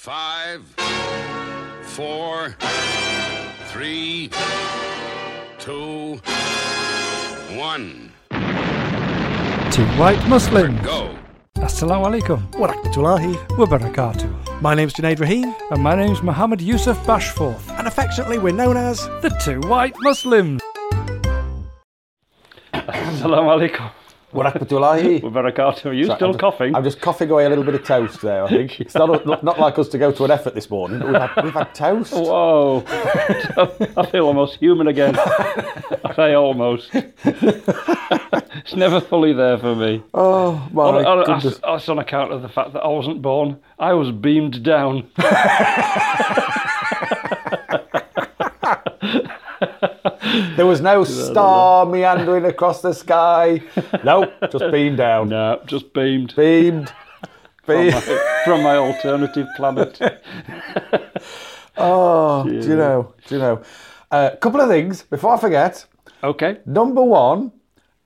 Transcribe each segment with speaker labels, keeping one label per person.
Speaker 1: Five, four, three, two, one.
Speaker 2: Two White Muslims.
Speaker 1: Go.
Speaker 2: Assalamu alaikum
Speaker 3: Warakmatullahi.
Speaker 2: wa barakatuh.
Speaker 3: My name's Junaid Rahim,
Speaker 2: And my name's Mohammed Yusuf Bashforth,
Speaker 3: and affectionately we're known as.
Speaker 2: the Two White Muslims. Assalamu alaikum
Speaker 4: Warakmatullahi.
Speaker 2: wa barakatuh. Are you
Speaker 4: Sorry,
Speaker 2: still
Speaker 4: I'm just,
Speaker 2: coughing?
Speaker 4: I'm just coughing away a little bit of toast there, I think. It's not, not, not like us to go to an effort this morning, but we've had, we've had toast.
Speaker 3: Oh.
Speaker 2: Whoa. I feel almost human again. I say almost. it's never fully there for me.
Speaker 4: Oh, my
Speaker 2: Well, I- I-
Speaker 4: goodness.
Speaker 2: that's on account of the fact that I wasn't born. I was beamed down.
Speaker 4: There was no star meandering across the sky. No, just beamed down.
Speaker 2: No, just beamed.
Speaker 4: Beamed.
Speaker 3: Oh,
Speaker 4: Beamed.
Speaker 2: from my alternative planet.
Speaker 4: Oh, do you know? Do you know? A couple of things before I forget.
Speaker 2: Okay.
Speaker 4: Number one,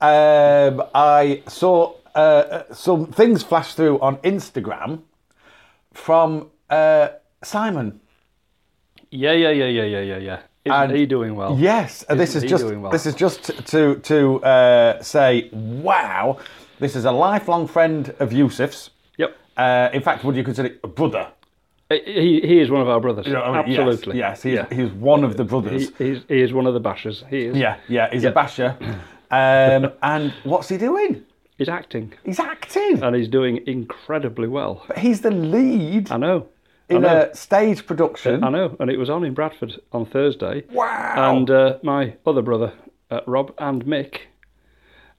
Speaker 4: um, I saw uh, uh, some things flash through on Instagram from uh, Simon.
Speaker 2: Yeah, yeah, yeah, yeah, yeah, yeah, yeah. Isn't
Speaker 4: And-
Speaker 2: he doing well?
Speaker 4: Yes, and this is
Speaker 2: he
Speaker 4: just
Speaker 2: doing well?
Speaker 4: this is just to to uh, say, wow, this is a lifelong friend of Yusuf's.
Speaker 2: Yep.
Speaker 4: Uh, in fact, would you consider it a brother?
Speaker 2: He, he is one of our brothers.
Speaker 4: You know what I mean? oh, Yes,
Speaker 2: Absolutely.
Speaker 4: Yes, he's, he's one of the brothers.
Speaker 2: He, he's, he is one of the bashers. He is.
Speaker 4: yeah, yeah, he's a basher. Um, and what's he doing?
Speaker 2: He's acting
Speaker 4: He's acting.
Speaker 2: and he's doing incredibly well.
Speaker 4: he's the lead
Speaker 2: I know. I
Speaker 4: in
Speaker 2: know.
Speaker 4: a stage production.
Speaker 2: I know. And it was on in Bradford on Thursday.
Speaker 4: Wow.
Speaker 2: And uh, my other brother, uh, Rob and Mick,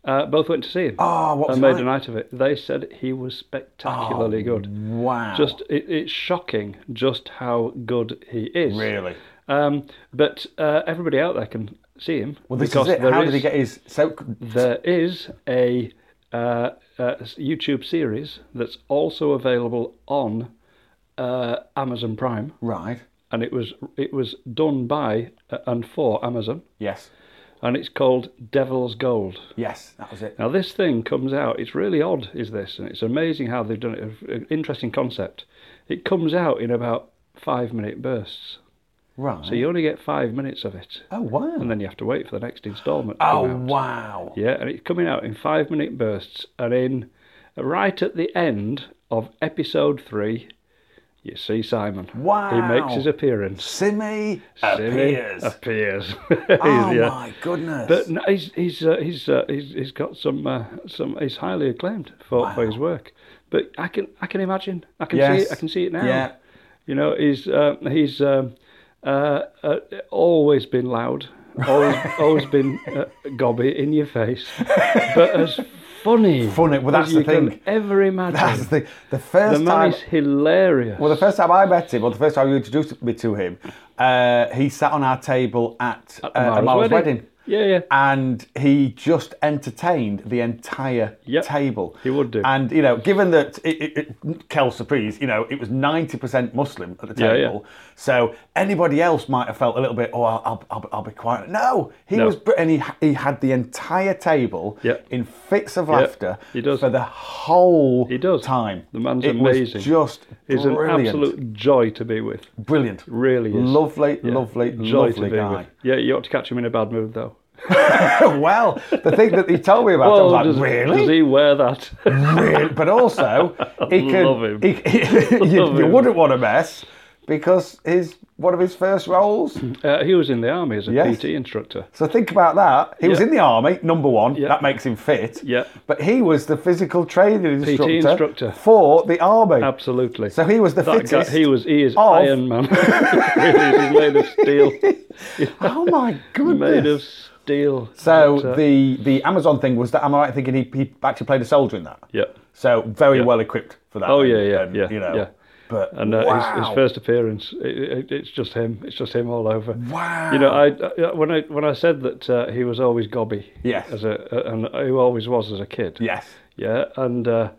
Speaker 2: uh, both went to see him
Speaker 4: oh, what's
Speaker 2: and
Speaker 4: it
Speaker 2: made
Speaker 4: like?
Speaker 2: a night of it. They said he was spectacularly good.
Speaker 4: Oh, Wow.
Speaker 2: Just it, it's shocking just how good he is.
Speaker 4: really.
Speaker 2: Um, but uh, everybody out there can see him
Speaker 4: Well, this
Speaker 2: because
Speaker 4: is it.
Speaker 2: there
Speaker 4: How
Speaker 2: is-
Speaker 4: did he get his so?
Speaker 2: there is a uh, uh, YouTube series that's also available on uh, Amazon Prime,
Speaker 4: Right.
Speaker 2: and it was it was done by uh, and for Amazon,
Speaker 4: Yes.
Speaker 2: and it's called Devil's Gold.
Speaker 4: Yes. That was it.
Speaker 2: Now this thing comes out. It's really odd, is this? And it's amazing how they've done it. An interesting concept. It comes out in about five minute bursts,
Speaker 4: Right.
Speaker 2: so you only get five minutes of it,
Speaker 4: oh wow.
Speaker 2: and then you have to wait for the next instalment. to
Speaker 4: Oh
Speaker 2: come out.
Speaker 4: wow!
Speaker 2: Yeah, and it's coming out in five minute bursts. And in right at the end of episode three, you see Simon. He makes
Speaker 4: Wow.
Speaker 2: his appearance.
Speaker 4: Simi
Speaker 2: Silly
Speaker 4: appears.
Speaker 2: Appears.
Speaker 4: Oh
Speaker 2: He's, yeah.
Speaker 4: my goodness!
Speaker 2: But no, he's he's uh, he's, uh, he's he's got some uh, some he's highly acclaimed for, for his work. But I can I can imagine I can see
Speaker 4: Yes.
Speaker 2: it, I can see it now.
Speaker 4: Yeah.
Speaker 2: You know he's uh, he's um, uh, uh, always been loud, always always been uh, gobby in your face, but as funny
Speaker 4: Funny, well, that's
Speaker 2: as you
Speaker 4: the
Speaker 2: can
Speaker 4: thing.
Speaker 2: ever imagine.
Speaker 4: That's the thing. The first
Speaker 2: the man
Speaker 4: time,
Speaker 2: is hilarious.
Speaker 4: well, the first time I met him, or the first time you introduced me to him, uh, he sat on our table at, uh,
Speaker 2: Amara's
Speaker 4: Amara's wedding.
Speaker 2: Yeah, yeah.
Speaker 4: and he just entertained the entire
Speaker 2: Yep,
Speaker 4: table.
Speaker 2: he would do.
Speaker 4: And you know, given that it, it, it, Kel Surprise, you know, it was ninety percent Muslim at the
Speaker 2: Yeah,
Speaker 4: table,
Speaker 2: yeah.
Speaker 4: so anybody else might have felt a little bit, oh, I'll, I'll, I'll, I'll be quiet. No, he
Speaker 2: No.
Speaker 4: was, br- and he he had the entire table
Speaker 2: Yep.
Speaker 4: in fits of laughter
Speaker 2: he does.
Speaker 4: for the whole
Speaker 2: He does.
Speaker 4: time.
Speaker 2: The man's
Speaker 4: it
Speaker 2: amazing.
Speaker 4: Was just
Speaker 2: He's an
Speaker 4: brilliant.
Speaker 2: absolute joy to be with.
Speaker 4: brilliant.
Speaker 2: Really is.
Speaker 4: Lovely, lovely,
Speaker 2: Joy to
Speaker 4: lovely
Speaker 2: be
Speaker 4: guy.
Speaker 2: with. Yeah, you ought to catch him in a bad mood though.
Speaker 4: well, the thing that he told me about,
Speaker 2: Oh,
Speaker 4: I was like,
Speaker 2: does,
Speaker 4: really?
Speaker 2: does he wear that?
Speaker 4: Really? but also he can.
Speaker 2: love him.
Speaker 4: he- he- you,
Speaker 2: love
Speaker 4: you
Speaker 2: him.
Speaker 4: wouldn't want to mess because his one of his first roles.
Speaker 2: uh, he was in the army as a
Speaker 4: Yes.
Speaker 2: PT instructor.
Speaker 4: So think about that. He was
Speaker 2: Yeah.
Speaker 4: in the army, number one.
Speaker 2: Yeah.
Speaker 4: That makes him fit.
Speaker 2: Yeah.
Speaker 4: But he was the physical training instructor,
Speaker 2: instructor.
Speaker 4: for the army.
Speaker 2: Absolutely.
Speaker 4: So he was the
Speaker 2: that guy,
Speaker 4: fittest.
Speaker 2: he was he is
Speaker 4: of-
Speaker 2: Iron Man. he is, he's made of steel.
Speaker 4: Oh my goodness.
Speaker 2: made of steel.
Speaker 4: so
Speaker 2: But, uh,
Speaker 4: the the Amazon thing was that. Am I right thinking he, he actually played a soldier in that?
Speaker 2: yeah.
Speaker 4: So very well equipped for that.
Speaker 2: Oh,
Speaker 4: and-
Speaker 2: yeah, yeah,
Speaker 4: and,
Speaker 2: yeah,
Speaker 4: You know.
Speaker 2: yeah.
Speaker 4: But
Speaker 2: And uh,
Speaker 4: wow.
Speaker 2: his, his first appearance, it, it, it's just him. It's just him all over.
Speaker 4: Wow.
Speaker 2: You know, I, I when I when I said that uh, he was always gobby.
Speaker 4: Yes.
Speaker 2: As a uh, and he always was as a kid.
Speaker 4: Yes.
Speaker 2: Yeah, and uh,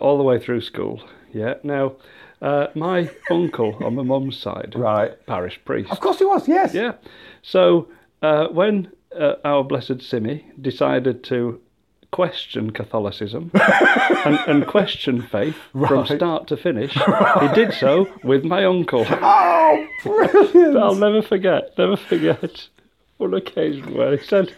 Speaker 2: all the way through school. Yeah. Now, uh, my uncle on my mum's side,
Speaker 4: Right.
Speaker 2: parish priest.
Speaker 4: Of course he was. Yes.
Speaker 2: Yeah. So uh, when uh, our blessed Simi decided to question Catholicism and, and question faith from start to finish. He did so with my uncle.
Speaker 4: Oh, brilliant!
Speaker 2: I'll never forget, never forget one occasion where he said,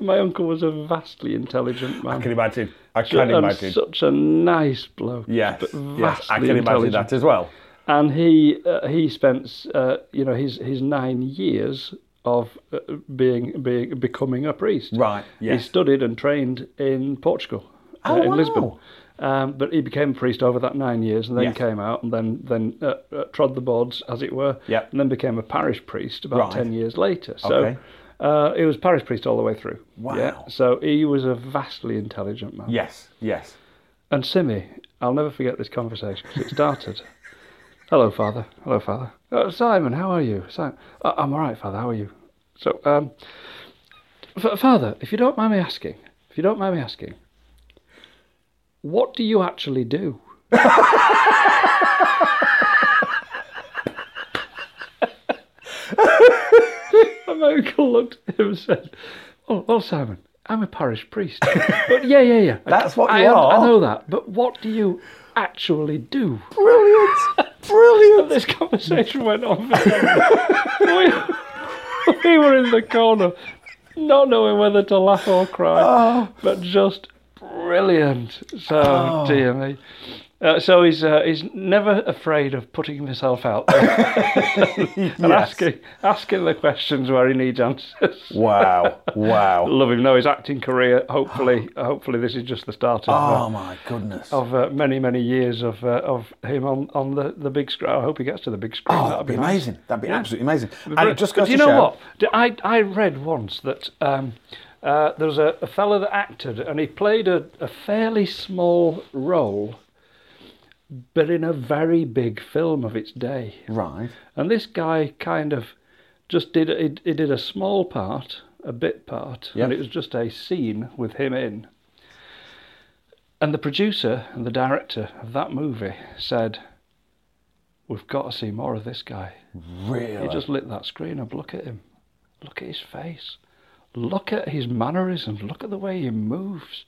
Speaker 2: My uncle was a vastly intelligent man.
Speaker 4: I can imagine. I can
Speaker 2: and
Speaker 4: imagine.
Speaker 2: such a nice bloke.
Speaker 4: Yes,
Speaker 2: but
Speaker 4: yes, I
Speaker 2: vastly
Speaker 4: can imagine
Speaker 2: intelligent.
Speaker 4: that as well.
Speaker 2: And he uh, he spent uh, you know his his nine years of uh, being being becoming a priest.
Speaker 4: Right, yes.
Speaker 2: He studied and trained in Portugal, uh,
Speaker 4: Oh,
Speaker 2: in
Speaker 4: wow.
Speaker 2: Lisbon. Um, but he became a priest over that nine years, and then
Speaker 4: Yes.
Speaker 2: came out, and then then uh, uh, trod the boards, as it were,
Speaker 4: Yep.
Speaker 2: and then became a parish priest about
Speaker 4: Right.
Speaker 2: ten years later. So
Speaker 4: Okay.
Speaker 2: uh, he was parish priest all the way through.
Speaker 4: Wow.
Speaker 2: Yeah. So he was a vastly intelligent man.
Speaker 4: Yes, yes.
Speaker 2: And Simi, I'll never forget this conversation 'cause it started. Hello, father. Hello, father. Uh, Simon, how are you? Simon, uh, I'm all right, father. How are you? So, um, f- father, if you don't mind me asking, if you don't mind me asking, what do you actually do? And my uncle looked at him and said, "Oh, well, Simon, I'm a parish priest. but yeah, yeah, yeah.
Speaker 4: That's what
Speaker 2: I,
Speaker 4: you
Speaker 2: I,
Speaker 4: are.
Speaker 2: I know that. But what do you actually do?"
Speaker 4: Brilliant, brilliant.
Speaker 2: This conversation went on. for- we, we were in the corner, not knowing whether to laugh or cry,
Speaker 4: Oh.
Speaker 2: but just brilliant. So dear me. Uh, so he's uh, he's never afraid of putting himself out there and asking asking the questions where he needs answers.
Speaker 4: Wow, wow.
Speaker 2: Love him. No, his acting career. Hopefully, hopefully this is just the start of, uh,
Speaker 4: Oh my goodness.
Speaker 2: of uh, many many years of uh, of him on, on the, the big screen. I hope he gets to the big screen.
Speaker 4: Oh, that'd
Speaker 2: That'd
Speaker 4: be
Speaker 2: nice.
Speaker 4: amazing. That'd be absolutely amazing. And
Speaker 2: But-
Speaker 4: it just
Speaker 2: but
Speaker 4: goes
Speaker 2: do you
Speaker 4: to
Speaker 2: know
Speaker 4: show.
Speaker 2: what? D- I, I read once that um, uh, there was a, a fella that acted and he played a, a fairly small role, but in a very big film of its day.
Speaker 4: Right.
Speaker 2: And this guy kind of just did he, he did a small part, a bit part,
Speaker 4: Yeah.
Speaker 2: and it was just a scene with him in. And the producer and the director of that movie said, "We've got to see more of this guy."
Speaker 4: Really?
Speaker 2: He just lit that screen up. Look at him. Look at his face. Look at his mannerisms. Look at the way he moves.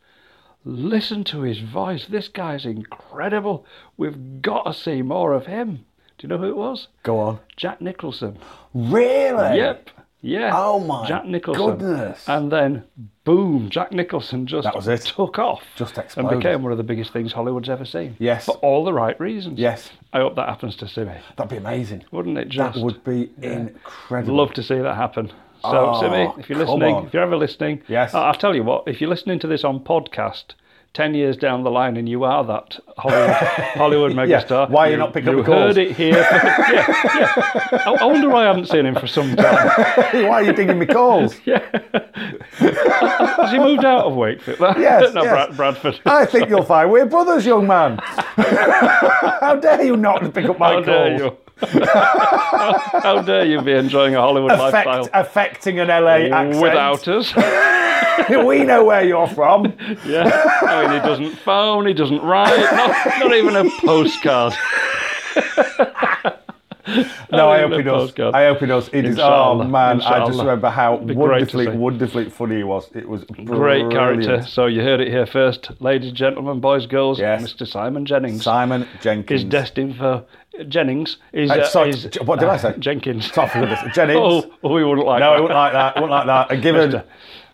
Speaker 2: Listen to his voice. This guy's incredible. We've got to see more of him. Do you know who it was?
Speaker 4: Go on.
Speaker 2: Jack Nicholson.
Speaker 4: Really?
Speaker 2: Yep. Yeah.
Speaker 4: Oh my
Speaker 2: Jack Nicholson.
Speaker 4: goodness.
Speaker 2: And then boom, Jack Nicholson just
Speaker 4: That was it.
Speaker 2: took off.
Speaker 4: Just
Speaker 2: And
Speaker 4: exploded.
Speaker 2: became one of the biggest things Hollywood's ever seen.
Speaker 4: Yes.
Speaker 2: For all the right reasons.
Speaker 4: Yes.
Speaker 2: I hope that happens to Simi.
Speaker 4: That'd be amazing.
Speaker 2: Wouldn't it just
Speaker 4: That would be incredible.
Speaker 2: Love to see that happen. So,
Speaker 4: Oh,
Speaker 2: Simi, if you're
Speaker 4: come on.
Speaker 2: listening, if you're ever listening,
Speaker 4: Yes.
Speaker 2: I- I'll tell you what, if you're listening to this on podcast, 10 years down the line and you are that Hollywood, Hollywood
Speaker 4: Yeah,
Speaker 2: megastar.
Speaker 4: why you not picking up
Speaker 2: you
Speaker 4: the calls?
Speaker 2: heard it here. yeah, yeah. I, I wonder why I haven't seen him for some time.
Speaker 4: Why are you digging me calls?
Speaker 2: Has he moved out of Wakefield?
Speaker 4: Yes,
Speaker 2: no,
Speaker 4: yes.
Speaker 2: Brad- Bradford.
Speaker 4: I think you'll find we're brothers, young man. How dare you not pick up my
Speaker 2: How
Speaker 4: calls?
Speaker 2: dare you? how, how dare you be enjoying a Hollywood
Speaker 4: Affect,
Speaker 2: lifestyle
Speaker 4: affecting an LA accent.
Speaker 2: without us?
Speaker 4: we know where you're from.
Speaker 2: Yeah. I mean, he doesn't phone, he doesn't write, not, not even a postcard.
Speaker 4: No, I
Speaker 2: I
Speaker 4: hope he does.
Speaker 2: love postcard.
Speaker 4: I hope he does. It is. Oh
Speaker 2: Inshallah,
Speaker 4: man, I just
Speaker 2: inshallah.
Speaker 4: remember how
Speaker 2: be great to
Speaker 4: wonderfully,
Speaker 2: see.
Speaker 4: wonderfully funny he was. It was brilliant.
Speaker 2: Great character. So you heard it here first, ladies, gentlemen, boys, girls.
Speaker 4: Yes.
Speaker 2: Mr. Simon Jennings
Speaker 4: Simon Jenkins.
Speaker 2: is destined for Jennings. Is,
Speaker 4: Uh, sorry,
Speaker 2: is-
Speaker 4: J- what did I say?
Speaker 2: Jenkins.
Speaker 4: Top of this. Jennings.
Speaker 2: Oh, oh, we wouldn't like
Speaker 4: No, I wouldn't like
Speaker 2: that.
Speaker 4: that. I wouldn't like that. A given.
Speaker 2: Mr.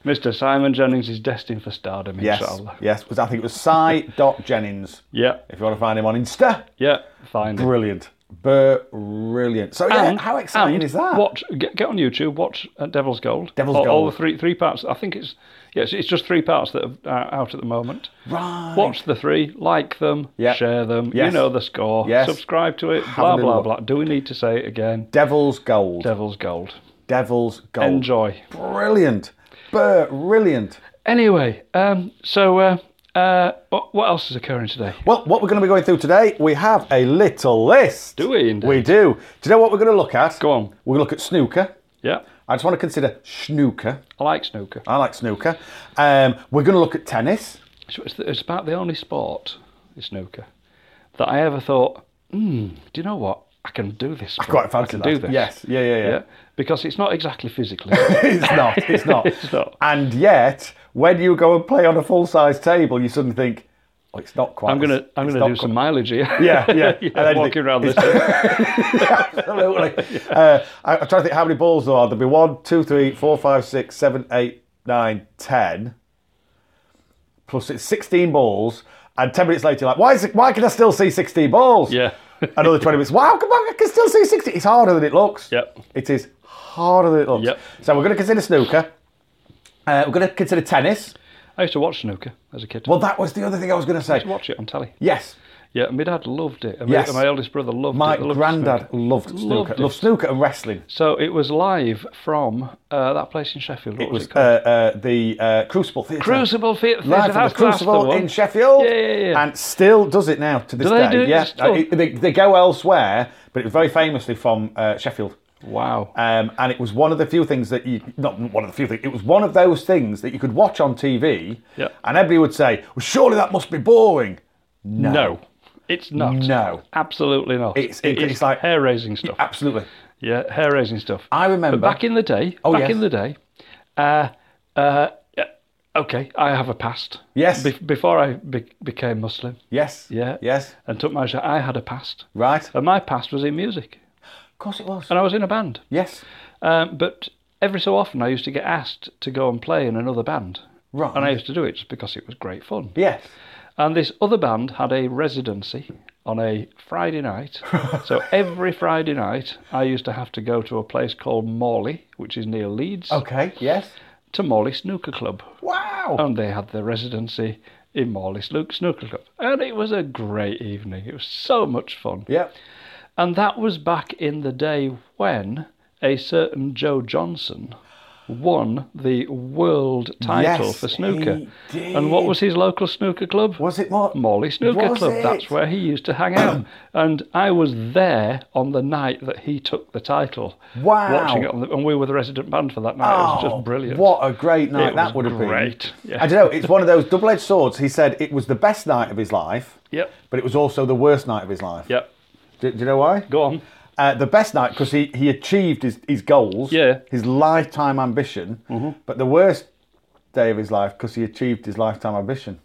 Speaker 2: Mr. Simon Jennings is destined for stardom.
Speaker 4: Yes.
Speaker 2: Inshallah.
Speaker 4: Yes. It was- I think it was Cy dot Jennings.
Speaker 2: Yeah.
Speaker 4: If you want to find him on Insta.
Speaker 2: Yeah. Fine.
Speaker 4: Brilliant. Brilliant. So yeah,
Speaker 2: And-
Speaker 4: how exciting
Speaker 2: and
Speaker 4: is that?
Speaker 2: Watch, get, get on YouTube. Watch uh, Devil's Gold.
Speaker 4: Devil's
Speaker 2: all, All
Speaker 4: Gold.
Speaker 2: the three three parts. I think it's yes. It's just three parts that are uh, out at the moment.
Speaker 4: Right.
Speaker 2: Watch the three. Like them.
Speaker 4: Yep.
Speaker 2: Share them.
Speaker 4: Yes.
Speaker 2: You know the score.
Speaker 4: Yes.
Speaker 2: Subscribe to it.
Speaker 4: Have a
Speaker 2: Blah
Speaker 4: little
Speaker 2: blah
Speaker 4: look.
Speaker 2: blah. Do we need to say it again?
Speaker 4: Devil's Gold.
Speaker 2: Devil's Gold.
Speaker 4: Devil's Gold.
Speaker 2: Enjoy.
Speaker 4: Brilliant. Brilliant.
Speaker 2: Anyway, um, so uh, uh, what, what else is occurring today?
Speaker 4: Well, what we're going to be going through today, we have a little list.
Speaker 2: Do we indeed?
Speaker 4: We do. Do you know what we're going to look at?
Speaker 2: Go on.
Speaker 4: We're going to look at snooker.
Speaker 2: Yeah,
Speaker 4: I just want to consider snooker.
Speaker 2: I like snooker.
Speaker 4: I like snooker. Um, we're going to look at tennis.
Speaker 2: So it's, it's about the only sport, is snooker, that I ever thought, hmm, do you know what? I can do this. I
Speaker 4: quite fancy
Speaker 2: I can
Speaker 4: that.
Speaker 2: do this.
Speaker 4: Yes. Yeah, yeah, yeah.
Speaker 2: Because it's not exactly physically.
Speaker 4: It's not. It's not.
Speaker 2: It's not.
Speaker 4: And yet, when you go and play on a full size table, you suddenly think, oh, it's not quite.
Speaker 2: I'm
Speaker 4: as-
Speaker 2: gonna I'm
Speaker 4: it's
Speaker 2: gonna
Speaker 4: not
Speaker 2: do some mileage here.
Speaker 4: Yeah, yeah. And then you
Speaker 2: walking
Speaker 4: think,
Speaker 2: around this.
Speaker 4: it's- Absolutely. Uh, I, I'm trying to think how many balls there are. There'll be one, two, three, four, five, six, seven, eight, nine, ten. Plus it's 16 balls. And 10 minutes later, you're like, why, is it, why can I still see 16 balls?
Speaker 2: Yeah.
Speaker 4: Another 20 minutes. Wow, come on, I can still see 60. It's harder than it looks.
Speaker 2: Yep.
Speaker 4: It is harder than it looks.
Speaker 2: Yep.
Speaker 4: So we're going to consider snooker. Uh, we're going to consider tennis.
Speaker 2: I used to watch snooker as a kid.
Speaker 4: Well, that was the other thing I was going to say.
Speaker 2: I used to watch it on telly.
Speaker 4: Yes.
Speaker 2: Yeah, and my dad loved it. And
Speaker 4: Yes.
Speaker 2: my, my eldest brother loved
Speaker 4: My
Speaker 2: it. Loved
Speaker 4: granddad
Speaker 2: snooker.
Speaker 4: loved snooker.
Speaker 2: Loved it.
Speaker 4: Loved snooker and wrestling.
Speaker 2: So it was live from uh, that place in Sheffield. What
Speaker 4: It
Speaker 2: was,
Speaker 4: was
Speaker 2: it
Speaker 4: uh,
Speaker 2: called?
Speaker 4: uh, the uh, Crucible Theatre.
Speaker 2: Crucible Theatre.
Speaker 4: Live from the
Speaker 2: that's, that's
Speaker 4: Crucible
Speaker 2: the one.
Speaker 4: in Sheffield.
Speaker 2: Yeah, yeah, yeah.
Speaker 4: And still does it now to this
Speaker 2: Do they
Speaker 4: day.
Speaker 2: do it
Speaker 4: yeah,
Speaker 2: still?
Speaker 4: Uh, it- they, they go elsewhere, but it was very famously from uh, Sheffield.
Speaker 2: Wow.
Speaker 4: Um, and it was one of the few things that you, not one of the few things, it was one of those things that you could watch on TV
Speaker 2: Yeah.
Speaker 4: and everybody would say, well, surely that must be boring.
Speaker 2: no. It's not.
Speaker 4: No.
Speaker 2: Absolutely not.
Speaker 4: It's-
Speaker 2: It
Speaker 4: it's
Speaker 2: is
Speaker 4: like-
Speaker 2: hair-raising stuff.
Speaker 4: Absolutely.
Speaker 2: Yeah, hair raising stuff.
Speaker 4: I remember-
Speaker 2: But back in the day,
Speaker 4: Oh,
Speaker 2: back
Speaker 4: yes.
Speaker 2: in the day, uh, uh, yeah, okay, I have a past.
Speaker 4: Yes.
Speaker 2: Bef- before I be- became Muslim
Speaker 4: Yes.
Speaker 2: Yeah.
Speaker 4: Yes.
Speaker 2: and took my shot, I had a past.
Speaker 4: Right. Of
Speaker 2: And my past was in music.
Speaker 4: course it was.
Speaker 2: And I was in a band.
Speaker 4: Yes.
Speaker 2: Um, but every so often, I used to get asked to go and play in another band.
Speaker 4: Right.
Speaker 2: And I used to do it just because it was great fun.
Speaker 4: Yes.
Speaker 2: And this other band had a residency on a Friday night. so every Friday night, I used to have to go to a place called Morley, which is near Leeds,
Speaker 4: Okay. Yes.
Speaker 2: to Morley Snooker Club.
Speaker 4: Wow.
Speaker 2: And they had their residency in Morley Snook- Snooker Club. And it was a great evening. It was so much fun.
Speaker 4: Yep.
Speaker 2: And that was back in the day when a certain Joe Johnson won the world title
Speaker 4: Yes,
Speaker 2: for snooker.
Speaker 4: he
Speaker 2: And what
Speaker 4: did.
Speaker 2: was his local snooker club?
Speaker 4: Was it Mor-
Speaker 2: Morley Snooker
Speaker 4: Was
Speaker 2: Club.
Speaker 4: it?
Speaker 2: That's where he used to hang out. and I was there on the night that he took the title.
Speaker 4: Wow.
Speaker 2: Watching it, on the, and we were the resident band for that night. it was
Speaker 4: Oh,
Speaker 2: just brilliant.
Speaker 4: What a great night
Speaker 2: It
Speaker 4: that
Speaker 2: was
Speaker 4: would have been.
Speaker 2: great, yeah.
Speaker 4: I don't know, it's one of those double edged swords. He said it was the best night of his life,
Speaker 2: Yep.
Speaker 4: but it was also the worst night of his life.
Speaker 2: Yep.
Speaker 4: Do, do you know why?
Speaker 2: Go on.
Speaker 4: Uh, the best night because he, he achieved his, his goals,
Speaker 2: Yeah. Mm-hmm.
Speaker 4: his lifetime ambition, but the worst day of his life because he achieved his lifetime ambition.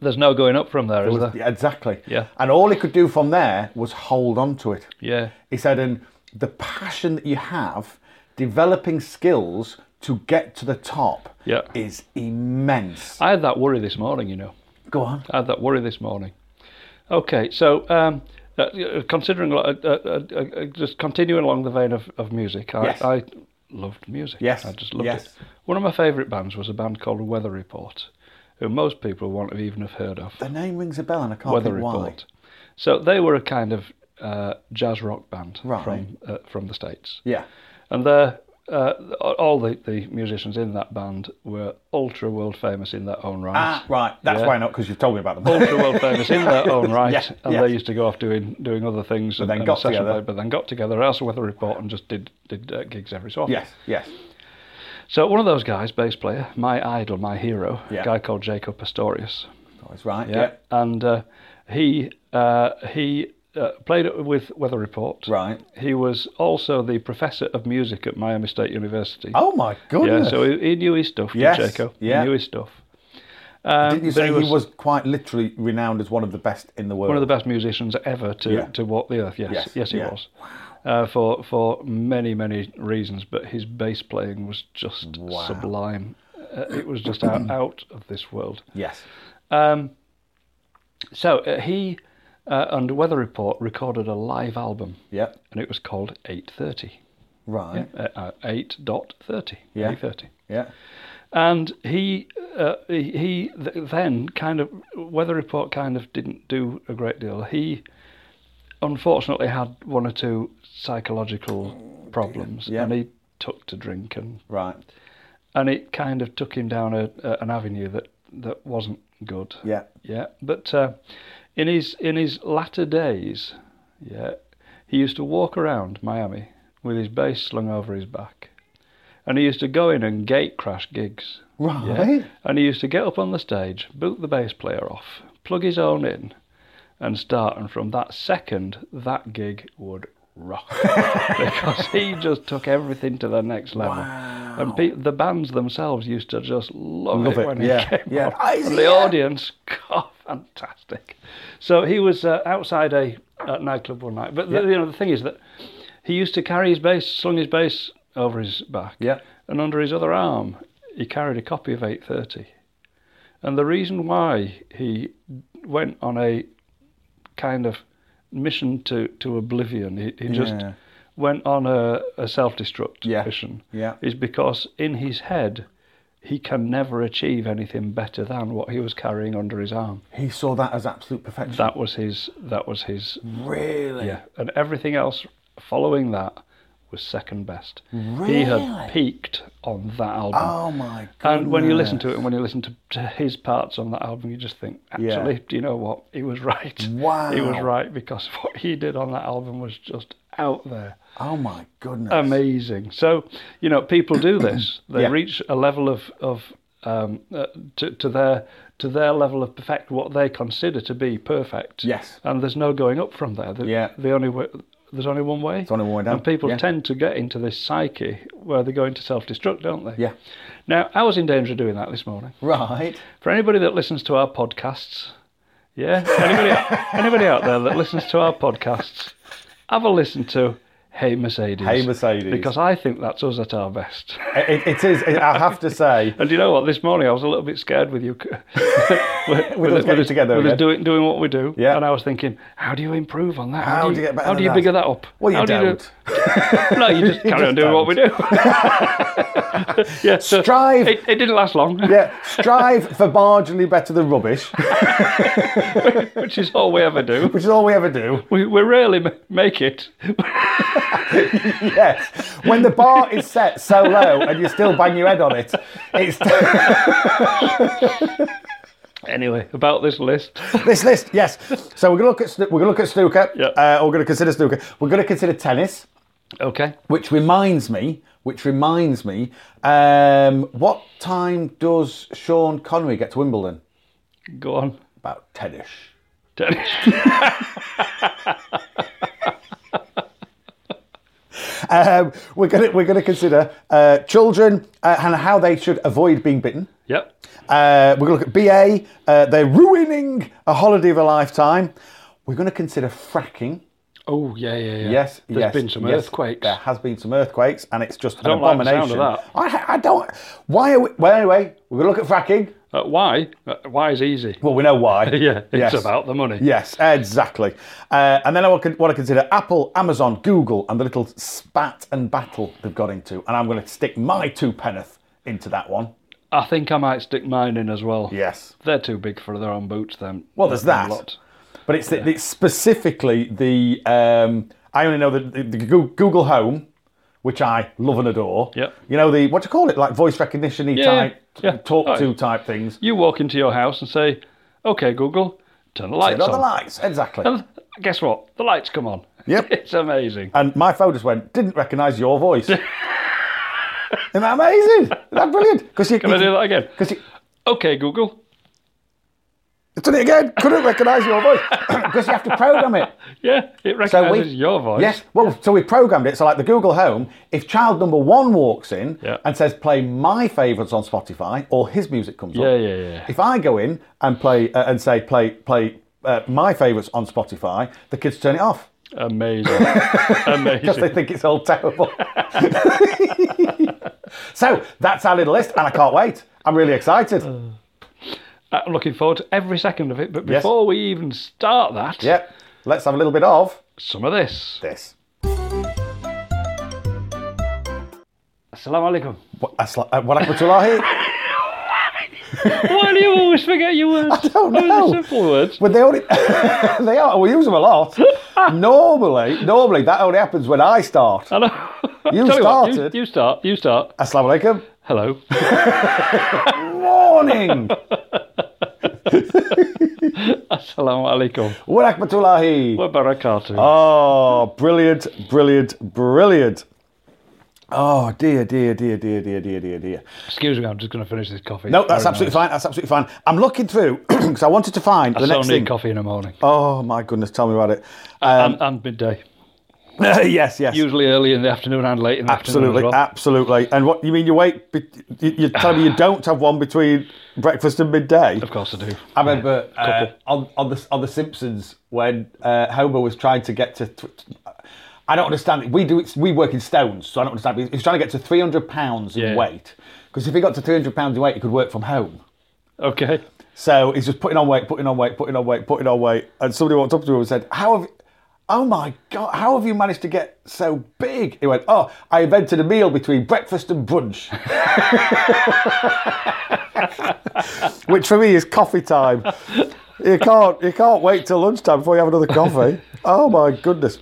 Speaker 2: There's no going up from there, is
Speaker 4: Was-
Speaker 2: there?
Speaker 4: yeah, exactly.
Speaker 2: Yeah.
Speaker 4: And all he could do from there was hold on to it.
Speaker 2: Yeah.
Speaker 4: He said, and the passion that you have developing skills to get to the top
Speaker 2: Yeah.
Speaker 4: is immense.
Speaker 2: I had that worry this morning, you know.
Speaker 4: Go on.
Speaker 2: I had that worry this morning. Okay, so um, uh, uh, considering, uh, uh, uh, uh, just continuing along the vein of, of music, I,
Speaker 4: Yes.
Speaker 2: I loved music.
Speaker 4: Yes,
Speaker 2: I just loved
Speaker 4: yes.
Speaker 2: it. One of my favourite bands was a band called Weather Report, who most people won't have even have heard of.
Speaker 4: The name rings a bell and I can't
Speaker 2: Weather
Speaker 4: think why.
Speaker 2: Report. So they were a kind of uh, jazz rock band
Speaker 4: Right.
Speaker 2: from uh, from the states.
Speaker 4: Yeah.
Speaker 2: And they're, uh, all the, the musicians in that band were ultra world famous in their own right
Speaker 4: Ah, right. That's
Speaker 2: Yeah.
Speaker 4: why not because you've told me about them.
Speaker 2: ultra world famous in their own right,
Speaker 4: Yeah,
Speaker 2: and
Speaker 4: yeah.
Speaker 2: they used to go off doing doing other things. But
Speaker 4: then got together.
Speaker 2: but then got together, asked the weather report, and just did did uh, gigs every so often.
Speaker 4: yes, yes.
Speaker 2: So one of those guys, bass player, my idol, my hero,
Speaker 4: Yeah.
Speaker 2: a guy called Jacob Astorius.
Speaker 4: That's right. Yeah.
Speaker 2: And uh, he uh, he uh, played with Weather Report.
Speaker 4: Right.
Speaker 2: He was also the professor of music at Miami State University.
Speaker 4: Oh my
Speaker 2: yeah.
Speaker 4: goodness.
Speaker 2: So he, um, he knew his stuff. did
Speaker 4: Yes,
Speaker 2: Jacob.
Speaker 4: yeah.
Speaker 2: He knew his stuff. Um,
Speaker 4: Didn't you
Speaker 2: but
Speaker 4: say he was... quite literally renowned as one of the best in the world?
Speaker 2: one of the best musicians ever to,
Speaker 4: Yeah.
Speaker 2: to walk the earth. Yes,
Speaker 4: Yes,
Speaker 2: yes, he
Speaker 4: yeah.
Speaker 2: was. Uh, for for many many reasons, but his bass playing was just sublime. Uh, it was just out, out of this world.
Speaker 4: Yes.
Speaker 2: So uh, he uh, under Weather Report recorded a live album,
Speaker 4: Yeah.
Speaker 2: and it was called Eight Thirty.
Speaker 4: Right.
Speaker 2: Uh, uh, eight dot thirty.
Speaker 4: Yeah.
Speaker 2: Eight thirty.
Speaker 4: Yeah.
Speaker 2: And he uh, he he th- then kind of Weather Report kind of didn't do a great deal. He unfortunately had one or two psychological problems,
Speaker 4: Oh, Yeah.
Speaker 2: and he took to drink and
Speaker 4: Right.
Speaker 2: and it kind of took him down a, a an avenue that that wasn't good.
Speaker 4: Yeah.
Speaker 2: Yeah, but uh, in his in his latter days, yeah, he used to walk around Miami with his bass slung over his back, and he used to go in and gate crash gigs.
Speaker 4: Right.
Speaker 2: And he used to get up on the stage, boot the bass player off, plug his own in, and start. And from that second, that gig would rock because he just took everything to the next level. And pe- the bands themselves used to just love,
Speaker 4: Love
Speaker 2: it,
Speaker 4: it,
Speaker 2: when he
Speaker 4: yeah,
Speaker 2: came
Speaker 4: yeah.
Speaker 2: on.
Speaker 4: I see,
Speaker 2: And the
Speaker 4: yeah.
Speaker 2: audience, God, fantastic. So he was uh, outside a, a nightclub one night. But the, you know the thing is that he used to carry his bass, slung his bass over his back,
Speaker 4: Yeah.
Speaker 2: and under his other arm he carried a copy of 830. And the reason why he went on a kind of mission to, to oblivion, he, he just
Speaker 4: Yeah.
Speaker 2: went on a, a self destruct
Speaker 4: Yeah.
Speaker 2: mission,
Speaker 4: Yeah.
Speaker 2: is because in his head he can never achieve anything better than what he was carrying under his arm.
Speaker 4: He saw that as absolute perfection.
Speaker 2: That was his. That was his.
Speaker 4: Mm-hmm. really?
Speaker 2: Yeah, and everything else following that was second best. He
Speaker 4: Really?
Speaker 2: had peaked on that album.
Speaker 4: Oh my god.
Speaker 2: And when you listen to it and when you listen to, to his parts on that album, you just think, actually, do you know what? He was right.
Speaker 4: Wow.
Speaker 2: He was right because what he did on that album was just out there.
Speaker 4: Oh my goodness.
Speaker 2: Amazing. So, you know, people do this. They
Speaker 4: Yeah.
Speaker 2: reach a level of, of um, uh, to, to their to their level of perfect, what they consider to be perfect.
Speaker 4: Yes.
Speaker 2: And there's no going up from there. The,
Speaker 4: Yeah.
Speaker 2: The only way, there's only one way. It's
Speaker 4: only one way down.
Speaker 2: And people
Speaker 4: Yeah.
Speaker 2: tend to get into this psyche where they go into self-destruct, don't they?
Speaker 4: Yeah.
Speaker 2: Now, I was in danger of doing that this morning.
Speaker 4: Right.
Speaker 2: For anybody that listens to our podcasts, yeah, anybody, anybody out there that listens to our podcasts, have a listen to Hey Mercedes.
Speaker 4: Hey Mercedes.
Speaker 2: Because I think that's us at our best.
Speaker 4: It, it is. I have to say.
Speaker 2: And you know what? This morning I was a little bit scared with you. with,
Speaker 4: us getting together
Speaker 2: With
Speaker 4: again.
Speaker 2: us doing, doing what we do.
Speaker 4: Yeah.
Speaker 2: And I was thinking, how do you improve on that?
Speaker 4: How do you get better
Speaker 2: How
Speaker 4: than
Speaker 2: do you
Speaker 4: that?
Speaker 2: bigger that up?
Speaker 4: Well, you
Speaker 2: How do
Speaker 4: don't.
Speaker 2: do- no, you just carry on doing what we do. yeah, so
Speaker 4: Strive.
Speaker 2: It, it didn't last long.
Speaker 4: yeah. Strive for marginally better than rubbish,
Speaker 2: Which is all we ever do.
Speaker 4: which is all we ever do.
Speaker 2: We, we rarely ma- make it.
Speaker 4: Yes. When the bar is set so low and you still bang your head on it, it's
Speaker 2: anyway, about this list.
Speaker 4: this list. Yes. So we're gonna look at sno- we're gonna look at snooker.
Speaker 2: Yep.
Speaker 4: Uh, we're gonna consider snooker. We're gonna consider tennis.
Speaker 2: Okay.
Speaker 4: Which reminds me, which reminds me, um, what time does Sean Connery get to Wimbledon?
Speaker 2: Go on.
Speaker 4: About 10-ish.
Speaker 2: Dennis.
Speaker 4: Um, we're gonna we're gonna consider uh, children uh, and how they should avoid being bitten.
Speaker 2: yep.
Speaker 4: Uh, we're gonna look at BA. Uh, they're ruining a holiday of a lifetime. We're gonna consider fracking.
Speaker 2: Oh, yeah, yeah, yeah.
Speaker 4: Yes,
Speaker 2: There's
Speaker 4: yes,
Speaker 2: been some
Speaker 4: yes.
Speaker 2: earthquakes.
Speaker 4: There has been some earthquakes, and it's just an
Speaker 2: don't like the sound of
Speaker 4: abomination.
Speaker 2: that.
Speaker 4: I, I don't. Why are we? Well, anyway, we're gonna look at fracking.
Speaker 2: Uh, why? Uh, why is easy?
Speaker 4: Well, we know why.
Speaker 2: Yeah, it's
Speaker 4: Yes.
Speaker 2: about the money.
Speaker 4: Yes, exactly. Uh, and then I want to want to consider Apple, Amazon, Google, and the little spat and battle they've got into. And I'm going to stick my two penneth into that one.
Speaker 2: I think I might stick mine in as well.
Speaker 4: Yes.
Speaker 2: They're too big for their own boots, then.
Speaker 4: Well, there's
Speaker 2: Them
Speaker 4: that.
Speaker 2: lot.
Speaker 4: But it's, it's specifically the. Um, I only know the, the, the Goo- Google Home, which I love and adore.
Speaker 2: Yep.
Speaker 4: You know the what do you call it? Like voice recognition y type,
Speaker 2: yeah.
Speaker 4: talk to
Speaker 2: Oh.
Speaker 4: type things.
Speaker 2: You walk into your house and say, "Okay, Google, turn the lights
Speaker 4: Turn on
Speaker 2: on."
Speaker 4: the lights, exactly.
Speaker 2: And guess what? The lights come on.
Speaker 4: Yep.
Speaker 2: it's amazing.
Speaker 4: And my phone just went, didn't recognise your voice. Isn't that amazing? Isn't that brilliant? Because you
Speaker 2: Can I do that again?
Speaker 4: Because you
Speaker 2: Okay, Google.
Speaker 4: it's done it again. Couldn't recognise your voice because you have to program it.
Speaker 2: Yeah, it recognises your voice.
Speaker 4: Yes. Well, so we programmed it. So like the Google Home, if child number one walks in
Speaker 2: Yeah.
Speaker 4: and says play my favourites on Spotify or his music comes
Speaker 2: Yeah,
Speaker 4: up.
Speaker 2: yeah, yeah.
Speaker 4: If I go in and play uh, and say play play uh, my favourites on Spotify, the kids turn it off.
Speaker 2: Amazing. amazing.
Speaker 4: because they think it's all terrible. so that's our little list, and I can't wait. I'm really excited.
Speaker 2: Uh. I'm Uh, looking forward to every second of it. But before we even start that,
Speaker 4: Yep. Let's have a little bit of
Speaker 2: some of this.
Speaker 4: this.
Speaker 2: Assalamu alaikum.
Speaker 4: What, asla- uh, what happened to Lahi?
Speaker 2: Why do you always forget your words? I
Speaker 4: don't know.
Speaker 2: simple words.
Speaker 4: But they only they are we use them a lot. normally, normally that only happens when I start.
Speaker 2: I know.
Speaker 4: You
Speaker 2: Tell you what, you-
Speaker 4: started.
Speaker 2: you start. You start.
Speaker 4: Assalamu alaikum.
Speaker 2: Hello.
Speaker 4: Morning.
Speaker 2: Assalamu alaikum.
Speaker 4: what happened to Lahi?
Speaker 2: Wa barakatuh.
Speaker 4: Oh, brilliant, brilliant, brilliant. Oh dear, dear, dear, dear, dear, dear, dear, dear.
Speaker 2: Excuse me, I'm just going to finish this coffee.
Speaker 4: No, that's
Speaker 2: Very
Speaker 4: absolutely
Speaker 2: nice.
Speaker 4: fine. That's absolutely fine. I'm looking through because I wanted to find the
Speaker 2: I
Speaker 4: next
Speaker 2: still need
Speaker 4: thing.
Speaker 2: coffee in the morning
Speaker 4: Oh my goodness, tell me about it. Um,
Speaker 2: and, and midday.
Speaker 4: yes, yes.
Speaker 2: Usually early in the afternoon and late um, in the
Speaker 4: Absolutely,
Speaker 2: afternoon. as well.
Speaker 4: absolutely. And what you mean? You wait? be- You, you tell me you don't have one between breakfast and midday?
Speaker 2: Of course I do.
Speaker 4: I remember uh,
Speaker 2: Couple.
Speaker 4: on, on the on the Simpsons when uh, Homer was trying to get to. Th- I don't understand. it. We do it. We work in stones, so I don't understand. He was trying to get to three hundred pounds in
Speaker 2: Yeah.
Speaker 4: weight because if he got to three hundred pounds in weight, he could work from home.
Speaker 2: Okay.
Speaker 4: So he's just putting on weight, putting on weight, putting on weight, putting on weight. And somebody walked up to him and said, How have you, oh my God, how have you managed to get so big? He went, Oh, I invented a meal between breakfast and brunch. Which for me is coffee time. You can't, you can't wait till lunchtime before you have another coffee. Oh my goodness.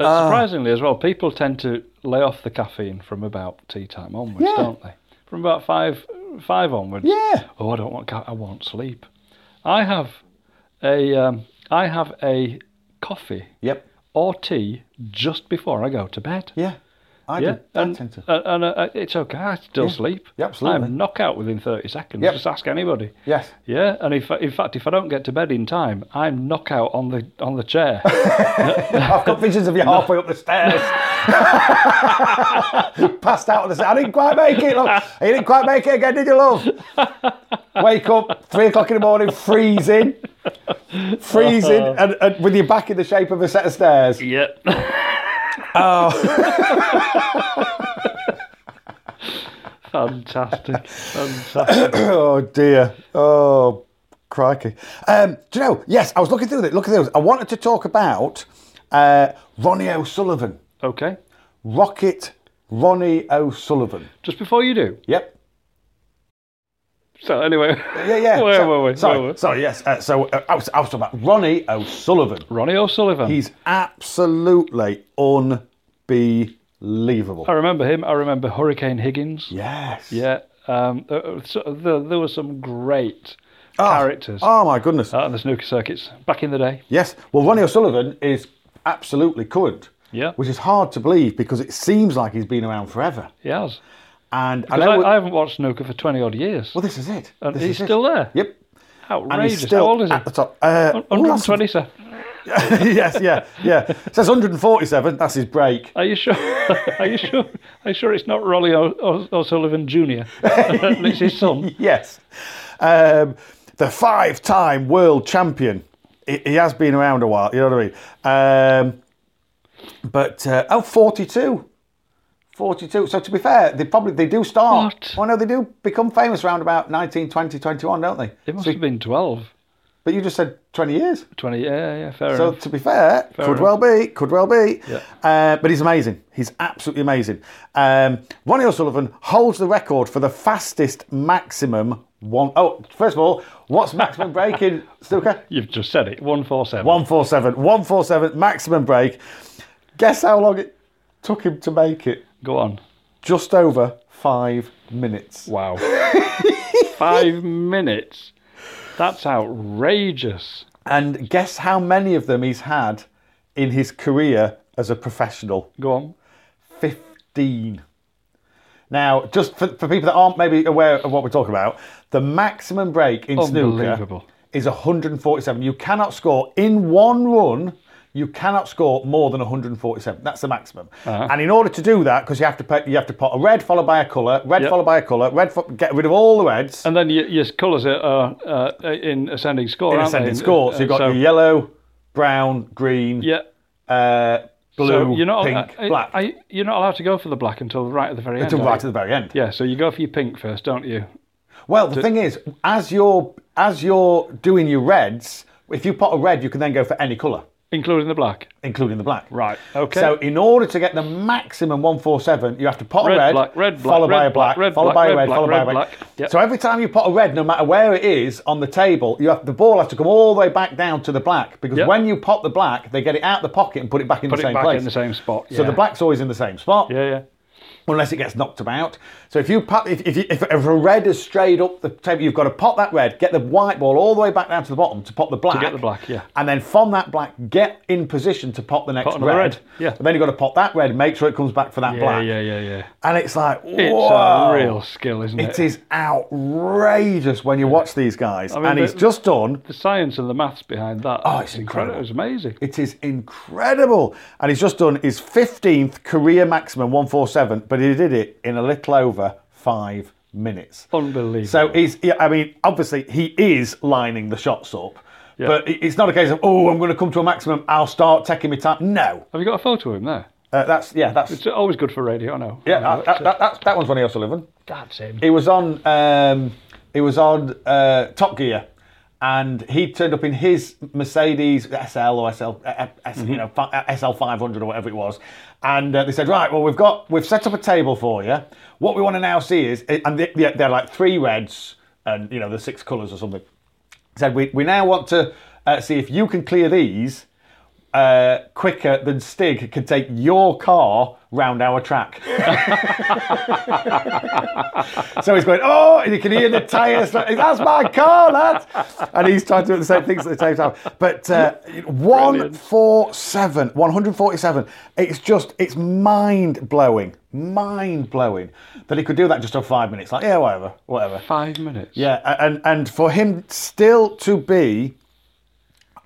Speaker 2: Uh,
Speaker 4: Ah.
Speaker 2: surprisingly, as well, people tend to lay off the caffeine from about tea time onwards,
Speaker 4: Yeah.
Speaker 2: don't they? From about five five onwards.
Speaker 4: Yeah.
Speaker 2: Oh, I don't want. Ca- I want sleep. I have a um, I have a coffee
Speaker 4: Yep.
Speaker 2: or tea just before I go to bed.
Speaker 4: Yeah. I
Speaker 2: Yeah,
Speaker 4: do. I
Speaker 2: and,
Speaker 4: tend to.
Speaker 2: and, and, uh, it's okay. I still sleep.
Speaker 4: Yeah, absolutely.
Speaker 2: I'm knockout within 30 seconds.
Speaker 4: Yep.
Speaker 2: Just ask anybody.
Speaker 4: Yes.
Speaker 2: Yeah, and if, in fact, if I don't get to bed in time, I'm knockout on the on the chair.
Speaker 4: I've got visions of you halfway up the stairs. Passed out on the stairs. I didn't quite make it. Look, you didn't quite make it again, did you, love? Wake up, three o'clock in the morning, freezing, freezing, and, and with your back in the shape of a set of stairs.
Speaker 2: yeah. oh. fantastic, fantastic.
Speaker 4: Oh dear. Oh crikey. Um, do you know? Yes, I was looking through it. Look at those. I wanted to talk about uh, Ronnie O'Sullivan,
Speaker 2: Okay,
Speaker 4: Rocket Ronnie O'Sullivan.
Speaker 2: just before you do.
Speaker 4: Yep.
Speaker 2: So anyway,
Speaker 4: Yeah, yeah.
Speaker 2: Where
Speaker 4: so,
Speaker 2: were we?
Speaker 4: Sorry,
Speaker 2: Where were we?
Speaker 4: sorry yes. Uh, so uh, I, was, I was talking about Ronnie O'Sullivan.
Speaker 2: Ronnie O'Sullivan.
Speaker 4: He's absolutely unbelievable.
Speaker 2: I remember him. I remember Hurricane Higgins.
Speaker 4: Yes.
Speaker 2: Yeah. Um, uh, uh, so there, there were some great
Speaker 4: Oh,
Speaker 2: characters Uh.
Speaker 4: Oh, my goodness.
Speaker 2: out on the snooker circuits back in the day.
Speaker 4: yes. Well, Ronnie O'Sullivan is absolutely current.
Speaker 2: Yeah.
Speaker 4: Which is hard to believe because it seems like he's been around forever.
Speaker 2: He has.
Speaker 4: And I
Speaker 2: Because
Speaker 4: know.
Speaker 2: I,
Speaker 4: we-
Speaker 2: I haven't watched snooker for 20 odd years.
Speaker 4: well, this is it.
Speaker 2: and
Speaker 4: This
Speaker 2: he's
Speaker 4: is it.
Speaker 2: still there.
Speaker 4: Yep.
Speaker 2: Outrageous.
Speaker 4: And he's still
Speaker 2: How old is he?
Speaker 4: at the top. Uh, oh, that's-
Speaker 2: 127.
Speaker 4: yes, yeah, yeah. Says 147. That's his break.
Speaker 2: Are you sure? Are you sure? Are you sure it's not Rolly O- O- O'Sullivan Jr. and it's his son?
Speaker 4: yes. Um, the five time world champion. He, he has been around a while, you know what I mean? Um, but, uh, oh, 42. 42. So, to be fair, they probably they do start.
Speaker 2: What?
Speaker 4: Oh, no, they do become famous around about 19, 20, 21, don't they?
Speaker 2: It must
Speaker 4: So-
Speaker 2: have been 12,
Speaker 4: but you just said 20 years.
Speaker 2: 20. Yeah, yeah, fair
Speaker 4: So
Speaker 2: enough.
Speaker 4: to be fair, could
Speaker 2: enough.
Speaker 4: well be, could well be.
Speaker 2: Yeah.
Speaker 4: Uh, but he's amazing. He's absolutely amazing. Um, Ronnie O'Sullivan holds the record for the fastest maximum one oh first of all, what's maximum break in snooker?
Speaker 2: You've just said it. 147.
Speaker 4: One four seven. One four seven maximum break. Guess how long it took him to make it?
Speaker 2: Go on.
Speaker 4: Just over five minutes.
Speaker 2: Wow. Five minutes. That's outrageous.
Speaker 4: And guess how many of them he's had in his career as a professional?
Speaker 2: Go on.
Speaker 4: 15. Now, just for, for people that aren't maybe aware of what we're talking about, the maximum break in snooker
Speaker 2: Unbelievable.
Speaker 4: is 147. You cannot score in one run. You cannot score more than 147. That's the maximum.
Speaker 2: Uh-huh.
Speaker 4: And in order to do that, because you have to put, you have to put a red followed by a colour, red
Speaker 2: Yep.
Speaker 4: followed by a colour, red fo- get rid of all the reds
Speaker 2: And then your, your colours are uh, uh, in ascending score,
Speaker 4: in
Speaker 2: aren't
Speaker 4: ascending
Speaker 2: they?
Speaker 4: score. So you've got
Speaker 2: Uh,
Speaker 4: your yellow, brown, green,
Speaker 2: yeah.
Speaker 4: uh, blue,
Speaker 2: so you're not,
Speaker 4: pink,
Speaker 2: I-
Speaker 4: black,
Speaker 2: I, you're not allowed to go for the black until right at the very
Speaker 4: until
Speaker 2: end.
Speaker 4: right
Speaker 2: are
Speaker 4: at
Speaker 2: you?
Speaker 4: the very end.
Speaker 2: Yeah, so you go for your pink first, don't you?
Speaker 4: Well, the thing is, as you're as you're doing your reds, if you pot a red, you can then go for any colour,
Speaker 2: Including the black.
Speaker 4: including the black.
Speaker 2: Right, okay.
Speaker 4: So in order to get the maximum 147, you have to pot
Speaker 2: Red,
Speaker 4: a red,
Speaker 2: black, red, black,
Speaker 4: followed by
Speaker 2: red,
Speaker 4: a black,
Speaker 2: black, red,
Speaker 4: followed
Speaker 2: black,
Speaker 4: by a
Speaker 2: red,
Speaker 4: red,
Speaker 2: black,
Speaker 4: followed
Speaker 2: red,
Speaker 4: by a red.
Speaker 2: black. Yep.
Speaker 4: So every time you pot a red, no matter where it is on the table, you have the ball has to come all the way back down to the black because
Speaker 2: Yep.
Speaker 4: when you pot the black, they get it out the pocket and put it back in
Speaker 2: Put
Speaker 4: the
Speaker 2: it
Speaker 4: same
Speaker 2: back
Speaker 4: place.
Speaker 2: in the same spot.
Speaker 4: So the
Speaker 2: yeah.
Speaker 4: black's always in the same spot.
Speaker 2: Yeah, yeah.
Speaker 4: unless it gets knocked about. So if you pop, if, if, you- if, if a red has strayed up the table, you've got to pop that red, get the white ball all the way back down to the bottom to pop the black.
Speaker 2: the black, yeah.
Speaker 4: And then from that black, get in position to pop the next
Speaker 2: another
Speaker 4: red.
Speaker 2: red, yeah.
Speaker 4: And then you've got to pop that red, make sure it comes back for that
Speaker 2: Yeah,
Speaker 4: black.
Speaker 2: yeah, yeah, yeah.
Speaker 4: And it's like,
Speaker 2: It's
Speaker 4: whoa.
Speaker 2: a real skill, isn't
Speaker 4: It
Speaker 2: it?
Speaker 4: is outrageous when you watch these guys.
Speaker 2: mean,
Speaker 4: and
Speaker 2: the-
Speaker 4: he's just done.
Speaker 2: The science and the maths behind that.
Speaker 4: Oh, it's incredible.
Speaker 2: It was amazing.
Speaker 4: It is incredible. And he's just done his 15th career maximum 147, but he did it in a little over five minutes.
Speaker 2: Unbelievable.
Speaker 4: So he's, yeah, I mean, obviously he is lining the shots up,
Speaker 2: Yeah.
Speaker 4: but it- it's not a case of, oh, I'm going to come to a maximum, I'll start taking my time. No.
Speaker 2: Have you got a photo of him there?
Speaker 4: Uh, that's, yeah, that's,
Speaker 2: It's always good for radio, I know.
Speaker 4: yeah,
Speaker 2: I know,
Speaker 4: that, that,
Speaker 2: it's, uh,
Speaker 4: that, that's, that one's Ronnie O'Sullivan.
Speaker 2: that's him.
Speaker 4: He was on. Um, he was on uh, Top Gear, and he turned up in his Mercedes SL or SL, uh, S, you know, fi- uh, SL 500 or whatever it was. And uh, they said, right, well, we've got we've set up a table for you. What we want to now see is, uh, and they, they, they're like three reds and you know the six colours or something said, we, we now want to uh, see if you can clear these uh, quicker than Stig can take your car round our track. so he's going, oh, and you can hear the tyres. That's my car, lads. And he's trying to do the same things at the same time. But uh, 147, 147. It's just, it's mind blowing, mind blowing that he could do that just on five minutes. Like, yeah, whatever, whatever.
Speaker 2: Five minutes.
Speaker 4: Yeah, a- and and for him still to be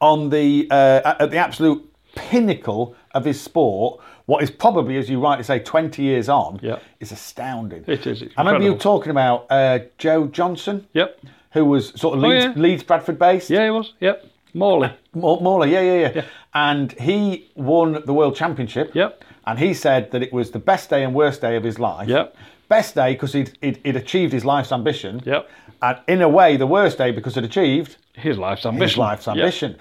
Speaker 4: on the uh, at the absolute pinnacle of his sport, what is probably, as you rightly say, twenty years on,
Speaker 2: Yeah.
Speaker 4: is astounding.
Speaker 2: It is, it's
Speaker 4: I remember you
Speaker 2: incredible.
Speaker 4: talking about uh, Joe Johnson,
Speaker 2: Yep.
Speaker 4: who was sort of Leeds,
Speaker 2: Oh, yeah.
Speaker 4: Leeds Bradford based.
Speaker 2: Yeah, he was. Yep. Morley.
Speaker 4: Mo- Morley, yeah, yeah, yeah, And he won the World Championship.
Speaker 2: Yep.
Speaker 4: And he said that it was the best day and worst day of his life.
Speaker 2: Yep.
Speaker 4: Best day because he'd, he'd, he'd achieved his life's ambition.
Speaker 2: Yep.
Speaker 4: And in a way, the worst day because it achieved
Speaker 2: His life's ambition.
Speaker 4: his life's
Speaker 2: Yep.
Speaker 4: ambition.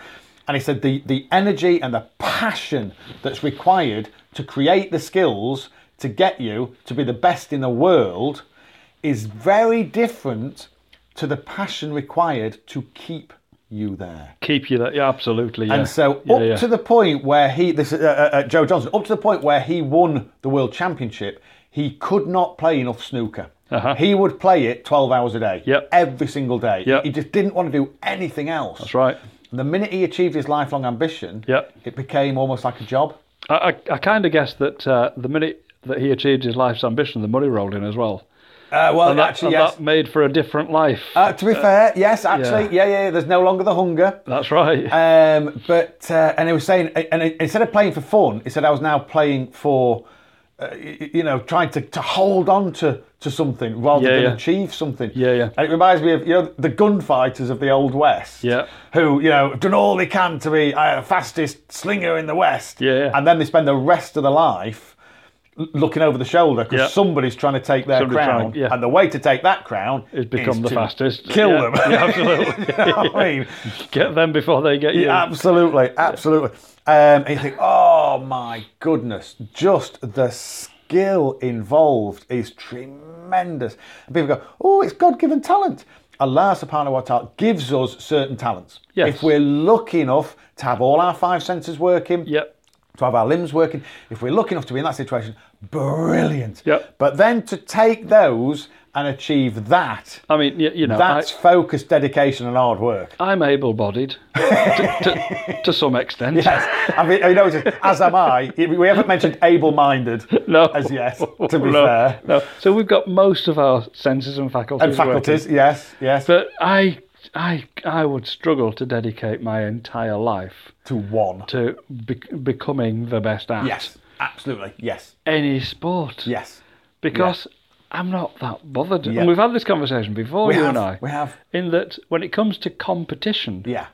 Speaker 4: And he said the, the energy and the passion that's required to create the skills to get you to be the best in the world is very different to the passion required to keep you there.
Speaker 2: Keep you there. Yeah, absolutely. yeah.
Speaker 4: And so
Speaker 2: Yeah,
Speaker 4: up
Speaker 2: yeah.
Speaker 4: to the point where he, this is, uh, uh, uh, Joe Johnson, up to the point where he won the world championship, he could not play enough snooker. He would play it 12 hours a day,
Speaker 2: Uh-huh. Yep.
Speaker 4: every single day.
Speaker 2: Yep.
Speaker 4: He just didn't want to do anything else.
Speaker 2: That's right.
Speaker 4: And the minute he achieved his lifelong ambition,
Speaker 2: Yep.
Speaker 4: it became almost like a job.
Speaker 2: I, I, I kind of guessed that uh, the minute that he achieved his life's ambition, the money rolled in as well.
Speaker 4: Uh, well,
Speaker 2: And that,
Speaker 4: actually,
Speaker 2: and
Speaker 4: yes.
Speaker 2: that made for a different life.
Speaker 4: uh, to be fair, yes, actually, yeah. yeah, yeah. There's no longer the hunger.
Speaker 2: That's right.
Speaker 4: Um, but uh, and he was saying, and he- instead of playing for fun, he said I was now playing for, uh, y- y- you know, trying to, to hold on to, to something rather
Speaker 2: Yeah,
Speaker 4: than
Speaker 2: yeah.
Speaker 4: achieve something.
Speaker 2: Yeah, yeah.
Speaker 4: And it reminds me of you know the gunfighters of the old west.
Speaker 2: Yeah.
Speaker 4: Who you know have done all they can to be uh, fastest slinger in the west.
Speaker 2: Yeah, yeah.
Speaker 4: And then they spend the rest of their life. l- Looking over the shoulder because
Speaker 2: Yeah.
Speaker 4: somebody's trying to take their
Speaker 2: Somebody's
Speaker 4: crown,
Speaker 2: trying, yeah.
Speaker 4: and the way to take that crown
Speaker 2: It's become the
Speaker 4: to
Speaker 2: fastest.
Speaker 4: Kill
Speaker 2: Yeah,
Speaker 4: them.
Speaker 2: yeah, absolutely.
Speaker 4: You know what I mean?
Speaker 2: get them before they get you.
Speaker 4: Yeah, absolutely, absolutely. Um, and you think, oh my goodness, just the skill involved is tremendous. And people go, oh, it's God given talent. Allah subhanahu wa ta'ala gives us certain talents.
Speaker 2: Yes.
Speaker 4: If we're lucky enough to have all our five senses working,
Speaker 2: Yep.
Speaker 4: to have our limbs working, if we're lucky enough to be in that situation, brilliant.
Speaker 2: Yep.
Speaker 4: But then to take those and achieve that,
Speaker 2: I mean, you, you know, I,
Speaker 4: that's focus, dedication, and hard work.
Speaker 2: I'm able-bodied to, to, to some extent.
Speaker 4: I mean, you know, it's just, as am I. We haven't mentioned able-minded
Speaker 2: No.
Speaker 4: as yes. To be
Speaker 2: no,
Speaker 4: fair,
Speaker 2: No. So we''ve got most of our senses and faculties.
Speaker 4: and faculties,
Speaker 2: working.
Speaker 4: yes, yes,
Speaker 2: But I, I, I would struggle to dedicate my entire life
Speaker 4: to one.
Speaker 2: to be- becoming the best at
Speaker 4: Yes, absolutely. Yes,
Speaker 2: any sport.
Speaker 4: yes.
Speaker 2: Because I'm not that bothered.
Speaker 4: Yeah.
Speaker 2: And we've had this conversation before,
Speaker 4: We
Speaker 2: you
Speaker 4: have,
Speaker 2: and I.
Speaker 4: we have.
Speaker 2: In that, when it comes to competition,
Speaker 4: Yeah.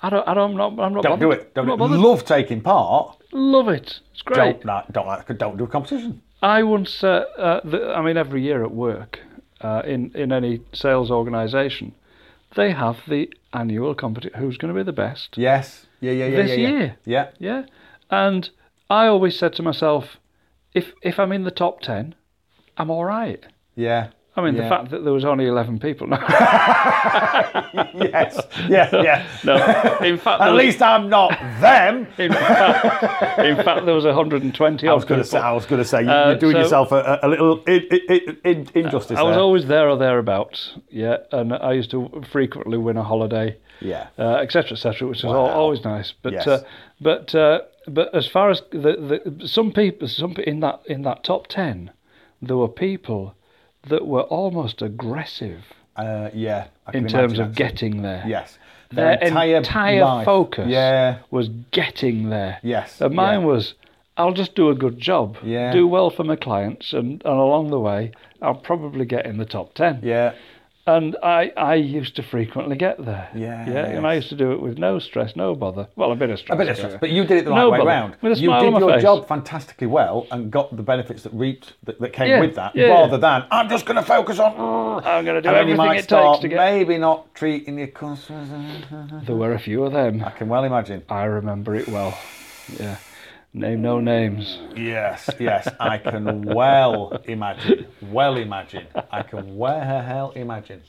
Speaker 2: I don't, I don't, I'm not, I'm not
Speaker 4: Don't
Speaker 2: bothered.
Speaker 4: do it. Don't do
Speaker 2: I'm not
Speaker 4: it.
Speaker 2: bothered.
Speaker 4: Love taking part.
Speaker 2: Love it. It's great.
Speaker 4: Don't like. Don't like. Don't do a competition.
Speaker 2: I once, uh, uh, the, I mean, every year at work, uh, in in any sales organisation, they have the annual competition. Who's going to be the best?
Speaker 4: Yes. Yeah. Yeah. Yeah.
Speaker 2: This
Speaker 4: yeah, yeah.
Speaker 2: year.
Speaker 4: Yeah.
Speaker 2: Yeah. And I always said to myself, if if I'm in the top ten, I'm all right.
Speaker 4: Yeah.
Speaker 2: I mean,
Speaker 4: Yeah.
Speaker 2: the fact that there was only 11 people. No,
Speaker 4: Yes, yes, yes.
Speaker 2: no. In fact,
Speaker 4: At
Speaker 2: there was-
Speaker 4: least I'm not them.
Speaker 2: in fact, in fact, there was 120
Speaker 4: I
Speaker 2: odd
Speaker 4: was going
Speaker 2: people.
Speaker 4: to say, I was going to say, you-
Speaker 2: Uh,
Speaker 4: you're doing
Speaker 2: so-
Speaker 4: yourself a, a a little in, in, in, injustice.
Speaker 2: I was
Speaker 4: there.
Speaker 2: always there or thereabouts, yeah, and I used to frequently win a holiday,
Speaker 4: yeah.
Speaker 2: uh, et cetera, et cetera, which was al
Speaker 4: Wow.
Speaker 2: always nice. But
Speaker 4: Yes.
Speaker 2: uh, but uh, but as far as the, the some people, some pe- in that in that top ten, there were people that were almost aggressive
Speaker 4: Uh, yeah. I
Speaker 2: in
Speaker 4: can
Speaker 2: terms
Speaker 4: imagine
Speaker 2: of
Speaker 4: that.
Speaker 2: getting there.
Speaker 4: Yes.
Speaker 2: their entire,
Speaker 4: life.
Speaker 2: focus
Speaker 4: Yeah.
Speaker 2: was getting there.
Speaker 4: Yes,
Speaker 2: and mine
Speaker 4: yeah.
Speaker 2: was, I'll just do a good job,
Speaker 4: Yeah.
Speaker 2: do well for my clients, and, and along the way, I'll probably get in the top ten.
Speaker 4: Yeah.
Speaker 2: And I, I used to frequently get there.
Speaker 4: Yes.
Speaker 2: yeah, and I used to do it with no stress, no bother. Well, a bit of stress.
Speaker 4: A bit of stress, but you did it the right
Speaker 2: No
Speaker 4: way
Speaker 2: bother.
Speaker 4: round.
Speaker 2: With a
Speaker 4: You
Speaker 2: smile
Speaker 4: did
Speaker 2: on my
Speaker 4: your
Speaker 2: face.
Speaker 4: job fantastically well and got the benefits that reaped that, that came
Speaker 2: Yeah,
Speaker 4: with that,
Speaker 2: yeah.
Speaker 4: rather than I'm just going to focus on.
Speaker 2: I'm going to do
Speaker 4: and then you
Speaker 2: everything
Speaker 4: might
Speaker 2: it
Speaker 4: start
Speaker 2: takes to get.
Speaker 4: maybe not treating your customers.
Speaker 2: There were a few of them.
Speaker 4: I can well imagine.
Speaker 2: I remember it well. Yeah, name no names.
Speaker 4: Yes, yes, I can well imagine. Well imagine. I can well imagine.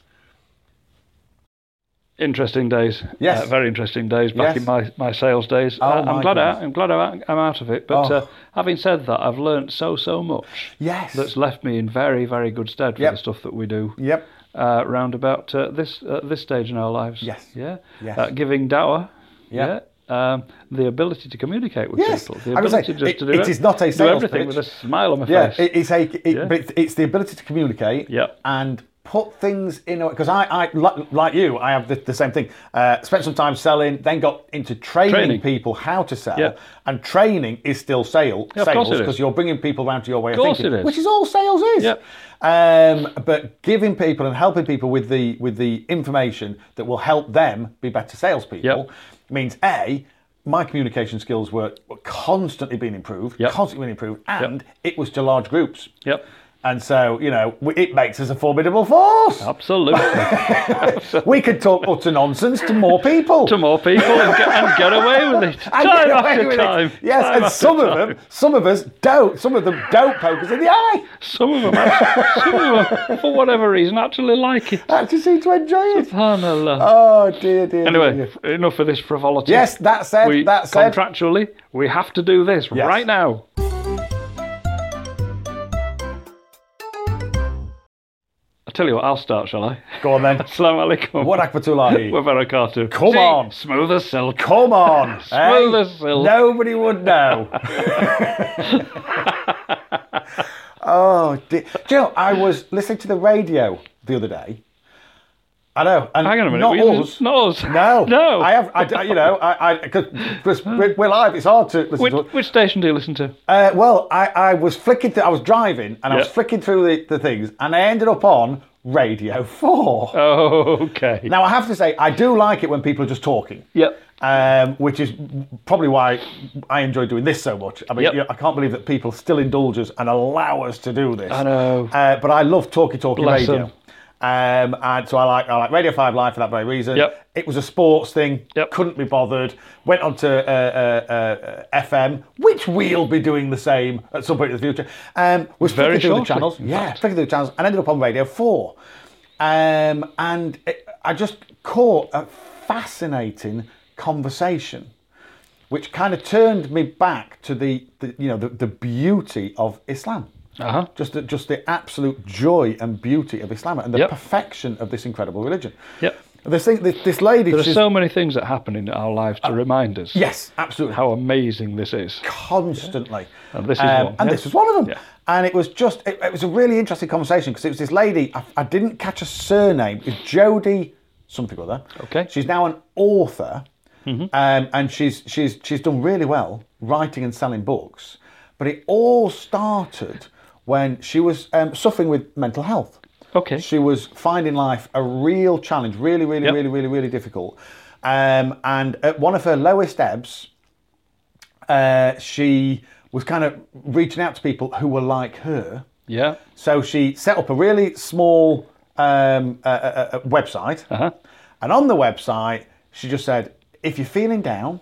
Speaker 2: interesting days.
Speaker 4: Yes.
Speaker 2: Uh, very interesting days back
Speaker 4: Yes.
Speaker 2: in my, Oh, my sales days. I, I'm
Speaker 4: my
Speaker 2: glad
Speaker 4: goodness.
Speaker 2: I, I'm glad I'm out, I'm out of it. But
Speaker 4: Oh.
Speaker 2: uh, having said that, I've learnt so so much
Speaker 4: Yes.
Speaker 2: that's left me in very very good stead for
Speaker 4: Yep.
Speaker 2: the stuff that we do.
Speaker 4: Yep.
Speaker 2: Uh, round about uh, this uh, this stage in our lives.
Speaker 4: Yes.
Speaker 2: Yeah.
Speaker 4: Yes.
Speaker 2: Uh, giving dower.
Speaker 4: Yeah.
Speaker 2: Yeah. Um, the ability to communicate with
Speaker 4: Yes.
Speaker 2: people. The
Speaker 4: I would
Speaker 2: ability
Speaker 4: say
Speaker 2: just
Speaker 4: it-
Speaker 2: to do
Speaker 4: it
Speaker 2: ev-
Speaker 4: is not a
Speaker 2: do
Speaker 4: sales
Speaker 2: everything
Speaker 4: pitch.
Speaker 2: with a smile on my
Speaker 4: Yeah,
Speaker 2: face.
Speaker 4: it, it's a, it,
Speaker 2: Yeah.
Speaker 4: but it's, it's the ability to communicate
Speaker 2: Yep.
Speaker 4: and put things in a because I, I like, like you, I have the, the same thing. Uh, spent some time selling, then got into training,
Speaker 2: Training.
Speaker 4: people how to sell,
Speaker 2: Yeah.
Speaker 4: and training is still sale,
Speaker 2: Yeah, of course
Speaker 4: sales
Speaker 2: it is.
Speaker 4: because you're bringing people around to your way of,
Speaker 2: course
Speaker 4: thinking,
Speaker 2: it is.
Speaker 4: which is all sales is.
Speaker 2: Yep.
Speaker 4: Um, but giving people and helping people with the with the information that will help them be better salespeople
Speaker 2: Yep.
Speaker 4: means a. My communication skills were were constantly being improved,
Speaker 2: Yep.
Speaker 4: constantly being improved, and it was to large groups.
Speaker 2: Yep.
Speaker 4: And so, you know, w- it makes us a formidable force.
Speaker 2: Absolutely.
Speaker 4: We could talk utter nonsense to more people.
Speaker 2: to more people and get, and get away with it.
Speaker 4: And
Speaker 2: time
Speaker 4: get away
Speaker 2: after
Speaker 4: with it.
Speaker 2: time.
Speaker 4: Yes,
Speaker 2: Time
Speaker 4: and
Speaker 2: after
Speaker 4: some
Speaker 2: time.
Speaker 4: of them, some of us don't. Some of them don't poke us in the eye.
Speaker 2: Some of them, actually, some of them, for whatever reason, actually like it.
Speaker 4: I actually seem to enjoy it.
Speaker 2: Subhanallah.
Speaker 4: Uh, Oh, dear, dear.
Speaker 2: anyway,
Speaker 4: dear.
Speaker 2: f- enough of this frivolity.
Speaker 4: Yes, that said,
Speaker 2: we,
Speaker 4: that said.
Speaker 2: contractually, we have to do this
Speaker 4: Yes.
Speaker 2: right now. I tell you what, I'll start, shall I?
Speaker 4: Go on then.
Speaker 2: Assalamu alaikum.
Speaker 4: What
Speaker 2: We're
Speaker 4: Akbatulahi?
Speaker 2: very cartoon.
Speaker 4: Come
Speaker 2: See,
Speaker 4: on.
Speaker 2: Smooth as silk.
Speaker 4: Come on.
Speaker 2: Smooth
Speaker 4: eh?
Speaker 2: as silk.
Speaker 4: Nobody would know. oh, dear. Do you know, I was listening to the radio the other day. I know. And
Speaker 2: Hang on a minute.
Speaker 4: Not
Speaker 2: we,
Speaker 4: us.
Speaker 2: Not us.
Speaker 4: No,
Speaker 2: no.
Speaker 4: I have, I, you know, I, because we're, we're live. It's hard to listen
Speaker 2: which,
Speaker 4: to. it.
Speaker 2: which station do you listen to?
Speaker 4: Uh, well, I, I was flicking. Through, I was driving, and I was
Speaker 2: Yeah.
Speaker 4: flicking through the, the things, and I ended up on Radio Four.
Speaker 2: Oh, okay.
Speaker 4: Now I have to say, I do like it when people are just talking.
Speaker 2: Yep.
Speaker 4: Um, which is probably why I enjoy doing this so much. I mean,
Speaker 2: Yep.
Speaker 4: you know, I can't believe that people still indulge us and allow us to do this.
Speaker 2: I know.
Speaker 4: Uh, but I love talky talky
Speaker 2: Bless
Speaker 4: radio.
Speaker 2: 'em.
Speaker 4: Um, and so I like I like Radio Five Live for that very reason.
Speaker 2: Yep.
Speaker 4: It was a sports thing.
Speaker 2: Yep.
Speaker 4: Couldn't be bothered. Went on to uh, uh, uh, FM, which we'll be doing the same at some point in the future. Um, was
Speaker 2: Very
Speaker 4: flicking through the
Speaker 2: shortly,
Speaker 4: channels.
Speaker 2: in
Speaker 4: Yeah,
Speaker 2: fact.
Speaker 4: flicking through the channels, and ended up on Radio Four. Um, and it, I just caught a fascinating conversation which kind of turned me back to the, the you know the, the beauty of Islam.
Speaker 2: Uh-huh.
Speaker 4: Just the, just the absolute joy and beauty of Islam and the
Speaker 2: Yep.
Speaker 4: perfection of this incredible religion.
Speaker 2: Yep.
Speaker 4: This thing, this, this Uh, lady.
Speaker 2: There are
Speaker 4: she's-
Speaker 2: so many things that happen in our lives to remind us
Speaker 4: yes, absolutely.
Speaker 2: how amazing this is.
Speaker 4: constantly. Um,
Speaker 2: And Oh, this is one,
Speaker 4: And
Speaker 2: yeah.
Speaker 4: this was one of them.
Speaker 2: Yeah.
Speaker 4: And it was just, it, it was a really interesting conversation because it was this lady, I, I didn't catch a surname, it's Jodie something or other.
Speaker 2: Okay. Mm-hmm.
Speaker 4: She's now an author um, and she's, she's, she's done really well writing and selling books. But it all started when she was um, suffering with mental health.
Speaker 2: Okay.
Speaker 4: She was finding life a real challenge, really, really,
Speaker 2: Yep.
Speaker 4: really, really, really difficult. Um, and at one of her lowest ebbs, uh, she was kind of reaching out to people who were like her.
Speaker 2: Yeah.
Speaker 4: So she set up a really small um, uh, uh, uh, website. And on the website, she just said, if you're feeling down,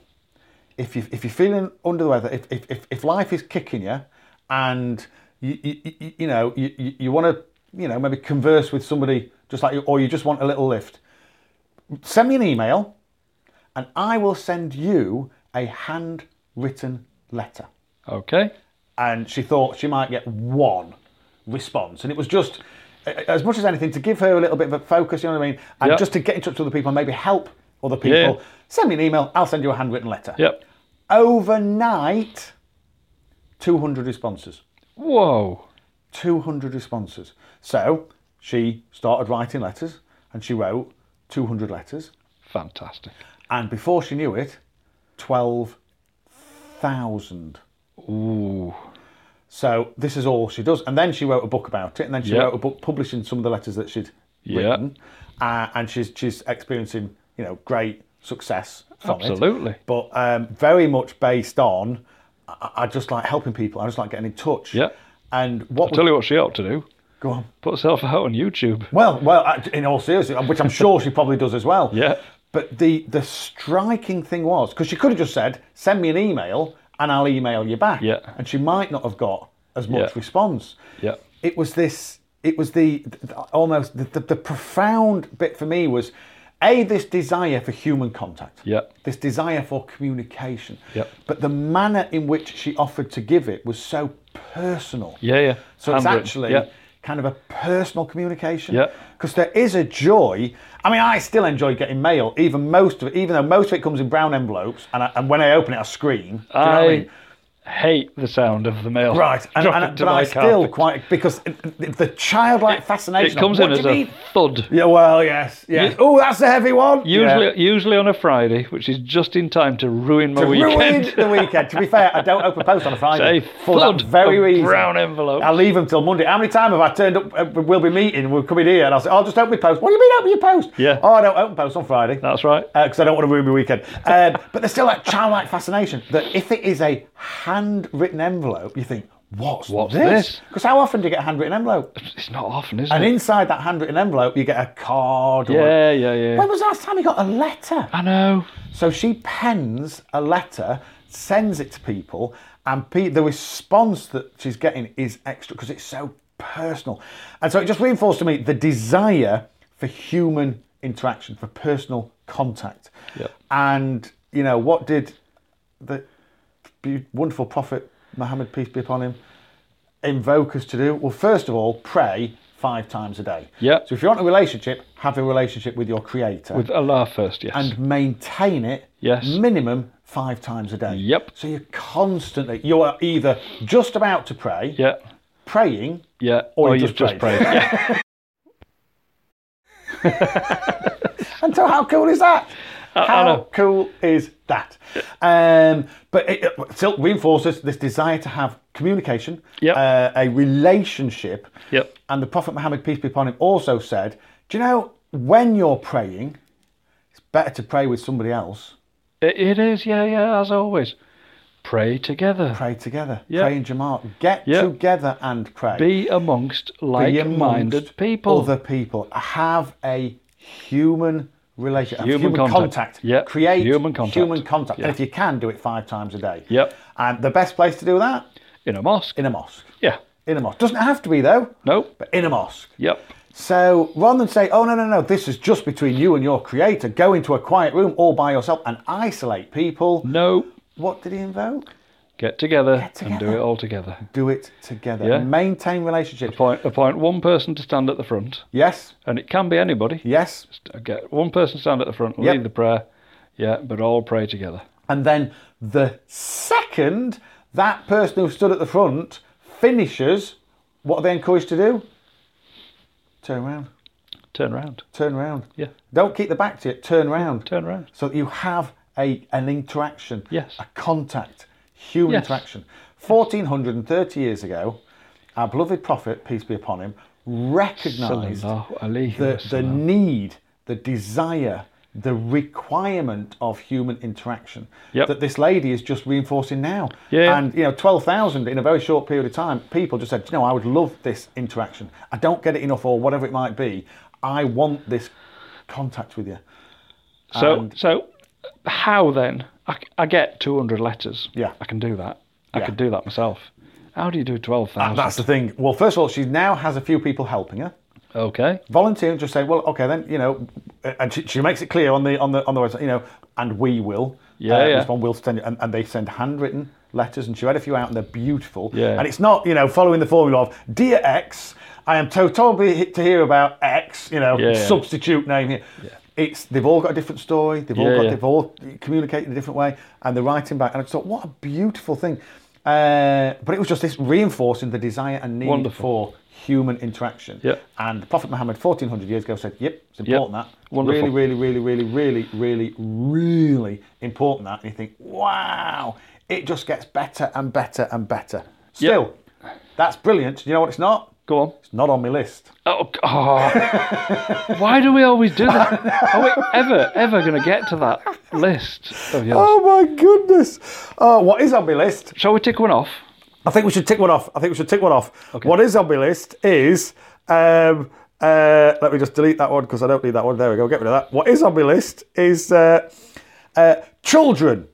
Speaker 4: if, you, if you're feeling under the weather, if, if, if, if life is kicking you and you, you, you know, you, you, you want to you know, maybe converse with somebody just like you, or you just want a little lift, send me an email and I will send you a handwritten letter
Speaker 2: Okay.
Speaker 4: and she thought she might get one response. And it was just, a- as much as anything, to give her a little bit of a focus, you know what I mean? And
Speaker 2: Yep.
Speaker 4: just to get in touch with other people and maybe help other people.
Speaker 2: Yeah.
Speaker 4: Send me an email, I'll send you a handwritten letter.
Speaker 2: Yep.
Speaker 4: Overnight, 200 responses.
Speaker 2: Whoa.
Speaker 4: 200 responses. So she started writing letters and she wrote 200 letters.
Speaker 2: Fantastic.
Speaker 4: And before she knew it, 12,000.
Speaker 2: Ooh.
Speaker 4: So this is all she does. And then she wrote a book about it, and then she
Speaker 2: Yeah.
Speaker 4: wrote a book publishing some of the letters that she'd
Speaker 2: Yeah.
Speaker 4: written. Uh, and she's she's experiencing, you know, great success from it.
Speaker 2: Absolutely.
Speaker 4: But um, very much based on I, I just like helping people. I just like getting in touch.
Speaker 2: Yeah.
Speaker 4: And what
Speaker 2: I'll tell
Speaker 4: we-
Speaker 2: you what she ought to do.
Speaker 4: go on.
Speaker 2: Put herself out on YouTube.
Speaker 4: Well, well, uh, in all seriousness, which I'm sure she probably does as well.
Speaker 2: Yeah.
Speaker 4: But the the striking thing was because she could have just said, "Send me an email and I'll email you back."
Speaker 2: Yeah.
Speaker 4: And she might not have got as much
Speaker 2: Yeah.
Speaker 4: response.
Speaker 2: Yeah.
Speaker 4: It was this. It was the, the almost the, the, the profound bit for me was a this desire for human contact.
Speaker 2: Yeah.
Speaker 4: This desire for communication.
Speaker 2: Yeah.
Speaker 4: But the manner in which she offered to give it was so personal.
Speaker 2: Yeah, yeah.
Speaker 4: So it's
Speaker 2: Handwritten.
Speaker 4: actually
Speaker 2: Yeah.
Speaker 4: kind of a personal communication.
Speaker 2: Yeah.
Speaker 4: Because there is a joy. I mean, I still enjoy getting mail, even most of it, even though most of it comes in brown envelopes, and, I, and when I open it, I scream. Do you know what I mean?
Speaker 2: hate the sound of the mail.
Speaker 4: Right, and,
Speaker 2: Drop
Speaker 4: and-
Speaker 2: it to
Speaker 4: but I
Speaker 2: my
Speaker 4: still
Speaker 2: carpet.
Speaker 4: quite because the the childlike fascination.
Speaker 2: It comes
Speaker 4: of,
Speaker 2: in
Speaker 4: what
Speaker 2: as
Speaker 4: do you
Speaker 2: a
Speaker 4: mean?
Speaker 2: thud.
Speaker 4: Yeah, well, yes, yes.
Speaker 2: You-
Speaker 4: Oh, that's a heavy one.
Speaker 2: Usually,
Speaker 4: Yeah.
Speaker 2: usually on a Friday, which is just in time to ruin my
Speaker 4: To
Speaker 2: weekend.
Speaker 4: ruin the weekend. To be fair, I don't open post on a Friday
Speaker 2: Say
Speaker 4: for that
Speaker 2: thud
Speaker 4: very
Speaker 2: of
Speaker 4: reason.
Speaker 2: brown envelope.
Speaker 4: I leave them till Monday. How many times have I turned up? uh, We'll be meeting. We'll come in here, and I'll say, "Oh, just open your post." What do you mean, open your post?
Speaker 2: Yeah.
Speaker 4: Oh, I don't open post on Friday.
Speaker 2: That's right.
Speaker 4: Because I don't want to ruin my weekend. Um, but there's still that childlike fascination that if it is a handwritten envelope, you think, "What's,
Speaker 2: What's this?
Speaker 4: Because how often do you get a handwritten envelope?
Speaker 2: It's not often, is
Speaker 4: And
Speaker 2: it?
Speaker 4: inside that handwritten envelope, you get a card. Or
Speaker 2: Yeah, yeah, yeah.
Speaker 4: When was the last time you got a letter?
Speaker 2: I know.
Speaker 4: So she pens a letter, sends it to people, and pe- the response that she's getting is extra because it's so personal. And so it just reinforced to me the desire for human interaction, for personal contact.
Speaker 2: Yep.
Speaker 4: And, you know, what did the be- wonderful prophet Muhammad, peace be upon him, invoke us to do? Well, first of all, pray five times a day.
Speaker 2: Yep.
Speaker 4: So if you want a relationship, have a relationship with your creator
Speaker 2: With Allah first, yes.
Speaker 4: and maintain it
Speaker 2: Yes.
Speaker 4: minimum five times a day.
Speaker 2: Yep.
Speaker 4: So you're constantly you are either just about to pray,
Speaker 2: yeah,
Speaker 4: praying,
Speaker 2: yeah.
Speaker 4: Or
Speaker 2: Or
Speaker 4: you
Speaker 2: you've
Speaker 4: just
Speaker 2: just prayed. Yeah.
Speaker 4: and so how cool is that? How
Speaker 2: know.
Speaker 4: cool is that? Um, but it, it still reinforces this desire to have communication,
Speaker 2: Yep.
Speaker 4: uh, a relationship.
Speaker 2: Yep.
Speaker 4: And the Prophet Muhammad, peace be upon him, also said, "Do you know when you're praying, it's better to pray with somebody else."
Speaker 2: It- it is, yeah, yeah, as always. Pray together.
Speaker 4: Pray together.
Speaker 2: Yeah.
Speaker 4: Pray in Jamaat. Get
Speaker 2: Yeah.
Speaker 4: together and pray.
Speaker 2: Be amongst like
Speaker 4: be
Speaker 2: minded
Speaker 4: amongst
Speaker 2: people.
Speaker 4: Other people have a human relationship,
Speaker 2: Human
Speaker 4: human
Speaker 2: contact.
Speaker 4: contact.
Speaker 2: Yep.
Speaker 4: Create
Speaker 2: Human contact.
Speaker 4: Human contact.
Speaker 2: Yeah.
Speaker 4: And if you can, do it five times a day.
Speaker 2: Yep.
Speaker 4: And the best place to do that
Speaker 2: In a mosque.
Speaker 4: in a mosque.
Speaker 2: yeah.
Speaker 4: In a mosque. Doesn't have to be though.
Speaker 2: No.
Speaker 4: But in a mosque.
Speaker 2: Yep.
Speaker 4: So rather than say, oh, no, no, no, this is just between you and your creator, go into a quiet room all by yourself and isolate people.
Speaker 2: No.
Speaker 4: What did he invoke?
Speaker 2: Get together, and do
Speaker 4: together.
Speaker 2: it all together.
Speaker 4: Do it together.
Speaker 2: Yeah.
Speaker 4: Maintain relationships.
Speaker 2: Appoint, appoint one person to stand at the front,
Speaker 4: Yes.
Speaker 2: and it can be anybody.
Speaker 4: Yes.
Speaker 2: Get one person stand at the front,
Speaker 4: Yep.
Speaker 2: lead the prayer. Yeah, but all pray together.
Speaker 4: And then the second that person who stood at the front finishes, what are they encouraged to do? Turn round,
Speaker 2: Turn around.
Speaker 4: turn round.
Speaker 2: Yeah.
Speaker 4: Don't keep the back to it, turn round.
Speaker 2: Turn around.
Speaker 4: So that you have a, an interaction,
Speaker 2: Yes.
Speaker 4: a contact, human
Speaker 2: Yes.
Speaker 4: interaction. 1430 years ago, our beloved prophet, peace be upon him, recognized
Speaker 2: Sallallahu alayhi
Speaker 4: the, the
Speaker 2: wasallam.
Speaker 4: need, the desire, the requirement of human interaction
Speaker 2: Yep.
Speaker 4: that this lady is just reinforcing now.
Speaker 2: Yeah.
Speaker 4: And you know, twelve thousand in a very short period of time, people just said, "Do you know, I would love this interaction. I don't get it enough, or whatever it might be. I want this contact with you."
Speaker 2: So,
Speaker 4: And-
Speaker 2: so how then? I, c- I get 200 letters.
Speaker 4: Yeah.
Speaker 2: I can do that. I
Speaker 4: Yeah.
Speaker 2: could do that myself. How do you do twelve thousand?
Speaker 4: That's the thing. Well, first of all, she now has a few people helping her.
Speaker 2: Okay.
Speaker 4: volunteering just saying, well, okay, then you know, and she, she makes it clear on the on the on the website, you know, and we will,
Speaker 2: Yeah, yeah.
Speaker 4: this one will send, you- and, and they send handwritten letters, and she read a few out, and they're beautiful,
Speaker 2: Yeah.
Speaker 4: and it's not you know following the formula of dear X, I am to- totally hit to hear about X, you know,
Speaker 2: Yeah, yeah.
Speaker 4: substitute name here. It's they've all got a different story. They've all
Speaker 2: Yeah,
Speaker 4: got
Speaker 2: yeah.
Speaker 4: they've all communicated in a different way, and they're writing back. And I just thought, what a beautiful thing. Uh, but it was just this reinforcing the desire and need
Speaker 2: Wonderful.
Speaker 4: for human interaction.
Speaker 2: Yeah.
Speaker 4: And the Prophet Muhammad, 1400 years ago, said, Yep, it's important that. Really,
Speaker 2: Wonderful.
Speaker 4: really, really, really, really, really, really important that. And you think, wow, it just gets better and better and better. Still, that's brilliant. You know what it's not?
Speaker 2: Go on.
Speaker 4: It's not on my list.
Speaker 2: Oh, g- oh. why do we always do that? Are we ever, ever going to get to that list of yours?
Speaker 4: Oh my goodness. Uh, what is on my list?
Speaker 2: Shall we tick one off?
Speaker 4: I think we should tick one off. I think we should tick one off.
Speaker 2: Okay.
Speaker 4: What is on my list is. Um, uh, let me just delete that one because I don't need that one. There we go. Get rid of that. What is on my list is uh, uh, children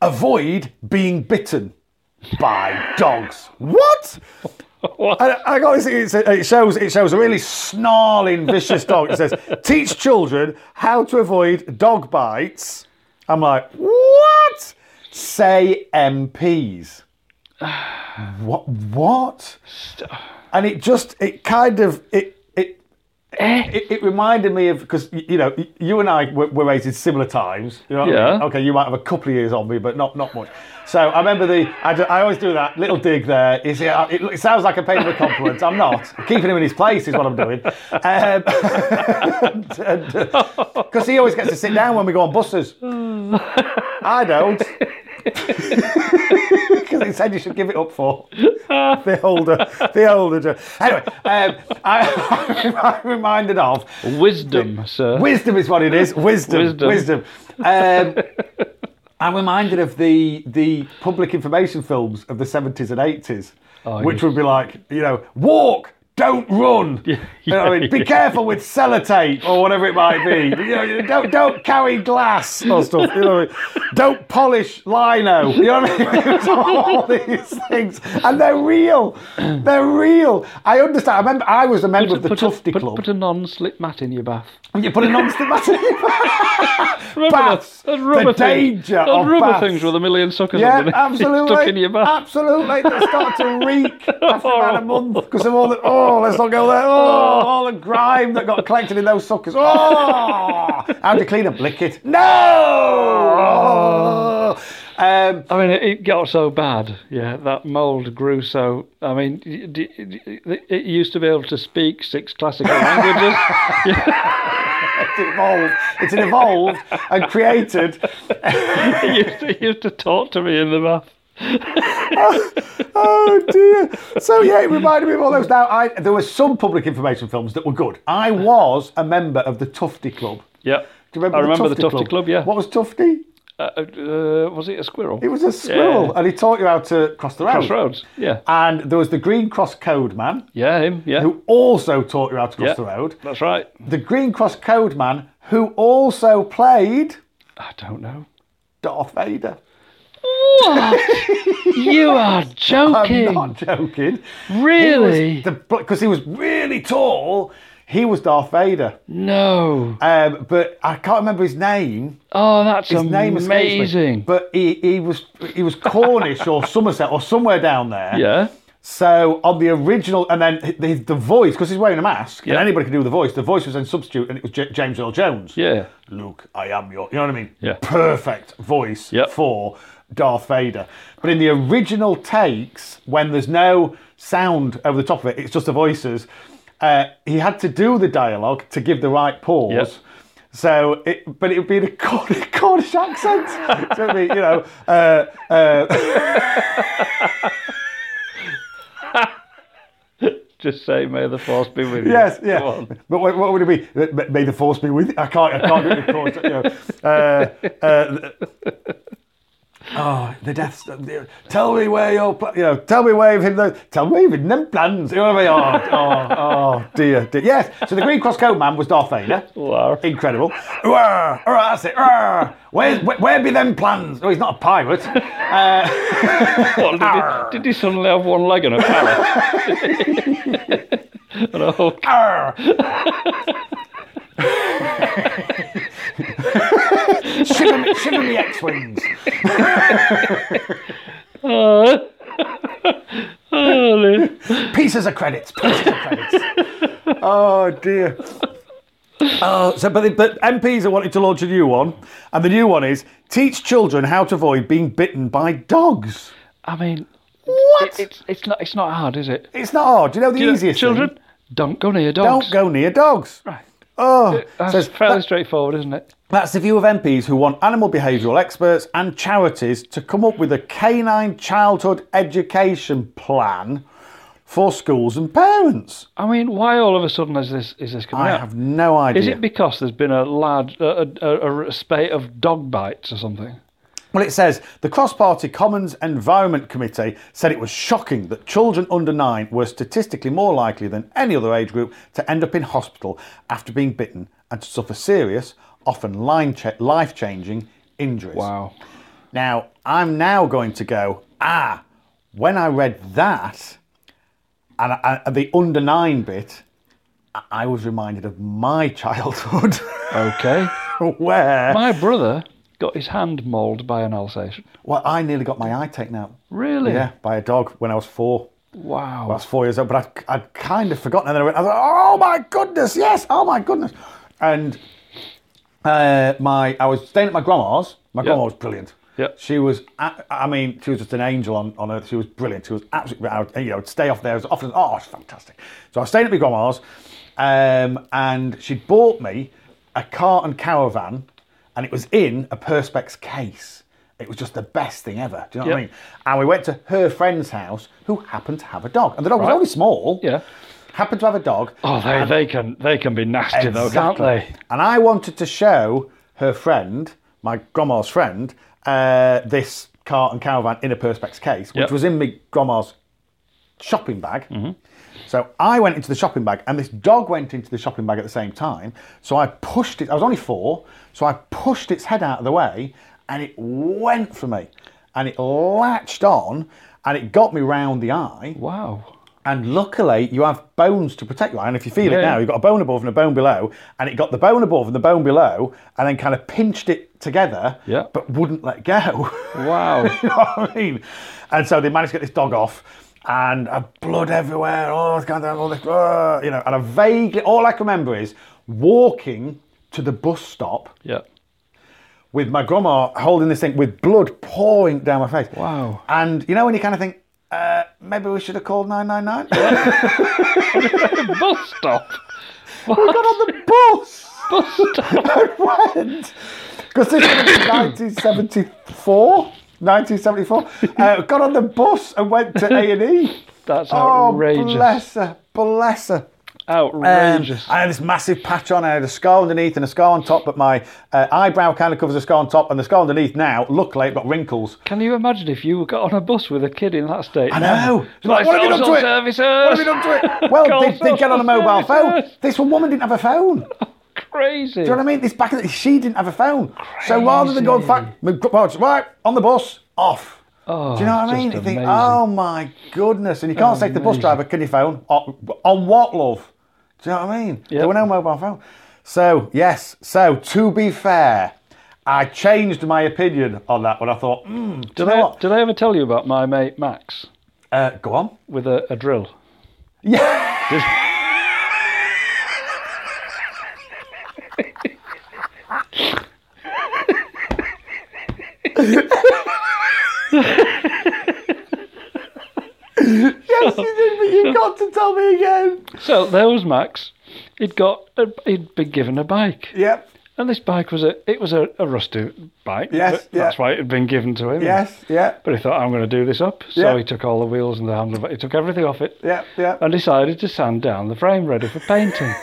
Speaker 4: avoid being bitten by dogs. What? And I got this. It's, it shows. It shows a really snarling, vicious dog. It says, "Teach children how to avoid dog bites." I'm like, what? Say MPs. what? What? And it just. It kind of. It. It. It, it reminded me of because you know y- you and I were, were raised in similar times. You know what I mean?
Speaker 2: Yeah.
Speaker 4: Okay, you might have a couple of years on me, but not not much. So I remember the I, do- I always do that little dig there. You see, I- it, it sounds like a paying him a compliment. I'm not keeping him in his place is what I'm doing. Um, Because he always gets to sit down when we go on buses. I don't. Because he said you should give it up for the older, the older. gen- Anyway, um, I, I'm reminded of
Speaker 2: Wisdom, sir.
Speaker 4: Wisdom is what it is. Wisdom.
Speaker 2: Wisdom.
Speaker 4: Wisdom. Um, I'm reminded of the the public information films of the 70s and 80s, which
Speaker 2: Oh, yes.
Speaker 4: would be like, you know, walk, don't run. you know what I mean? Be
Speaker 2: yeah.
Speaker 4: careful with sellotape or whatever it might be. you know, you don't don't carry glass or stuff. You know, what I mean? don't polish lino. You know what I mean? It was all these things, and they're real. They're real. I understand. I remember I was a member of the
Speaker 2: put,
Speaker 4: Tufty
Speaker 2: a, put,
Speaker 4: Club.
Speaker 2: put a non-slip mat in your bath.
Speaker 4: You put a non-stick bat in your
Speaker 2: Remember
Speaker 4: Baths.
Speaker 2: those- those rubber
Speaker 4: The
Speaker 2: things.
Speaker 4: danger of
Speaker 2: Those rubber
Speaker 4: baths.
Speaker 2: things with a million suckers
Speaker 4: Yeah,
Speaker 2: underneath
Speaker 4: absolutely.
Speaker 2: stuck in your Oh. bath.
Speaker 4: Absolutely. They start to reek after about a month because of all the. Oh, let's not go there. Oh, all the grime that got collected in those suckers. Oh, how do you clean them? Lick it. No.
Speaker 2: Oh.
Speaker 4: Um,
Speaker 2: I mean, it, it got so bad. Yeah, that mould grew so. I mean, d- d- d- it used to be able to speak six classical languages.
Speaker 4: it's evolved. It's evolved and created.
Speaker 2: it, used to, it used to talk to me in the bath.
Speaker 4: oh dear. So yeah, it reminded me of all those. Now, I, there were some public information films that were good. I was a member of the Tufty Club.
Speaker 2: Yeah.
Speaker 4: Do you remember
Speaker 2: I
Speaker 4: the
Speaker 2: remember the
Speaker 4: Tufty
Speaker 2: Tufty Club, yeah.
Speaker 4: What was Tufty?
Speaker 2: Uh, uh, was it a squirrel?
Speaker 4: It was a squirrel,
Speaker 2: Yeah.
Speaker 4: and he taught you how to cross the road.
Speaker 2: Crossroads. Yeah.
Speaker 4: And there was the Green Cross Code Man,
Speaker 2: Yeah, him. Yeah.
Speaker 4: Uh, who also taught you how to cross
Speaker 2: Yeah.
Speaker 4: the road.
Speaker 2: That's right.
Speaker 4: The Green Cross Code Man, who also played
Speaker 2: I don't know.
Speaker 4: Darth Vader.
Speaker 2: You are
Speaker 4: Um, I'm
Speaker 2: joking.
Speaker 4: not joking.
Speaker 2: Really?
Speaker 4: Because he was really tall, he was Darth Vader.
Speaker 2: No.
Speaker 4: Um, but I can't remember his name.
Speaker 2: Oh, that's
Speaker 4: His name escapes me.
Speaker 2: amazing.
Speaker 4: But he, he was he was Cornish or Somerset or somewhere down there.
Speaker 2: Yeah.
Speaker 4: So on the original, and then h- the, the voice, because he's wearing a mask,
Speaker 2: Yeah.
Speaker 4: and anybody can do the voice. The voice was then substitute, and it was J- James Earl Jones.
Speaker 2: Yeah.
Speaker 4: Luke, I am your. You know what I mean?
Speaker 2: Yeah.
Speaker 4: Perfect voice
Speaker 2: Yep.
Speaker 4: for Darth Vader. But in the original takes, when there's no sound over the top of it, it's just the voices. Uh, he had to do the dialogue to give the right pause.
Speaker 2: Yep.
Speaker 4: So, it, but it would be in a Cornish, Cornish accent. so it'd be, you know, uh, uh,
Speaker 2: Just say, may the force be with you.
Speaker 4: yes,
Speaker 2: Go
Speaker 4: yeah.
Speaker 2: on.
Speaker 4: But what, what would it be? May- May the force be with you. I can't, I can't do it. Of course, you know. uh, uh, Oh, the death. Star- the- Tell me where your pla- you know. Tell me where you've hidden those. Tell me you've hidden them plans. You know what I mean? Oh, oh, oh dear, dear. Yes. So the Green Cross Coat Man was Darth Vader.
Speaker 2: Wow.
Speaker 4: Incredible. Urgh, urgh, that's it. Urgh. Where, where, where be them plans? Oh, he's not a pirate. Uh,
Speaker 2: What, did, he, did he suddenly have one leg and a parrot? and a hook?
Speaker 4: urgh. shiver, me, shiver me X-Wings.
Speaker 2: Holy-
Speaker 4: Pieces of credits. Pieces of credits. Oh, dear. Oh, so, but, the, but MPs are wanting to launch a new one, and the new one is teach children how to avoid being bitten by dogs.
Speaker 2: I mean,
Speaker 4: What?
Speaker 2: it, it's, it's, not, it's not hard, is it?
Speaker 4: It's not hard. Do you know the
Speaker 2: You know,
Speaker 4: easiest thing?
Speaker 2: Children, don't go near dogs.
Speaker 4: Don't go near dogs.
Speaker 2: Right.
Speaker 4: Oh,
Speaker 2: That's
Speaker 4: says-
Speaker 2: fairly straightforward, isn't it?
Speaker 4: That's the view of MPs who want animal behavioural experts and charities to come up with a canine childhood education plan for schools and parents.
Speaker 2: I mean, why all of a sudden is this is this coming
Speaker 4: I
Speaker 2: out?
Speaker 4: have no
Speaker 2: Is
Speaker 4: idea.
Speaker 2: it because there's been a large a, a, a, a spate of dog bites or something?
Speaker 4: well, it says the Cross Party Commons Environment Committee said it was shocking that children under nine were statistically more likely than any other age group to end up in hospital after being bitten and to suffer serious, often life changing injuries.
Speaker 2: Wow.
Speaker 4: Now, I'm now going to go, ah, when I read that, and I, I- the under nine bit, I- I was reminded of my childhood,
Speaker 2: Okay.
Speaker 4: where,
Speaker 2: My brother got his hand mauled by an Alsatian.
Speaker 4: well, I nearly got my eye taken out.
Speaker 2: Really?
Speaker 4: Yeah, by a dog when I was four.
Speaker 2: Wow.
Speaker 4: I was four years old, but I'd, I'd kind of forgotten. And then I went, I was like, oh my goodness, yes, oh my goodness. And uh, my, I was staying at my grandma's. My grandma was brilliant.
Speaker 2: Yeah.
Speaker 4: She was, a- I mean, she was just an angel on, on earth. She was brilliant. She was absolutely, I would, you know, I'd stay off there as often as, oh, it's fantastic. So I was staying at my grandma's, um, and she'd bought me a cart and caravan, and it was in a Perspex case. It was just the best thing ever. Do you know what I
Speaker 2: Yeah.
Speaker 4: mean? And we went to her friend's house, who happened to have a dog. And the dog was only small.
Speaker 2: Yeah.
Speaker 4: Happened to have a dog.
Speaker 2: Oh, they, they can they can be nasty though, can't they?
Speaker 4: And I wanted to show her friend, my grandma's friend, uh, this cart and caravan in a Perspex case, which
Speaker 2: Yep. Mm-hmm.
Speaker 4: was in my grandma's shopping bag. So I went into the shopping bag, and this dog went into the shopping bag at the same time. So I pushed it. I was only four, so I pushed its head out of the way, and it went for me, and it latched on, and it got me round the eye.
Speaker 2: Wow.
Speaker 4: And luckily, you have bones to protect you. And if you feel
Speaker 2: Yeah.
Speaker 4: it now, you've got a bone above and a bone below, and it got the bone above and the bone below, and then kind of pinched it together,
Speaker 2: Yeah.
Speaker 4: but wouldn't let go.
Speaker 2: Wow.
Speaker 4: you know what I mean? And so they managed to get this dog off, and uh, blood everywhere. Oh, it's kind of all this, uh, you know. And I vaguely, all I can remember is walking to the bus stop
Speaker 2: yeah.
Speaker 4: with my grandma holding this thing with blood pouring down my face.
Speaker 2: Wow.
Speaker 4: And you know when you kind of think, uh, maybe we should have called 999?
Speaker 2: Bus stop.
Speaker 4: We got on the bus
Speaker 2: Bus stop.
Speaker 4: and went. Because this was 1974. 1974. Uh, got on the bus and went to A and E.
Speaker 2: That's
Speaker 4: Oh,
Speaker 2: outrageous.
Speaker 4: bless her, bless her. Um,
Speaker 2: outrageous.
Speaker 4: I had this massive patch on. I had a scar underneath and a scar on top, but my uh, eyebrow kind of covers the scar on top, and the scar underneath now, luckily, it got wrinkles.
Speaker 2: Can you imagine if you got on a bus with a kid in that state?
Speaker 4: I know.
Speaker 2: It's like,
Speaker 4: What have you done
Speaker 2: social
Speaker 4: to it?
Speaker 2: services.
Speaker 4: What have you done to it? Well,
Speaker 2: Call
Speaker 4: they, they get on a mobile
Speaker 2: social
Speaker 4: phone.
Speaker 2: services.
Speaker 4: This woman didn't have a phone.
Speaker 2: Crazy.
Speaker 4: Do you know what I mean? This back in the, she didn't have a phone. So rather than going
Speaker 2: Crazy. eh?
Speaker 4: back, well, it's right on the bus, off.
Speaker 2: Oh,
Speaker 4: Do you know what I
Speaker 2: just
Speaker 4: mean? You think,
Speaker 2: amazing.
Speaker 4: oh my goodness, and you can't say to the bus
Speaker 2: Amazing.
Speaker 4: driver, "Can you phone on, on what, love?" Do you know what I mean?
Speaker 2: Yep.
Speaker 4: There were no mobile phone. So yes, so to be fair, I changed my opinion on that when I thought, mm, do,
Speaker 2: Did
Speaker 4: you know
Speaker 2: I,
Speaker 4: what?
Speaker 2: did I ever tell you about my mate Max
Speaker 4: Uh, go on.
Speaker 2: with a, a drill?
Speaker 4: Yeah. yes, you did, but you've got to tell me again.
Speaker 2: So there was Max. He'd got a, he'd been given a bike,
Speaker 4: Yep.
Speaker 2: and this bike was a it was a, a rusty bike.
Speaker 4: Yes,
Speaker 2: but that's
Speaker 4: yeah.
Speaker 2: why it had been given to him.
Speaker 4: Yes. Yep.
Speaker 2: But he thought, I'm going to do this up. So
Speaker 4: Yeah.
Speaker 2: he took all the wheels and the handlebar. He took everything off it
Speaker 4: Yep. Yep.
Speaker 2: and decided to sand down the frame ready for painting.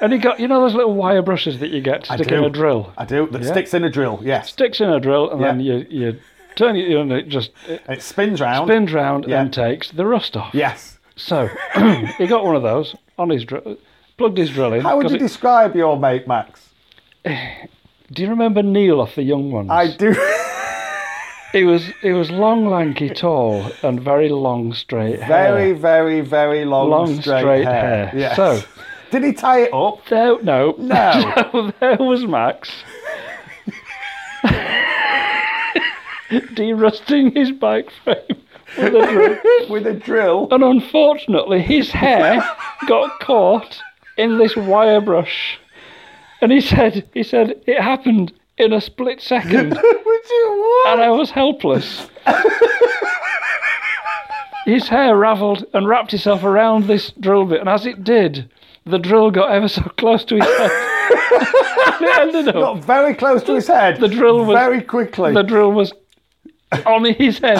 Speaker 2: and he got, you know, those little wire brushes that you get to stick in
Speaker 4: do.
Speaker 2: a drill?
Speaker 4: I do. That sticks in a drill. Yes.
Speaker 2: Sticks in a drill and then you, you turn it, and it just it
Speaker 4: And it spins round.
Speaker 2: spins round
Speaker 4: Yeah.
Speaker 2: and takes the rust off.
Speaker 4: Yes.
Speaker 2: So he got one of those on his drill, plugged his drill in.
Speaker 4: How would
Speaker 2: 'cause
Speaker 4: you
Speaker 2: it-
Speaker 4: describe your mate, Max?
Speaker 2: do you remember Neil off the Young Ones?
Speaker 4: I do.
Speaker 2: He was he was long, lanky, tall, and very long, straight hair.
Speaker 4: Very, very, very long,
Speaker 2: long,
Speaker 4: straight, hair. Yes.
Speaker 2: So
Speaker 4: Did he tie it up?
Speaker 2: there, no,
Speaker 4: No.
Speaker 2: So there was Max derusting his bike frame with a drill.
Speaker 4: With a drill.
Speaker 2: and unfortunately his hair got caught in this wire brush and he said he said it happened in a split second
Speaker 4: Would you what?
Speaker 2: and i was helpless his hair raveled and wrapped itself around this drill bit and as it did the drill got ever so close to his head and it ended up
Speaker 4: Got very close to his head.
Speaker 2: the drill was-
Speaker 4: very quickly.
Speaker 2: the drill was on his head.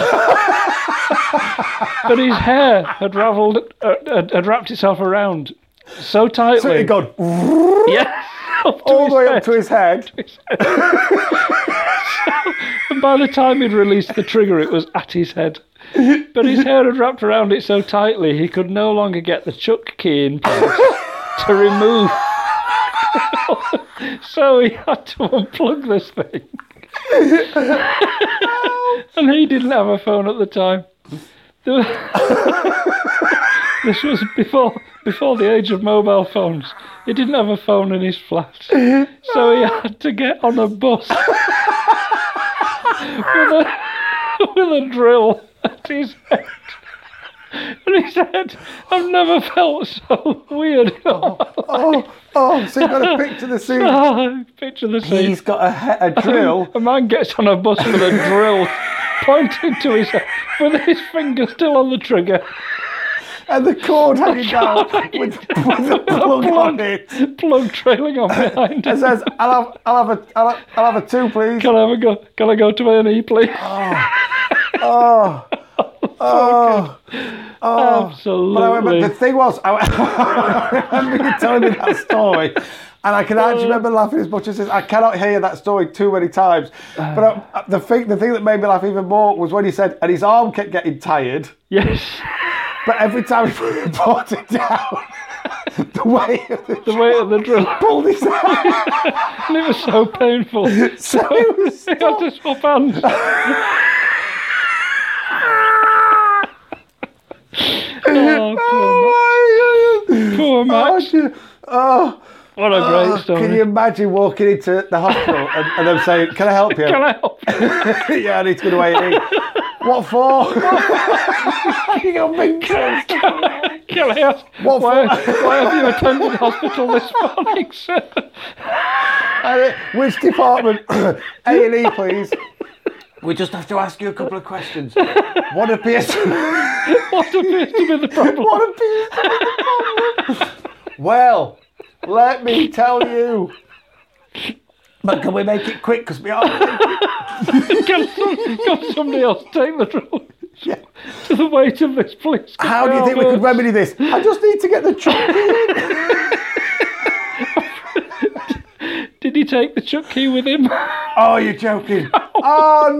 Speaker 2: but his hair had raveled, uh, had, had wrapped itself around so tightly.
Speaker 4: So it got
Speaker 2: yes, up to
Speaker 4: all
Speaker 2: his
Speaker 4: the way
Speaker 2: head.
Speaker 4: up to his head.
Speaker 2: And by the time he'd released the trigger, it was at his head. But his hair had wrapped around it so tightly he could no longer get the chuck key in place to remove. so he had to unplug this thing. and he didn't have a phone at the time. There was- this was before before the age of mobile phones. He didn't have a phone in his flat. So he had to get on a bus with a, with a drill at his head. And he said, I've never felt so weird.
Speaker 4: Oh, oh, so you've got a picture of the scene.
Speaker 2: Picture the scene.
Speaker 4: He's got a, he- a drill.
Speaker 2: A man gets on a bus with a drill pointed to his head with his finger still on the trigger,
Speaker 4: and the cord hanging down with, with a plug on it.
Speaker 2: plug trailing on
Speaker 4: It
Speaker 2: behind him.
Speaker 4: says, "I'll have, I'll have a, I'll have, I'll have a two, please."
Speaker 2: Can I have a go? Can I go to A and E, please?
Speaker 4: Oh, but I
Speaker 2: Absolutely.
Speaker 4: remember the thing was, I, I remember you telling me that story, and I can actually remember laughing as much as this. I cannot hear that story too many times. But I, the thing, the thing that made me laugh even more was when you said, "And his arm kept getting tired,"
Speaker 2: yes,
Speaker 4: but every time he brought it down, the way of the
Speaker 2: the weight of the drill,
Speaker 4: pulled his hand.
Speaker 2: and it was so painful.
Speaker 4: So it was
Speaker 2: He had to swap hands. oh,
Speaker 4: Oh
Speaker 2: poor,
Speaker 4: my God.
Speaker 2: poor
Speaker 4: Oh,
Speaker 2: Max.
Speaker 4: shit. Oh,
Speaker 2: What a great
Speaker 4: oh,
Speaker 2: story.
Speaker 4: Can you imagine walking into the hospital and, and them saying, Can I help you?
Speaker 2: Can I help?
Speaker 4: yeah, I need to go to A&E. what for? you got big chest.
Speaker 2: Can I ask?
Speaker 4: What
Speaker 2: why,
Speaker 4: for?
Speaker 2: why have you attended hospital this morning, sir?
Speaker 4: Uh, Which department? A&E, please.
Speaker 3: We just have to ask you a couple of questions.
Speaker 4: What appears to
Speaker 2: What appears to be the problem?
Speaker 4: What appears to be the problem? Well, let me tell you. But can we make it quick? Because we are.
Speaker 2: Can, some, can somebody else take the drill?
Speaker 4: Yeah.
Speaker 2: To the weight of this, please.
Speaker 4: How do you think we could
Speaker 2: Well,
Speaker 4: remedy this? I just need to get the truck.
Speaker 2: Did he take the chuck key with him?
Speaker 4: Oh, you're joking. oh,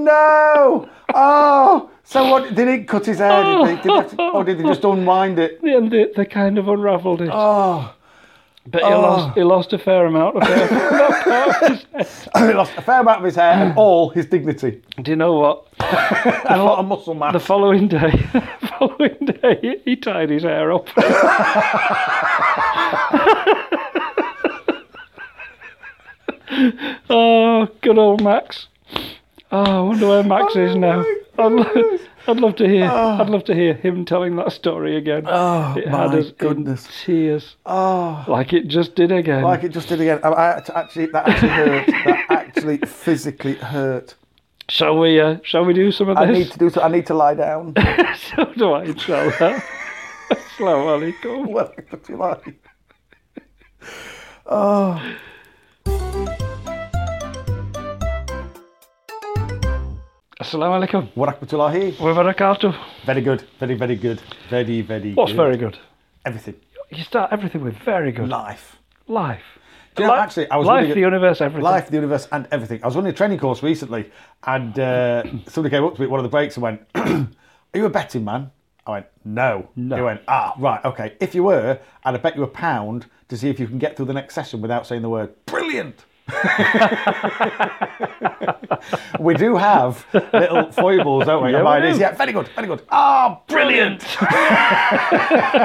Speaker 4: no. Oh. So what? Did it cut his hair? Did they, did they have to- oh, did they just unwind it?
Speaker 2: and they, they kind of unravelled it.
Speaker 4: Oh.
Speaker 2: but he, lost, he lost a fair amount of hair from that part of his head.
Speaker 4: He lost a fair amount of his hair and all his dignity.
Speaker 2: Do you know what?
Speaker 4: And a lot of muscle mass.
Speaker 2: The following day, the following day, he tied his hair up. oh, good old Max. Oh, I wonder where Max is
Speaker 4: Oh
Speaker 2: now. I'd, lo- I'd love to hear. I'd love to hear him telling that story again.
Speaker 4: Oh,
Speaker 2: it
Speaker 4: my
Speaker 2: had us in
Speaker 4: goodness.
Speaker 2: tears,
Speaker 4: oh.
Speaker 2: like it just did again.
Speaker 4: Like it just did again. I, I act- actually, that actually hurt. That actually physically hurt.
Speaker 2: shall we? Uh, shall we do some of
Speaker 4: I
Speaker 2: this?
Speaker 4: need to do so. I need to lie down.
Speaker 2: so do I. Inshallah. Assalamu alaikum.
Speaker 4: well, if you like.
Speaker 2: Assalamu alaikum.
Speaker 4: What Rahmatullahi?
Speaker 2: Wa barakatuh.
Speaker 4: Very good. Very, very good. Very, very
Speaker 2: What's
Speaker 4: good.
Speaker 2: very good?
Speaker 4: Everything.
Speaker 2: You start everything with very good.
Speaker 4: Life.
Speaker 2: Life.
Speaker 4: Do you know, actually, I was
Speaker 2: life,
Speaker 4: reading
Speaker 2: the
Speaker 4: a-
Speaker 2: universe, everything.
Speaker 4: Life, the universe, and everything. I was running a training course recently, and uh, somebody came up to me at one of the breaks and went, "Are you a betting man?" I went, "No." He went, "Ah, right, okay. If you were, I'd bet you a pound to see if you can get through the next session without saying the word brilliant." we do have little foibles, don't we? And mine
Speaker 2: we
Speaker 4: is,
Speaker 2: do.
Speaker 4: yeah, very good, very good. Ah,
Speaker 2: Brilliant.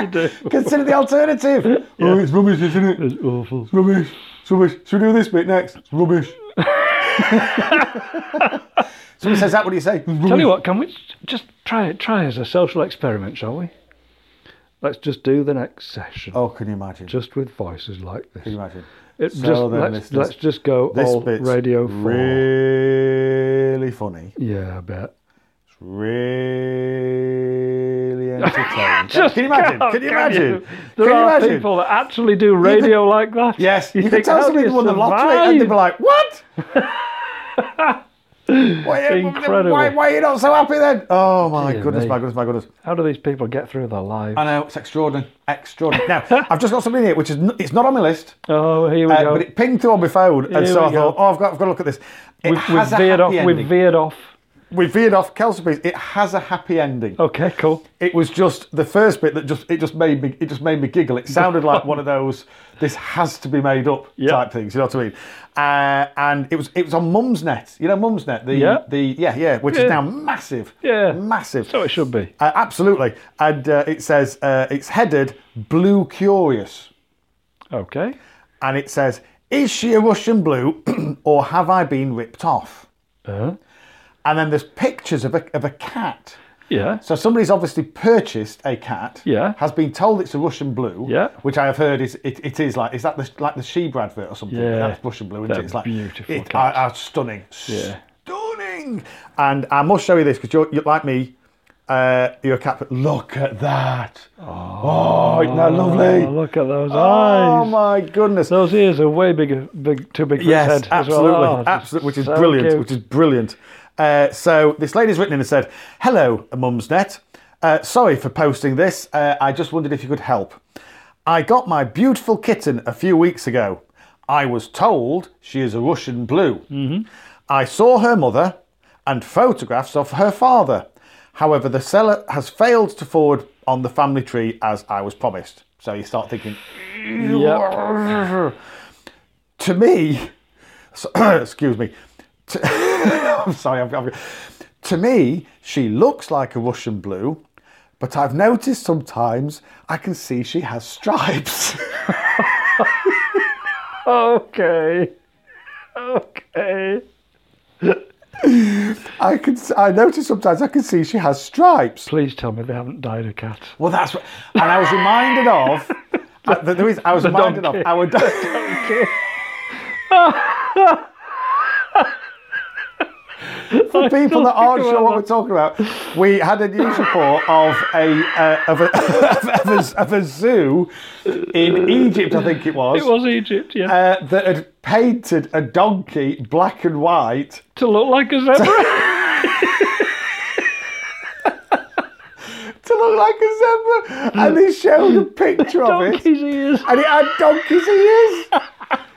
Speaker 2: you do.
Speaker 4: consider the alternative. Oh, it's rubbish, isn't it?
Speaker 2: It's awful.
Speaker 4: rubbish, it's rubbish. Should we do this bit next? It's rubbish. Someone says that, what do you say? It's
Speaker 2: Tell
Speaker 4: rubbish.
Speaker 2: you what, can we s- just try it? Try as a social experiment, shall we? Let's just do the next session,
Speaker 4: Oh, can you imagine? Can
Speaker 2: just with voices like this.
Speaker 4: you imagine?
Speaker 2: It,
Speaker 4: So
Speaker 2: just,
Speaker 4: then,
Speaker 2: let's,
Speaker 4: listeners,
Speaker 2: let's just go
Speaker 4: This
Speaker 2: all
Speaker 4: bit's
Speaker 2: radio four.
Speaker 4: really funny.
Speaker 2: yeah, I bet.
Speaker 4: It's really entertaining.
Speaker 2: Just
Speaker 4: can you imagine?
Speaker 2: can't,
Speaker 4: Can you
Speaker 2: can
Speaker 4: imagine?
Speaker 2: you?
Speaker 4: can
Speaker 2: There
Speaker 4: you
Speaker 2: are
Speaker 4: imagine?
Speaker 2: people that actually do radio like that.
Speaker 4: Yes, you, can
Speaker 2: think,
Speaker 4: tell
Speaker 2: how do
Speaker 4: somebody
Speaker 2: you
Speaker 4: who won the lottery and they'd be
Speaker 2: survive?
Speaker 4: like, what? why,
Speaker 2: Incredible.
Speaker 4: Why, why are you not so happy then? Oh my
Speaker 2: Dear
Speaker 4: goodness,
Speaker 2: me.
Speaker 4: my goodness, my goodness.
Speaker 2: How do these people get through their lives?
Speaker 4: I know it's extraordinary, extraordinary. Now I've just got something here, which is n- it's not on my list,
Speaker 2: oh, here we
Speaker 4: uh,
Speaker 2: go.
Speaker 4: but it pinged through on my phone, and
Speaker 2: Here
Speaker 4: so
Speaker 2: we
Speaker 4: I thought,
Speaker 2: go.
Speaker 4: oh, I've got, I've got to look at this. It
Speaker 2: we've, we've
Speaker 4: has a
Speaker 2: veered off.
Speaker 4: happy
Speaker 2: We've
Speaker 4: ending.
Speaker 2: veered off.
Speaker 4: We veered off. Kelsey, please. It has a happy ending.
Speaker 2: Okay, cool.
Speaker 4: It was just the first bit that just it just made me it just made me giggle. It sounded like one of those this has to be made up
Speaker 2: Yeah.
Speaker 4: type things. You know what I mean? Uh, and it was it was on Mumsnet. You know Mumsnet. The
Speaker 2: Yeah.
Speaker 4: the yeah yeah, which
Speaker 2: Yeah.
Speaker 4: is now massive.
Speaker 2: Yeah.
Speaker 4: massive.
Speaker 2: So it should be.
Speaker 4: Uh, absolutely. And uh, it says uh, it's headed Blue Curious.
Speaker 2: Okay.
Speaker 4: And it says, Is she a Russian blue or have I been ripped off?
Speaker 2: Uh,
Speaker 4: And then there's pictures of a, of a cat.
Speaker 2: yeah.
Speaker 4: So somebody's obviously purchased a cat.
Speaker 2: Yeah.
Speaker 4: Has been told it's a Russian blue.
Speaker 2: Yeah.
Speaker 4: Which I have heard is it, it is like is that the like the Sheba advert or something?
Speaker 2: Yeah.
Speaker 4: That's Russian blue, isn't
Speaker 2: They're
Speaker 4: it? It's like
Speaker 2: beautiful
Speaker 4: It,
Speaker 2: cats.
Speaker 4: Are, are stunning.
Speaker 2: Yeah.
Speaker 4: Stunning. And I must show you this because you're, you're like me. Uh, you're a cat. But look at that. Oh, isn't that lovely?
Speaker 2: Oh, look at those
Speaker 4: Oh
Speaker 2: eyes.
Speaker 4: my goodness.
Speaker 2: Those ears are way bigger, big, too big for his head. as well.
Speaker 4: absolutely,
Speaker 2: Oh, just
Speaker 4: absolutely, which is
Speaker 2: so
Speaker 4: brilliant,
Speaker 2: cute.
Speaker 4: which is brilliant. Uh, so this lady's written in and said, "Hello, Mumsnet. Uh, sorry for posting this. Uh, I just wondered if you could help. I got my beautiful kitten a few weeks ago. I was told she is a Russian blue. I saw her mother and photographs of her father. However, the seller has failed to forward on the family tree as I was promised. So you start thinking,
Speaker 2: Yep.
Speaker 4: to me, so- excuse me. To, I'm sorry. I'm, I'm- to me, she looks like a Russian blue, but I've noticed sometimes I can see she has stripes.
Speaker 2: Okay. Okay.
Speaker 4: I can. s- I notice sometimes I can see she has stripes.
Speaker 2: Please tell me they haven't dyed a cat.
Speaker 4: Well, that's what, and I was reminded of. uh, the, the reason I was reminded
Speaker 2: donkey.
Speaker 4: of our don- for people that aren't sure what we're talking about, we had a news report of a uh, of a of a, of a zoo in Egypt, I think it was.
Speaker 2: It was Egypt, yeah.
Speaker 4: Uh, that had painted a donkey black and white
Speaker 2: to look like a zebra.
Speaker 4: to look like a zebra, and they showed a picture of it,
Speaker 2: Donkey's ears.
Speaker 4: and it had donkey's ears,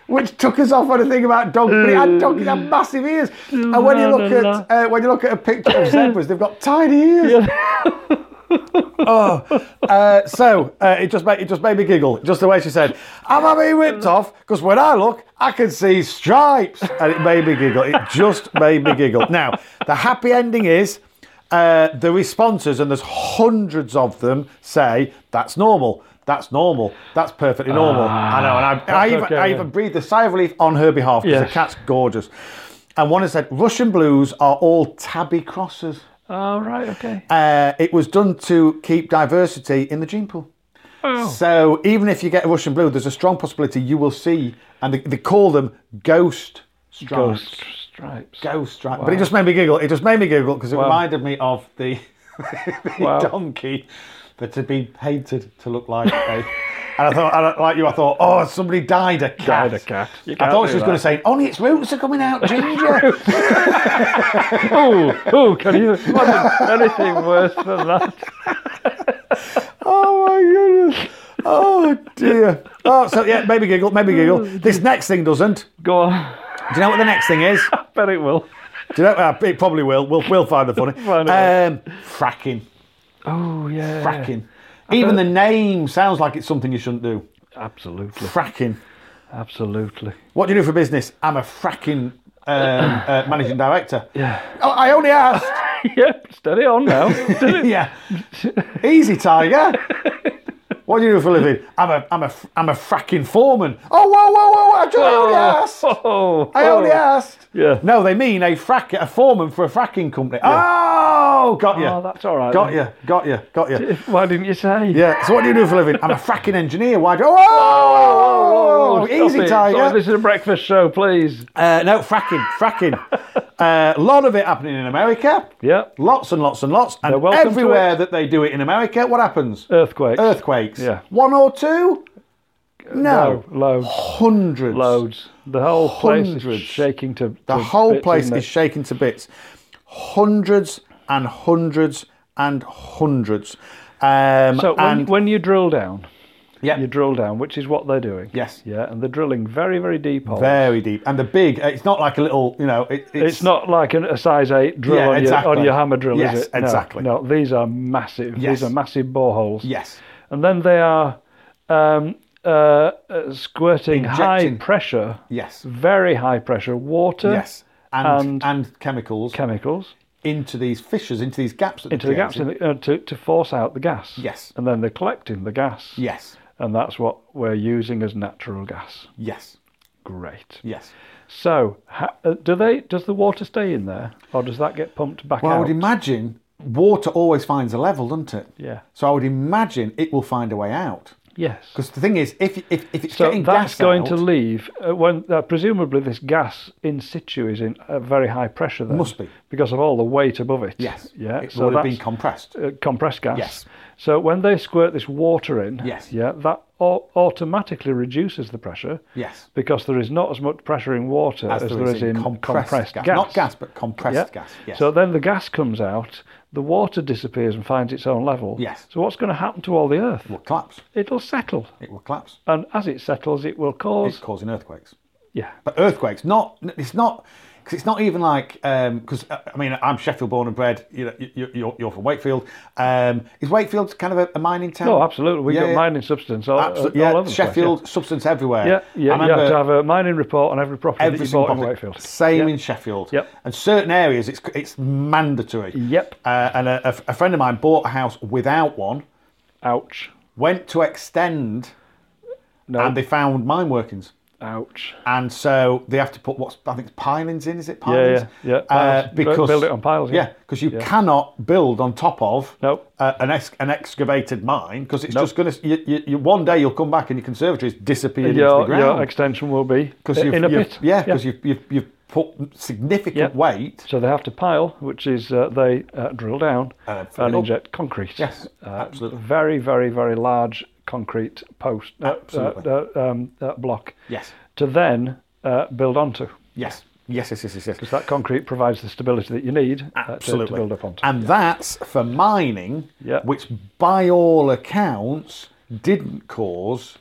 Speaker 4: which took us off on a thing about donkeys. But it had donkeys had massive ears, and when you look at uh, when you look at a picture of zebras, they've got tiny ears. oh, uh, so uh, it just made it just made me giggle. Just the way she said, "Am I being ripped off?" Because when I look, I can see stripes, and it made me giggle. It just made me giggle. Now the happy ending is. Uh, the responses, and there's hundreds of them, say that's normal, that's normal, that's perfectly normal. I know, and I, I, even,
Speaker 2: Ah, okay,
Speaker 4: I
Speaker 2: yeah.
Speaker 4: even breathed a sigh of relief on her behalf because
Speaker 2: Yes.
Speaker 4: the cat's gorgeous. And one has said Russian blues are all tabby crosses.
Speaker 2: All right, okay.
Speaker 4: Uh, it was done to keep diversity in the gene pool.
Speaker 2: Oh,
Speaker 4: So even if you get a Russian blue, there's a strong possibility you will see, and they, they call them ghost stripes.
Speaker 2: ghost stripes.
Speaker 4: Ghost stripes. But it just made me giggle. It just made me giggle because it reminded me of the, the
Speaker 2: Wow.
Speaker 4: donkey that had been painted to look like a. And I thought, and I- like you, I thought, oh, somebody died a cat.
Speaker 2: Died a cat. You
Speaker 4: I
Speaker 2: can't
Speaker 4: thought
Speaker 2: do
Speaker 4: she was
Speaker 2: that.
Speaker 4: going to say, only its roots are coming out, Ginger.
Speaker 2: Oh, oh, can you imagine anything worse than that?
Speaker 4: Oh my goodness. Oh dear. Oh, no, so yeah, maybe giggle, maybe giggle.
Speaker 2: Oh,
Speaker 4: This next thing doesn't.
Speaker 2: Go on.
Speaker 4: Do you know what the next thing is?
Speaker 2: I bet it will.
Speaker 4: Do you know? Uh, it probably will. We'll, we'll find the funny.
Speaker 2: Find it.
Speaker 4: um, fracking.
Speaker 2: Oh yeah.
Speaker 4: Fracking. Even the name sounds like it's something you shouldn't do.
Speaker 2: Absolutely.
Speaker 4: Fracking.
Speaker 2: Absolutely.
Speaker 4: What do you do for business? I'm a fracking um, uh, managing director.
Speaker 2: Yeah.
Speaker 4: Oh, I only asked.
Speaker 2: Yeah. Steady on now. Steady-
Speaker 4: yeah. Easy, Tiger. What do you do for a living? I'm a, I'm a, I'm a fracking foreman. Oh, whoa, whoa, whoa, whoa! I ju- I only asked.
Speaker 2: Oh,
Speaker 4: I only asked.
Speaker 2: Yeah.
Speaker 4: No, they mean a frack, a foreman for a fracking company. Oh, got you.
Speaker 2: Oh, that's all right.
Speaker 4: got
Speaker 2: then.
Speaker 4: you. Got you. Got you.
Speaker 2: Why didn't you say?
Speaker 4: Yeah. So what do you do for a living? I'm a fracking engineer. Why do? Oh, whoa, whoa, whoa,
Speaker 2: Oh, stop
Speaker 4: Oh, easy,
Speaker 2: it.
Speaker 4: Tiger.
Speaker 2: Sorry, this is a breakfast show, please.
Speaker 4: Uh, no, fracking, fracking. A lot of it happening in America.
Speaker 2: Yeah.
Speaker 4: Lots and lots and lots.
Speaker 2: They're
Speaker 4: And
Speaker 2: welcome to
Speaker 4: everywhere that they do it in America, what happens?
Speaker 2: Earthquakes.
Speaker 4: Earthquakes.
Speaker 2: Yeah.
Speaker 4: One or two? No.
Speaker 2: Oh, loads.
Speaker 4: Hundreds.
Speaker 2: Loads. The whole place is
Speaker 4: Hundreds.
Speaker 2: shaking to.
Speaker 4: The
Speaker 2: to
Speaker 4: whole
Speaker 2: bits,
Speaker 4: place
Speaker 2: isn't
Speaker 4: is shaken to bits. Hundreds and hundreds and hundreds. Um,
Speaker 2: it? So when,
Speaker 4: and
Speaker 2: when you drill down,
Speaker 4: yeah,
Speaker 2: you drill down, which is what they're doing.
Speaker 4: Yes.
Speaker 2: Yeah, and they're drilling very, very deep holes.
Speaker 4: very deep. And the big, it's not like a little, you know, it, it's,
Speaker 2: It's not like an, a size eight drill
Speaker 4: Yeah,
Speaker 2: on, your,
Speaker 4: exactly.
Speaker 2: on your hammer drill,
Speaker 4: Yes,
Speaker 2: is it? No,
Speaker 4: exactly.
Speaker 2: No, these are massive.
Speaker 4: Yes.
Speaker 2: These are massive boreholes.
Speaker 4: Yes.
Speaker 2: And then they are um, uh, uh, squirting high
Speaker 4: Injecting.
Speaker 2: pressure,
Speaker 4: Yes.
Speaker 2: very high pressure water,
Speaker 4: Yes. And, and, chemicals
Speaker 2: chemicals
Speaker 4: into these fissures, into these gaps. That
Speaker 2: into the gaps in the, uh, to, to force out the gas.
Speaker 4: Yes.
Speaker 2: And then they're collecting the gas.
Speaker 4: Yes.
Speaker 2: And that's what we're using as natural gas.
Speaker 4: Yes.
Speaker 2: Great.
Speaker 4: Yes.
Speaker 2: So, ha- uh, do they? Does the water stay in there, or does that get pumped back
Speaker 4: Well, I
Speaker 2: out?
Speaker 4: would imagine water always finds a level, doesn't it?
Speaker 2: Yeah.
Speaker 4: So I would imagine it will find a way out.
Speaker 2: yes.
Speaker 4: Because the thing is, if if, if it's
Speaker 2: So
Speaker 4: getting
Speaker 2: that's
Speaker 4: gas
Speaker 2: going
Speaker 4: out,
Speaker 2: to leave uh, when uh, presumably this gas in situ is in a very high pressure. Then
Speaker 4: Must be.
Speaker 2: because of all the weight above it.
Speaker 4: yes,
Speaker 2: Yeah.
Speaker 4: it
Speaker 2: so
Speaker 4: would have been
Speaker 2: that's,
Speaker 4: compressed.
Speaker 2: uh, compressed gas.
Speaker 4: Yes.
Speaker 2: So when they squirt this water in,
Speaker 4: Yes.
Speaker 2: yeah, that au- automatically reduces the pressure.
Speaker 4: Yes.
Speaker 2: Because there is not as much pressure in water as, there is in compressed, gas.
Speaker 4: not gas, but compressed
Speaker 2: Yeah.
Speaker 4: gas. Yes.
Speaker 2: So then the gas comes out, the water disappears and finds its own level.
Speaker 4: Yes.
Speaker 2: So what's going to happen to all the earth?
Speaker 4: it will collapse.
Speaker 2: It'll settle,
Speaker 4: It will collapse.
Speaker 2: and as it settles, it will cause
Speaker 4: It's causing earthquakes.
Speaker 2: yeah.
Speaker 4: But earthquakes, not it's not because it's not even like because I mean I'm Sheffield born and bred. You know, you, you're, you're from Wakefield. Um, is Wakefield kind of a, a mining town?
Speaker 2: Oh, absolutely. We've
Speaker 4: Yeah,
Speaker 2: got
Speaker 4: yeah.
Speaker 2: mining substance all, uh,
Speaker 4: Absolutely,
Speaker 2: all
Speaker 4: yeah.
Speaker 2: over the
Speaker 4: Sheffield
Speaker 2: Place,
Speaker 4: substance everywhere.
Speaker 2: yeah, yeah.
Speaker 4: I
Speaker 2: yeah you have to
Speaker 4: remember
Speaker 2: have a mining report on every property
Speaker 4: every
Speaker 2: that you
Speaker 4: single
Speaker 2: bought in
Speaker 4: property-
Speaker 2: Wakefield.
Speaker 4: Same
Speaker 2: Yeah.
Speaker 4: in Sheffield.
Speaker 2: Yep.
Speaker 4: And certain areas, it's it's mandatory.
Speaker 2: Yep.
Speaker 4: Uh, and a, a f- a friend of mine bought a house without one.
Speaker 2: Ouch.
Speaker 4: Went to extend,
Speaker 2: No.
Speaker 4: and they found mine workings.
Speaker 2: Ouch.
Speaker 4: and so they have to put what's I think it's pilings in. Is it
Speaker 2: yeah,
Speaker 4: pilings?
Speaker 2: yeah,
Speaker 4: Uh,
Speaker 2: piles.
Speaker 4: because
Speaker 2: Build it on piles, yeah.
Speaker 4: Yeah, because you cannot build on top of
Speaker 2: Nope.
Speaker 4: uh, an ex- an excavated mine because it's
Speaker 2: Nope.
Speaker 4: just going to. You, you, you, one day you'll come back and your conservatories disappeared into the
Speaker 2: Your, your
Speaker 4: ground
Speaker 2: extension will be
Speaker 4: because you've,
Speaker 2: in a
Speaker 4: you've-
Speaker 2: pit.
Speaker 4: yeah, because you've, you've you've put significant
Speaker 2: Yep.
Speaker 4: weight.
Speaker 2: So they have to pile, which is uh, they uh, drill down
Speaker 4: Uh, fill it
Speaker 2: and
Speaker 4: up.
Speaker 2: inject concrete. Uh,
Speaker 4: Yes, absolutely.
Speaker 2: Very, very, very large concrete post uh,
Speaker 4: Absolutely.
Speaker 2: uh, uh, um, uh, block.
Speaker 4: Yes.
Speaker 2: To then uh, build onto.
Speaker 4: Yes. Yes. Yes. Yes. Yes. yes.
Speaker 2: Because that concrete provides the stability that you need uh, to-
Speaker 4: Absolutely.
Speaker 2: to, build up onto.
Speaker 4: And that's for mining,
Speaker 2: Yeah.
Speaker 4: which by all accounts didn't cause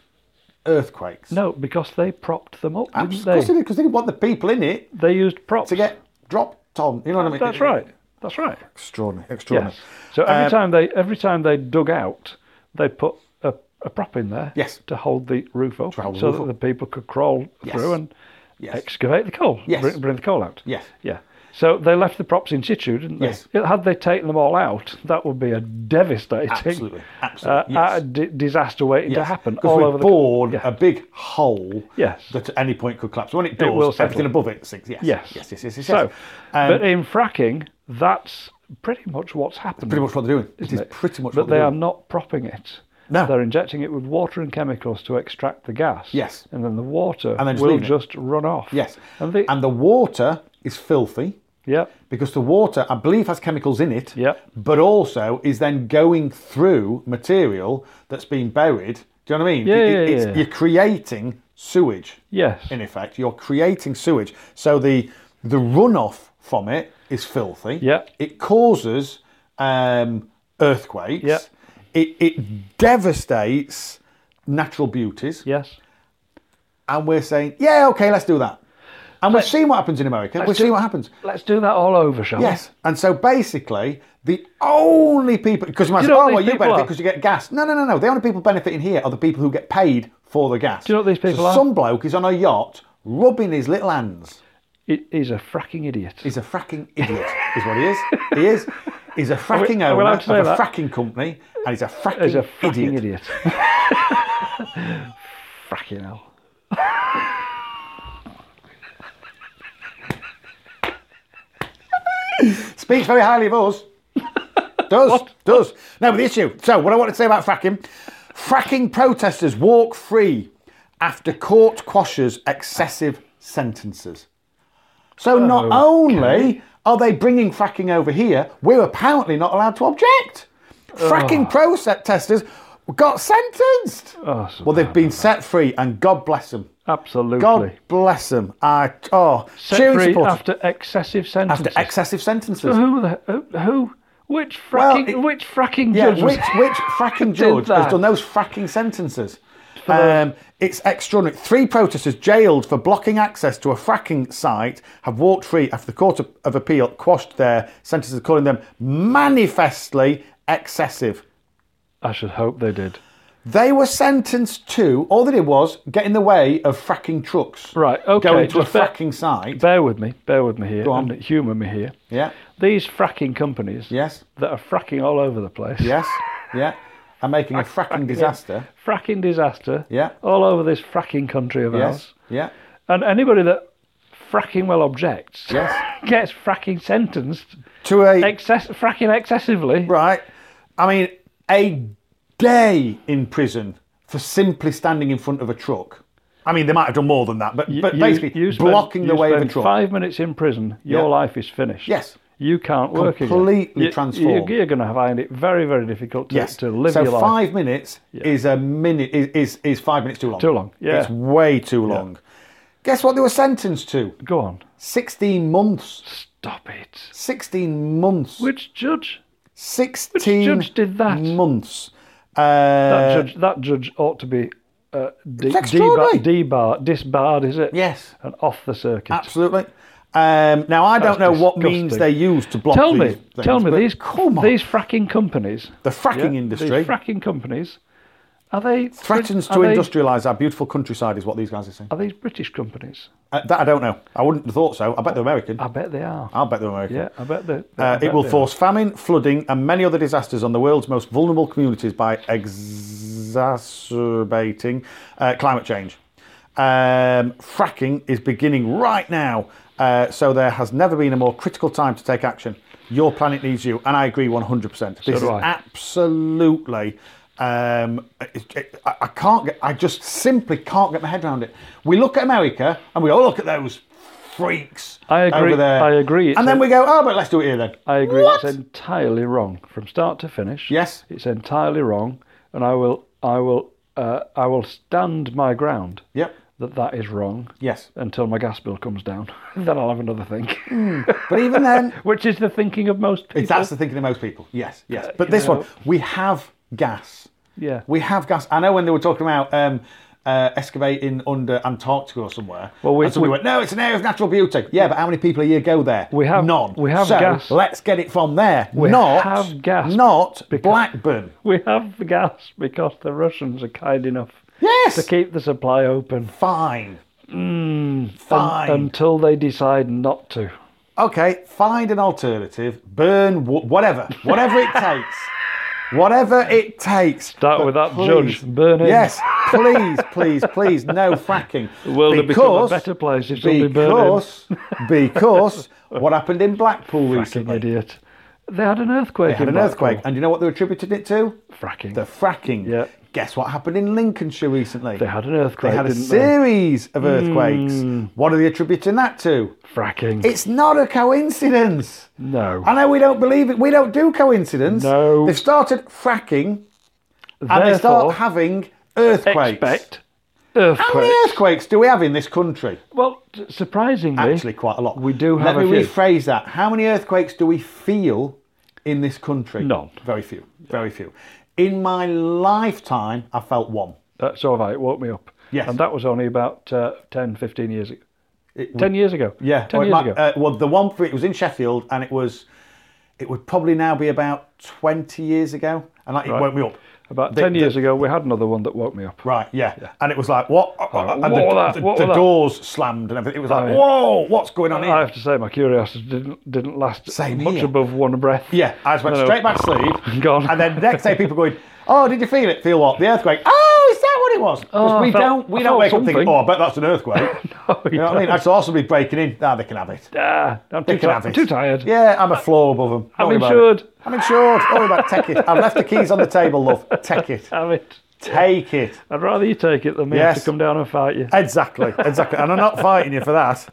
Speaker 4: earthquakes.
Speaker 2: no, because they propped them up, didn't
Speaker 4: Of course they
Speaker 2: they?
Speaker 4: did, because they didn't want the people in it
Speaker 2: They used props.
Speaker 4: to get dropped on. You know what I mean?
Speaker 2: That's right. That's right.
Speaker 4: Extraordinary. Extraordinary.
Speaker 2: Yes. So every
Speaker 4: Um,
Speaker 2: time they every time they dug out, they put a, a prop in there
Speaker 4: Yes.
Speaker 2: to hold the roof up,
Speaker 4: hold the
Speaker 2: so
Speaker 4: roof
Speaker 2: that
Speaker 4: up.
Speaker 2: the people could crawl
Speaker 4: Yes.
Speaker 2: through and
Speaker 4: Yes.
Speaker 2: excavate the coal,
Speaker 4: Yes.
Speaker 2: bring, bring the coal out.
Speaker 4: Yes.
Speaker 2: Yeah. So they left the props in situ, didn't they?
Speaker 4: Yes.
Speaker 2: Had they taken them all out, that would be a devastating
Speaker 4: Absolutely.
Speaker 2: uh,
Speaker 4: Absolutely.
Speaker 2: uh, di- disaster waiting to happen
Speaker 4: Because
Speaker 2: all
Speaker 4: we
Speaker 2: over the
Speaker 4: bored
Speaker 2: Yeah.
Speaker 4: a big hole
Speaker 2: Yes.
Speaker 4: that at any point could collapse. When it does,
Speaker 2: will settle.
Speaker 4: everything above it sinks. Yes.
Speaker 2: Yes.
Speaker 4: Yes. Yes. Yes. yes,
Speaker 2: So,
Speaker 4: yes. Um,
Speaker 2: but in fracking, that's pretty much what's happened.
Speaker 4: pretty much what they're doing. It
Speaker 2: isn't
Speaker 4: is pretty much
Speaker 2: But
Speaker 4: what
Speaker 2: they
Speaker 4: they're
Speaker 2: are
Speaker 4: doing.
Speaker 2: not propping it.
Speaker 4: No.
Speaker 2: They're injecting it with water and chemicals to extract the gas.
Speaker 4: Yes.
Speaker 2: And then the water
Speaker 4: And then just
Speaker 2: will
Speaker 4: leaving it.
Speaker 2: just run off.
Speaker 4: Yes.
Speaker 2: And the
Speaker 4: and the water is filthy.
Speaker 2: yeah.
Speaker 4: because the water, I believe, has chemicals in it,
Speaker 2: Yep.
Speaker 4: but also is then going through material that's been buried. Do you know what I mean?
Speaker 2: Yeah,
Speaker 4: It-
Speaker 2: yeah,
Speaker 4: it- it's-
Speaker 2: yeah.
Speaker 4: You're creating sewage,
Speaker 2: Yes.
Speaker 4: in effect. You're creating sewage. So the the runoff from it is filthy.
Speaker 2: Yep.
Speaker 4: It causes um, earthquakes.
Speaker 2: Yep.
Speaker 4: It, it devastates natural beauties.
Speaker 2: Yes.
Speaker 4: and we're saying, yeah, okay, let's do that. And we're seeing what happens in America. We're seeing what happens.
Speaker 2: Let's do that all over, shall we?
Speaker 4: Yes. And so basically, the only people, because you might
Speaker 2: Do
Speaker 4: say,
Speaker 2: you know
Speaker 4: oh,
Speaker 2: what
Speaker 4: well,
Speaker 2: these
Speaker 4: you
Speaker 2: people
Speaker 4: benefit
Speaker 2: are?
Speaker 4: because you get gas. No, no, no, no. The only people benefiting here are the people who get paid for the gas. Do
Speaker 2: you know what these people are?
Speaker 4: Some bloke is on a yacht rubbing his little hands.
Speaker 2: It is a fracking idiot.
Speaker 4: He's a fracking idiot, is what he is. He is. He's a fracking
Speaker 2: are
Speaker 4: owner
Speaker 2: we allowed
Speaker 4: of
Speaker 2: to say
Speaker 4: a
Speaker 2: that?
Speaker 4: fracking company, and he's a fracking,
Speaker 2: He's a fracking
Speaker 4: idiot.
Speaker 2: idiot. fracking hell.
Speaker 4: Speaks very highly of us. Does, does. No, but the issue. So, what I want to say about fracking fracking protesters walk free after court quashes excessive sentences. So,
Speaker 2: Oh,
Speaker 4: not only are they bringing fracking over here, we're apparently not allowed to object.
Speaker 2: Oh.
Speaker 4: Fracking protesters got sentenced.
Speaker 2: Oh, so
Speaker 4: well, they've been set free, and God bless them.
Speaker 2: Absolutely.
Speaker 4: God bless them. I, oh,
Speaker 2: Set
Speaker 4: cheering
Speaker 2: free
Speaker 4: supporters.
Speaker 2: after excessive
Speaker 4: after
Speaker 2: sentences.
Speaker 4: excessive sentences.
Speaker 2: who, the, who, who? Which
Speaker 4: Well,
Speaker 2: fracking?
Speaker 4: it-
Speaker 2: which fracking
Speaker 4: Yeah,
Speaker 2: judge? was-
Speaker 4: which which fracking judge has
Speaker 2: that?
Speaker 4: done those fracking sentences? Um, it's extraordinary. Three protesters jailed for blocking access to a fracking site have walked free after the Court of, of Appeal quashed their sentences, calling them manifestly excessive.
Speaker 2: I should hope they did.
Speaker 4: They were sentenced to all they did was get in the way of fracking trucks.
Speaker 2: Right, okay,
Speaker 4: Going to a
Speaker 2: just bear-
Speaker 4: fracking site.
Speaker 2: Bear with me. Bear with me here.
Speaker 4: on.
Speaker 2: And humour me here.
Speaker 4: yeah.
Speaker 2: These fracking companies
Speaker 4: Yes.
Speaker 2: that are fracking all over the place.
Speaker 4: Yes. Yeah. And making a fracking disaster.
Speaker 2: Fracking disaster.
Speaker 4: Yeah.
Speaker 2: All over this fracking country of
Speaker 4: Yes.
Speaker 2: ours.
Speaker 4: Yeah.
Speaker 2: And anybody that fracking well objects
Speaker 4: Yes.
Speaker 2: gets fracking sentenced
Speaker 4: To a
Speaker 2: excess fracking excessively.
Speaker 4: Right. I mean, a day in prison for simply standing in front of a truck. I mean, they might have done more than that, but,
Speaker 2: You-
Speaker 4: but
Speaker 2: you-
Speaker 4: basically
Speaker 2: you spend-
Speaker 4: blocking the
Speaker 2: you
Speaker 4: way of a
Speaker 2: spend
Speaker 4: truck.
Speaker 2: Five minutes in prison, your
Speaker 4: Yeah.
Speaker 2: life is finished.
Speaker 4: Yes.
Speaker 2: You can't work again.
Speaker 4: Completely
Speaker 2: You-
Speaker 4: transformed.
Speaker 2: You, are going to find it very, very difficult to,
Speaker 4: yes.
Speaker 2: to live
Speaker 4: so
Speaker 2: your life.
Speaker 4: five minutes is a minute is, is is five minutes too long.
Speaker 2: Too long, yeah.
Speaker 4: It's way too long. Guess what they were sentenced to?
Speaker 2: Go on.
Speaker 4: Sixteen months.
Speaker 2: Stop it.
Speaker 4: Sixteen months.
Speaker 2: Which judge?
Speaker 4: Sixteen
Speaker 2: judge did that?
Speaker 4: months. Uh,
Speaker 2: That judge. That judge ought to be uh,
Speaker 4: It's
Speaker 2: de- debar,
Speaker 4: extraordinary.
Speaker 2: debar, disbarred. Is it?
Speaker 4: Yes.
Speaker 2: And off the circuit.
Speaker 4: Absolutely. Um, now I don't know
Speaker 2: That's
Speaker 4: what means
Speaker 2: disgusting.
Speaker 4: they use to block.
Speaker 2: Tell me,
Speaker 4: these things,
Speaker 2: tell me,
Speaker 4: but
Speaker 2: these
Speaker 4: come on.
Speaker 2: these fracking companies,
Speaker 4: the fracking
Speaker 2: yeah,
Speaker 4: industry
Speaker 2: these fracking companies, are they
Speaker 4: threatens to
Speaker 2: are they-
Speaker 4: industrialise our beautiful countryside, is what these guys are saying.
Speaker 2: Are these British companies?
Speaker 4: Uh, that I don't know. I wouldn't have thought so. I bet they're American.
Speaker 2: I bet they are.
Speaker 4: I'll bet they're American.
Speaker 2: Uh, yeah, I bet they. I
Speaker 4: Uh, it
Speaker 2: bet
Speaker 4: will
Speaker 2: they are.
Speaker 4: force famine, flooding, and many other disasters on the world's most vulnerable communities by exacerbating uh, climate change. Um, fracking is beginning right now, uh, so there has never been a more critical time to take action. Your planet needs you, and I agree 100%. This is
Speaker 2: do I.
Speaker 4: absolutely. Um, it- it- I, I can't get. I just simply can't get my head around it. We look at America and we go, "Oh, look at those freaks."
Speaker 2: I agree-
Speaker 4: Over there.
Speaker 2: I agree, it's
Speaker 4: And then
Speaker 2: a-
Speaker 4: we go, "Oh, but let's do it here then."
Speaker 2: I agree.
Speaker 4: What?
Speaker 2: It's entirely wrong from start to finish.
Speaker 4: Yes.
Speaker 2: it's entirely wrong, and I will, I will, uh, I will stand my ground
Speaker 4: Yep.
Speaker 2: that that is wrong.
Speaker 4: Yes.
Speaker 2: Until my gas bill comes down, then I'll have another think.
Speaker 4: But even then,
Speaker 2: Which is the thinking of most people.
Speaker 4: that's the thinking of most people. Yes. Yes. But
Speaker 2: Uh, you
Speaker 4: this
Speaker 2: know-
Speaker 4: one, we have gas.
Speaker 2: yeah.
Speaker 4: We have gas. I know when they were talking about um, uh, excavating under Antarctica or somewhere.
Speaker 2: Well, we-
Speaker 4: and somebody
Speaker 2: we-
Speaker 4: went, no, it's an area of natural beauty. Yeah, but how many people a year go there?
Speaker 2: We have-
Speaker 4: none.
Speaker 2: we have
Speaker 4: so
Speaker 2: gas.
Speaker 4: Let's get it from there.
Speaker 2: We
Speaker 4: not
Speaker 2: have gas
Speaker 4: Not
Speaker 2: because-
Speaker 4: Blackburn.
Speaker 2: We have the gas because the Russians are kind enough
Speaker 4: Yes.
Speaker 2: to keep the supply open
Speaker 4: Fine.
Speaker 2: un-
Speaker 4: fine.
Speaker 2: until they decide not to.
Speaker 4: okay, find an alternative. Burn wh- whatever, whatever it takes. Whatever it takes.
Speaker 2: Start
Speaker 4: But
Speaker 2: with that
Speaker 4: please-
Speaker 2: judge, burn him.
Speaker 4: Yes, please, please, please, no fracking.
Speaker 2: world would become a better place if somebody burned him.
Speaker 4: because, because what happened in Blackpool
Speaker 2: Fucking
Speaker 4: recently?
Speaker 2: idiot. They had an earthquake.
Speaker 4: They had
Speaker 2: in
Speaker 4: an
Speaker 2: Blackpool.
Speaker 4: earthquake, and you know what they attributed it to?
Speaker 2: Fracking.
Speaker 4: The fracking.
Speaker 2: Yeah.
Speaker 4: Guess what happened in Lincolnshire recently?
Speaker 2: they had an earthquake.
Speaker 4: They had a
Speaker 2: didn't they? Hmm.
Speaker 4: series of earthquakes. What are they attributing that to?
Speaker 2: Fracking.
Speaker 4: It's not a coincidence.
Speaker 2: no.
Speaker 4: I know we don't believe it. We don't do coincidence.
Speaker 2: No.
Speaker 4: They've started fracking and they
Speaker 2: Therefore,
Speaker 4: start having earthquakes.
Speaker 2: expect
Speaker 4: How many
Speaker 2: earthquakes.
Speaker 4: earthquakes do we have in this country?
Speaker 2: Well, t- surprisingly,
Speaker 4: Actually, quite a lot.
Speaker 2: we do
Speaker 4: Let
Speaker 2: have
Speaker 4: me
Speaker 2: a few.
Speaker 4: rephrase that. How many earthquakes do we feel in this country?
Speaker 2: None.
Speaker 4: Very few. Very few. In my lifetime, I felt one.
Speaker 2: That's all right. Woke me up.
Speaker 4: Yes.
Speaker 2: And that was only about uh, 10, 15 years ago.
Speaker 4: It-
Speaker 2: 10 years ago.
Speaker 4: Yeah,
Speaker 2: 10
Speaker 4: well, it
Speaker 2: years
Speaker 4: might-
Speaker 2: ago.
Speaker 4: Uh, well, the one for it was in Sheffield, and it was, it would probably now be about twenty years ago, and like it woke me up.
Speaker 2: about
Speaker 4: the-
Speaker 2: 10
Speaker 4: the-
Speaker 2: years ago, we had another one that woke me up.
Speaker 4: Right, yeah. and it was like what? and
Speaker 2: what
Speaker 4: the,
Speaker 2: were that?
Speaker 4: the,
Speaker 2: What
Speaker 4: the
Speaker 2: were that? Oh,
Speaker 4: doors slammed and everything. It was like,
Speaker 2: yeah.
Speaker 4: whoa, what's going on
Speaker 2: I
Speaker 4: here?
Speaker 2: have to say, my curiosity didn't didn't last
Speaker 4: Same
Speaker 2: much
Speaker 4: here.
Speaker 2: above one breath.
Speaker 4: Yeah, I just went
Speaker 2: No.
Speaker 4: straight back to sleep.
Speaker 2: Gone.
Speaker 4: And then the next day, people going, "Oh, did you feel it? Feel what? The earthquake? Oh, is that what it was? Because
Speaker 2: Oh, I
Speaker 4: we
Speaker 2: felt-
Speaker 4: don't, we
Speaker 2: I
Speaker 4: don't
Speaker 2: felt
Speaker 4: wake up thinking,
Speaker 2: something.
Speaker 4: oh, I bet that's an earthquake.
Speaker 2: Oh,
Speaker 4: you know what I mean? I'd also be breaking in. Ah, they can have it.
Speaker 2: Ah, I'm
Speaker 4: They
Speaker 2: too,
Speaker 4: can
Speaker 2: ti-
Speaker 4: have
Speaker 2: I'm
Speaker 4: it.
Speaker 2: too tired.
Speaker 4: Yeah, I'm a floor above them. Don't
Speaker 2: I'm
Speaker 4: worry about it.
Speaker 2: insured.
Speaker 4: I'm insured. Don't worry about it. Take it. I've left the keys on the table, love. Take it.
Speaker 2: Have it.
Speaker 4: Take it.
Speaker 2: I'd rather you take it than me have
Speaker 4: Yes.
Speaker 2: to come down and fight you.
Speaker 4: Exactly. Exactly. And I'm not fighting you for that.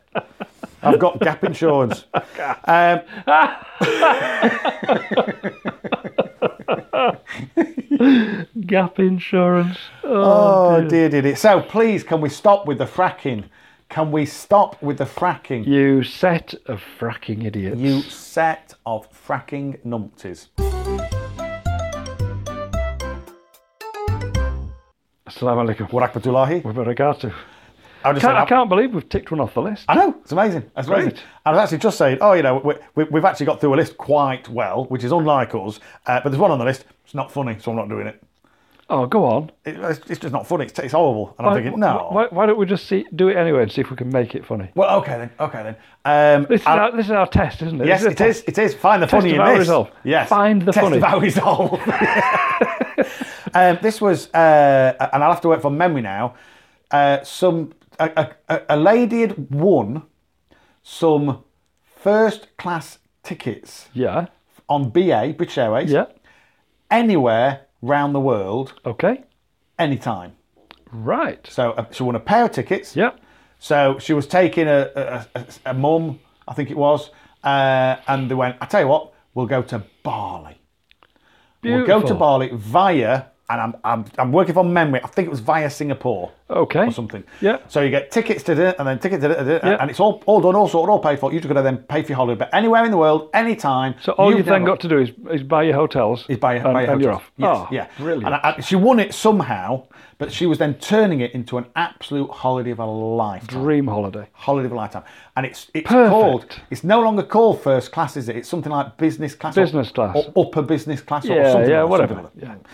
Speaker 4: I've got gap insurance. Um,
Speaker 2: Gap insurance.
Speaker 4: oh, dear, dear, dear. So please, can we stop with the fracking? Can we stop with the fracking?
Speaker 2: You set of fracking idiots.
Speaker 4: You set of fracking numpties.
Speaker 2: Assalamu alaikum.
Speaker 4: What Akbatulahi?
Speaker 2: Wa barakatuh.
Speaker 4: I just
Speaker 2: Can't, I
Speaker 4: said,
Speaker 2: can't believe we've ticked one off the list.
Speaker 4: I know, it's amazing. It's amazing.
Speaker 2: Great.
Speaker 4: I was actually just saying, oh, you know, we, we, we've actually got through a list quite well, which is unlike us, uh, but there's one on the list. It's not funny, so I'm not doing it.
Speaker 2: Oh, go on.
Speaker 4: It- it's, it's just not funny. It's, it's horrible. And I'm thinking, no.
Speaker 2: Why, why don't we just see, do it anyway and see if we can make it funny?
Speaker 4: Well, okay then. Okay then. Um,
Speaker 2: This is,
Speaker 4: and-
Speaker 2: our, this is our test, isn't it?
Speaker 4: yes,
Speaker 2: This
Speaker 4: it is. It is. Find the
Speaker 2: Test
Speaker 4: funny
Speaker 2: of
Speaker 4: in
Speaker 2: our
Speaker 4: this.
Speaker 2: resolve.
Speaker 4: Yes.
Speaker 2: Find the
Speaker 4: Test
Speaker 2: funny.
Speaker 4: of our resolve. um, this was, uh, and I'll have to work from memory now. Uh, some a, a, a- a lady had won some first class tickets
Speaker 2: Yeah.
Speaker 4: on BA British Airways
Speaker 2: Yeah.
Speaker 4: anywhere round the world,
Speaker 2: Okay.
Speaker 4: anytime.
Speaker 2: Right.
Speaker 4: So uh, she won a pair of tickets.
Speaker 2: Yeah.
Speaker 4: So she was taking a, a, a, a mum, I think it was, uh, and they went, I tell you what, we'll go to Bali.
Speaker 2: Beautiful.
Speaker 4: We'll go to Bali via, and I'm, I'm, I'm working from memory, I think it was via Singapore
Speaker 2: Okay.
Speaker 4: or something.
Speaker 2: Yeah.
Speaker 4: So you get tickets to dinner and then tickets to dinner,
Speaker 2: Yeah.
Speaker 4: and it's all, all done, all sorted, all paid for. You just got to then pay for your holiday, but anywhere in the world, anytime.
Speaker 2: So all you've then
Speaker 4: never-
Speaker 2: got to do is, is buy your hotels.
Speaker 4: is by,
Speaker 2: and,
Speaker 4: by
Speaker 2: and you're
Speaker 4: hotels.
Speaker 2: off.
Speaker 4: Yes,
Speaker 2: Oh,
Speaker 4: yeah.
Speaker 2: Brilliant.
Speaker 4: And I- I- she won it somehow, but she was then turning it into an absolute holiday of a lifetime.
Speaker 2: Dream holiday.
Speaker 4: holiday of a lifetime. And it's it's
Speaker 2: Perfect.
Speaker 4: called it's no longer called first class, is it? It's something like business class, or-
Speaker 2: Business class.
Speaker 4: or upper business class, or
Speaker 2: Yeah,
Speaker 4: something
Speaker 2: yeah,
Speaker 4: like,
Speaker 2: whatever.
Speaker 4: something like that.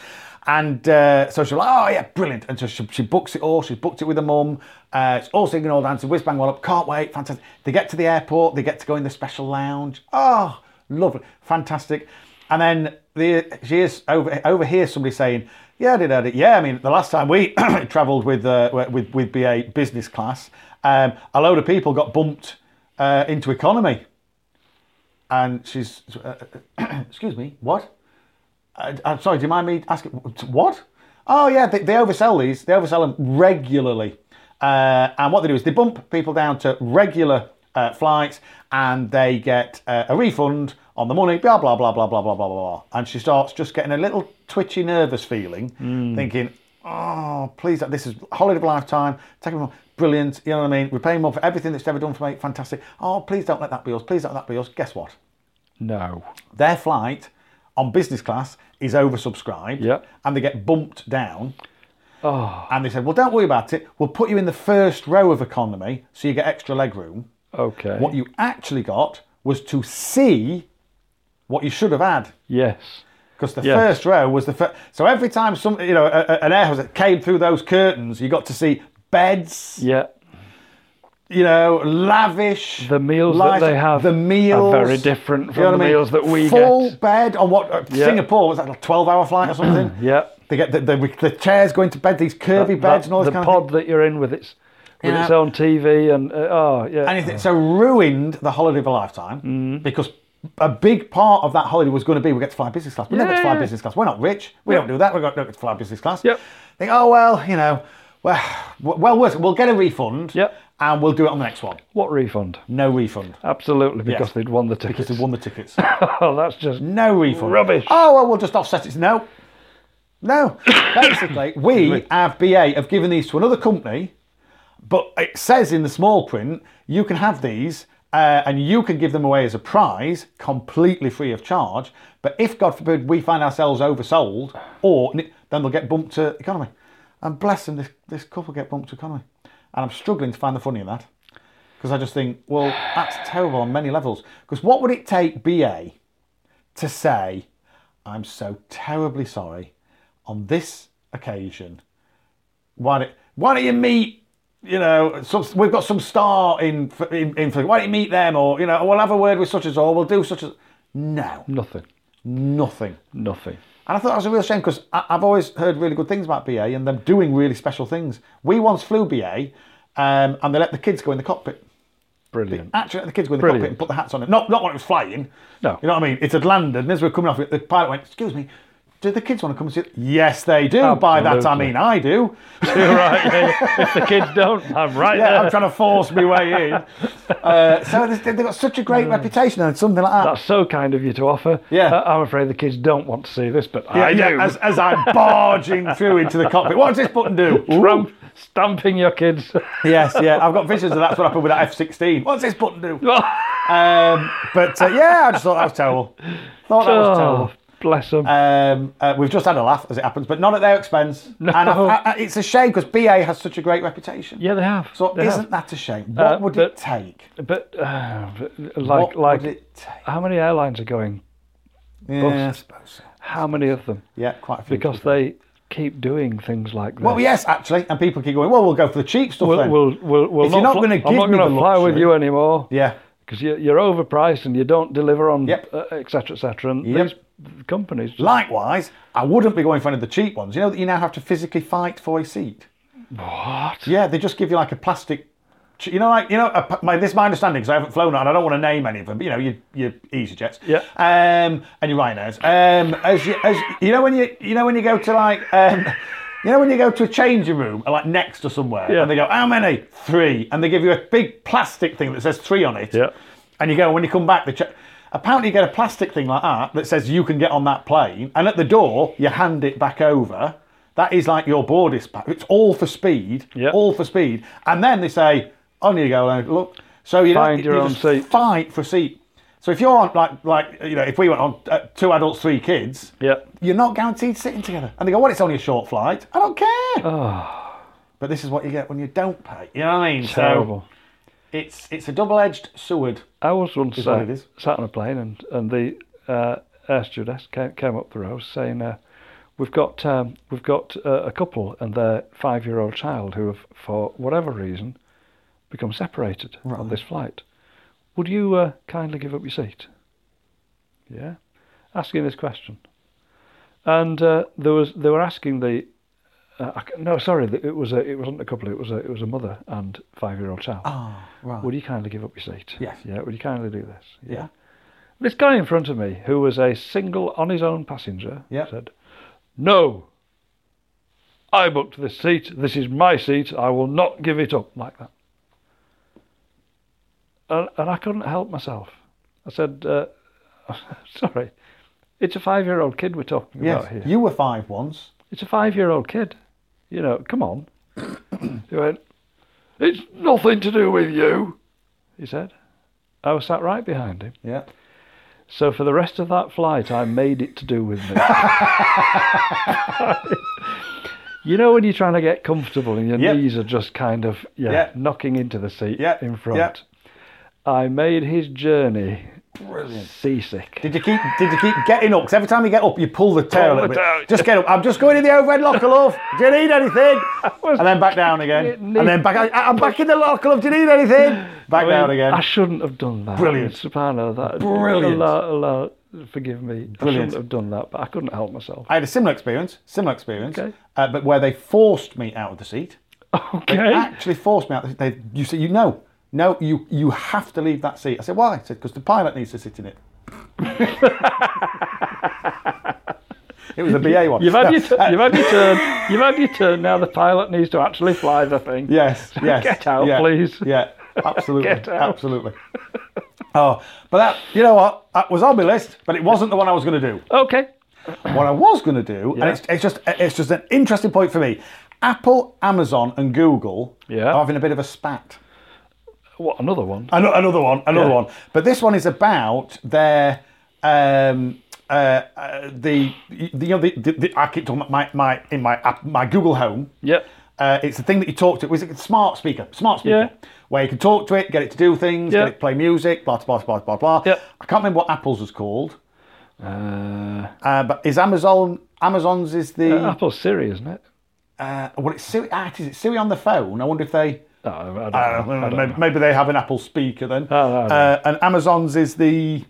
Speaker 4: And uh, so she's like, oh yeah, brilliant. And so she, she books it all. She's booked it with her mum. Uh, it's all singing, all dancing, whiz bang, well up. Can't wait, fantastic. They get to the airport. They get to go in the special lounge. Oh, lovely, fantastic. And then the, she is over overhears somebody saying, yeah, did I did. Yeah, I mean, the last time we travelled with, uh, with with BA business class, um, a load of people got bumped uh, into economy. And she's, uh, excuse me, what? I, I'm Uh, sorry, do you mind me asking? What? Oh, yeah, they, they oversell these. They oversell them regularly. Uh, and what they do is they bump people down to regular uh, flights and they get uh, a refund on the money, blah, blah, blah, blah, blah, blah, blah, blah. And she starts just getting a little twitchy, nervous feeling, thinking, oh, please, this is holiday of a lifetime. Take me home. Brilliant. You know what I mean? We're paying more for everything that's ever done for me. Fantastic. Oh, please don't let that be us. Please don't let that be us. Guess what?
Speaker 2: No.
Speaker 4: their flight on business class is oversubscribed
Speaker 2: Yeah.
Speaker 4: and they get bumped down. And they said, Well, don't worry about it. We'll put you in the first row of economy so you get extra leg room.
Speaker 2: Okay.
Speaker 4: What you actually got was to see what you should have had
Speaker 2: Yes.
Speaker 4: because the
Speaker 2: Yes.
Speaker 4: first row was the first. So every time some, you know, a, a- an air hostess came through those curtains, you got to see beds,
Speaker 2: Yeah.
Speaker 4: you know, lavish.
Speaker 2: The meals
Speaker 4: life-
Speaker 2: that they have
Speaker 4: the meals
Speaker 2: are very different from
Speaker 4: You know
Speaker 2: the
Speaker 4: what I mean?
Speaker 2: meals that we
Speaker 4: Full
Speaker 2: get.
Speaker 4: bed on what uh,
Speaker 2: Yeah.
Speaker 4: Singapore was that a twelve-hour flight or something?
Speaker 2: Yeah.
Speaker 4: They get the, the, the chairs going to bed, these curvy
Speaker 2: That-
Speaker 4: beds and all this
Speaker 2: the
Speaker 4: kind
Speaker 2: pod
Speaker 4: of thing.
Speaker 2: that you're in with its with
Speaker 4: Yeah.
Speaker 2: its own TV and uh, oh yeah.
Speaker 4: And it- so ruined the holiday of a lifetime
Speaker 2: Mm.
Speaker 4: because a big part of that holiday was going to be we get to fly business class. We never get to fly
Speaker 2: Yeah.
Speaker 4: business class. We're not rich. We
Speaker 2: Yep.
Speaker 4: don't do that. We don't get to fly business class.
Speaker 2: Yep.
Speaker 4: Think, oh well, you know, well, well, worse. We'll get a refund.
Speaker 2: Yep.
Speaker 4: And we'll do it on the next one.
Speaker 2: what refund?
Speaker 4: No refund.
Speaker 2: Absolutely, because
Speaker 4: Yes.
Speaker 2: they'd won the tickets.
Speaker 4: They won the tickets.
Speaker 2: oh, that's just
Speaker 4: No refund.
Speaker 2: Rubbish.
Speaker 4: Oh, well, we'll just offset it. No. No. Basically, we, have BA, have given these to another company, but it says in the small print, you can have these uh, and you can give them away as a prize, completely free of charge. But if, God forbid, we find ourselves oversold, or then they'll get bumped to economy. And bless them, this, this couple get bumped to Connolly. And I'm struggling to find the funny in that. Because I just think, well, that's terrible on many levels. Because what would it take BA to say, I'm so terribly sorry on this occasion? Why don't, why don't you meet, you know, some, we've got some star in, in, in, why don't you meet them? Or, you know, we'll have a word with such as all, we'll do such as. No,
Speaker 2: Nothing.
Speaker 4: nothing.
Speaker 2: Nothing.
Speaker 4: And I thought that was a real shame because I've always heard really good things about BA and them doing really special things. We once flew BA um, and they let the kids go in the cockpit.
Speaker 2: Brilliant.
Speaker 4: Actually, let the kids go in the
Speaker 2: Brilliant.
Speaker 4: cockpit and put the hats on it. Not, not when it was flying.
Speaker 2: No.
Speaker 4: You know what I mean? It had landed and as we were coming off it, the pilot went, Excuse me, do the kids want to come and see it? Yes, they do. By that I
Speaker 2: Absolutely.
Speaker 4: mean I do.
Speaker 2: right. if the kids don't, I'm right
Speaker 4: Yeah,
Speaker 2: there.
Speaker 4: I'm trying to force my way in. Uh, so they- they've got such a great reputation and something like that.
Speaker 2: Mm. That's so kind of you to offer.
Speaker 4: Yeah.
Speaker 2: Uh, I'm afraid the kids don't want to see this, but I do.
Speaker 4: Yeah, yeah, as, as I'm barging through into the cockpit. What does this button do?
Speaker 2: Trump stamping your kids.
Speaker 4: Yes, yeah, I've got visions of that's what happened with that F-16. What's this button do?
Speaker 2: oh,
Speaker 4: Um, but uh, yeah, I just thought that was terrible. Thought that was terrible.
Speaker 2: Oh, bless them.
Speaker 4: Um, uh, we've just had a laugh as it happens, but not at their expense.
Speaker 2: No.
Speaker 4: And I, I, I- it's a shame because BA has such a great reputation.
Speaker 2: yeah, they have.
Speaker 4: So
Speaker 2: They
Speaker 4: isn't
Speaker 2: have.
Speaker 4: that a shame? What
Speaker 2: Uh,
Speaker 4: would
Speaker 2: but-
Speaker 4: it take?
Speaker 2: But, uh, but like,
Speaker 4: what
Speaker 2: like,
Speaker 4: would it take?
Speaker 2: how many airlines are going?
Speaker 4: Yeah, I suppose so.
Speaker 2: How many of them?
Speaker 4: Yeah, quite a few.
Speaker 2: Because they keep doing things like this.
Speaker 4: well, yes, actually, and people keep going. Well, we'll go for the cheap stuff
Speaker 2: We'll,
Speaker 4: then.
Speaker 2: we'll, we'll, we'll
Speaker 4: If you're not
Speaker 2: fly-
Speaker 4: gonna
Speaker 2: I'm
Speaker 4: give
Speaker 2: not
Speaker 4: me
Speaker 2: going
Speaker 4: the
Speaker 2: to fly with
Speaker 4: luxury-
Speaker 2: you anymore.
Speaker 4: yeah,
Speaker 2: because you're, you're overpriced and you don't deliver on
Speaker 4: Yep.
Speaker 2: uh, et cetera, et cetera. And
Speaker 4: Yep.
Speaker 2: these companies,
Speaker 4: Likewise, I wouldn't be going for any of the cheap ones. You know that you now have to physically fight for a seat. What? Yeah, they just give you like a plastic. ch- You know, like you know, a, p- my, this is my understanding because I haven't flown it and I don't want to name any of them. But you know, you you EasyJets,
Speaker 2: Yeah.
Speaker 4: um, and your Ryanairs. Um, as you as you know when you you know when you go to like. Um, you know when you go to a changing room, or like next to somewhere,
Speaker 2: Yeah.
Speaker 4: and they go, "How many? Three," and they give you a big plastic thing that says three on it.
Speaker 2: Yeah.
Speaker 4: And you go, when you come back, they check. Apparently, you get a plastic thing like that that says you can get on that plane, and at the door, you hand it back over. That is like your board dispatch. It's all for speed,
Speaker 2: Yeah.
Speaker 4: all for speed. And then they say, on you go, and look. So you
Speaker 2: Find
Speaker 4: don't,
Speaker 2: your
Speaker 4: you
Speaker 2: own
Speaker 4: just
Speaker 2: seat.
Speaker 4: Fight for a seat. So if you're on, like, like you know, if we went on uh, two adults, three kids,
Speaker 2: yeah,
Speaker 4: you're not guaranteed sitting together. And they go, well, it's only a short flight. I don't care. But this is what you get when you don't pay. You know what I mean?
Speaker 2: terrible.
Speaker 4: So it's, it's a double-edged sword.
Speaker 2: I was once
Speaker 4: what
Speaker 2: uh,
Speaker 4: it is.
Speaker 2: sat on a plane and and the uh, air stewardess came, came up the row saying, uh, "We've got um, we've got uh, a couple and their five-year-old child who have, for whatever reason, become separated on this flight. Would you uh, kindly give up your seat?" Yeah, asking this question, and uh, there was they were asking the. Uh, I c- no, sorry, th- it was a, it wasn't a couple. It was a, it was a mother and five-year-old child.
Speaker 4: Oh, right.
Speaker 2: Would you kindly give up your seat?
Speaker 4: Yes.
Speaker 2: Yeah, would you kindly do this?
Speaker 4: Yeah.
Speaker 2: This guy in front of me, who was a single on his own passenger,
Speaker 4: Yeah.
Speaker 2: said, No, I booked this seat. This is my seat. I will not give it up like that. And, and I couldn't help myself. I said, uh, Sorry, it's a five year old kid we're talking about here.
Speaker 4: Yes, you were five once.
Speaker 2: It's a five year old kid. You know, come on. he went, It's nothing to do with you, he said. I was sat right behind him.
Speaker 4: Yeah.
Speaker 2: So for the rest of that flight, I made it to do with me. you know, when you're trying to get comfortable and your
Speaker 4: Yep.
Speaker 2: knees are just kind of yeah,
Speaker 4: Yeah.
Speaker 2: knocking into the seat
Speaker 4: Yeah,
Speaker 2: in
Speaker 4: yeah.
Speaker 2: front. I made his journey seasick.
Speaker 4: Did you keep? Did you keep getting up? Because every time you get up, you pull the tail a
Speaker 2: the
Speaker 4: little bit.
Speaker 2: tail,
Speaker 4: Just get up. I'm just going in the overhead locker, love. Do you need anything?
Speaker 2: was-
Speaker 4: And then back down
Speaker 2: It
Speaker 4: again.
Speaker 2: need-
Speaker 4: And then back. out. I'm back in the locker, love. Do you need anything? Back
Speaker 2: I mean,
Speaker 4: down again.
Speaker 2: I shouldn't have done that.
Speaker 4: Brilliant.
Speaker 2: Subhanallah. That,
Speaker 4: Brilliant.
Speaker 2: Allah, Allah, forgive me. I
Speaker 4: Brilliant.
Speaker 2: shouldn't have done that, but I couldn't help myself.
Speaker 4: I had a similar experience. Similar experience.
Speaker 2: Okay.
Speaker 4: Uh, but where they forced me out of the seat.
Speaker 2: Okay.
Speaker 4: Actually forced me out. of the seat. They, you said, you know, no, you you have to leave that seat. I said, why? I said, because the pilot needs to sit in it. it was a BA one.
Speaker 2: You've had,
Speaker 4: No,
Speaker 2: your tu-
Speaker 4: uh,
Speaker 2: you've had your turn. You've had your turn. Now the pilot needs to actually fly the thing.
Speaker 4: Yes, yes.
Speaker 2: Get out,
Speaker 4: yeah,
Speaker 2: please.
Speaker 4: Yeah, absolutely.
Speaker 2: Get out.
Speaker 4: Absolutely. Oh, but that, you know what? That was on my list, but it wasn't the one I was going to do.
Speaker 2: Okay.
Speaker 4: What I was going to do, and it's, it's just it's just an interesting point for me. Apple, Amazon, and Google
Speaker 2: Yeah.
Speaker 4: are having a bit of a spat.
Speaker 2: What another one?
Speaker 4: Ano- Another one, another
Speaker 2: Yeah.
Speaker 4: one. But this one is about their um, uh, uh, the, the you know the, the, the I keep talking about my my in my app, my Google Home.
Speaker 2: Yep.
Speaker 4: Uh, it's the thing that you talk to. It's a smart speaker, smart speaker,
Speaker 2: Yeah.
Speaker 4: where you can talk to it, get it to do things,
Speaker 2: Yeah.
Speaker 4: get it to play music, blah blah blah blah blah.
Speaker 2: Yeah.
Speaker 4: I can't remember what Apple's was called,
Speaker 2: Uh,
Speaker 4: uh, but is Amazon Amazon's is the
Speaker 2: Apple Siri, isn't it?
Speaker 4: uh, well it's Siri, ah, it is it Siri on the phone? I wonder if they
Speaker 2: No, Oh, I don't
Speaker 4: I
Speaker 2: know.
Speaker 4: don't know,
Speaker 2: I don't
Speaker 4: maybe,
Speaker 2: know. Oh,
Speaker 4: maybe they have an Apple speaker then.
Speaker 2: I don't know.
Speaker 4: Uh, and Amazon's is the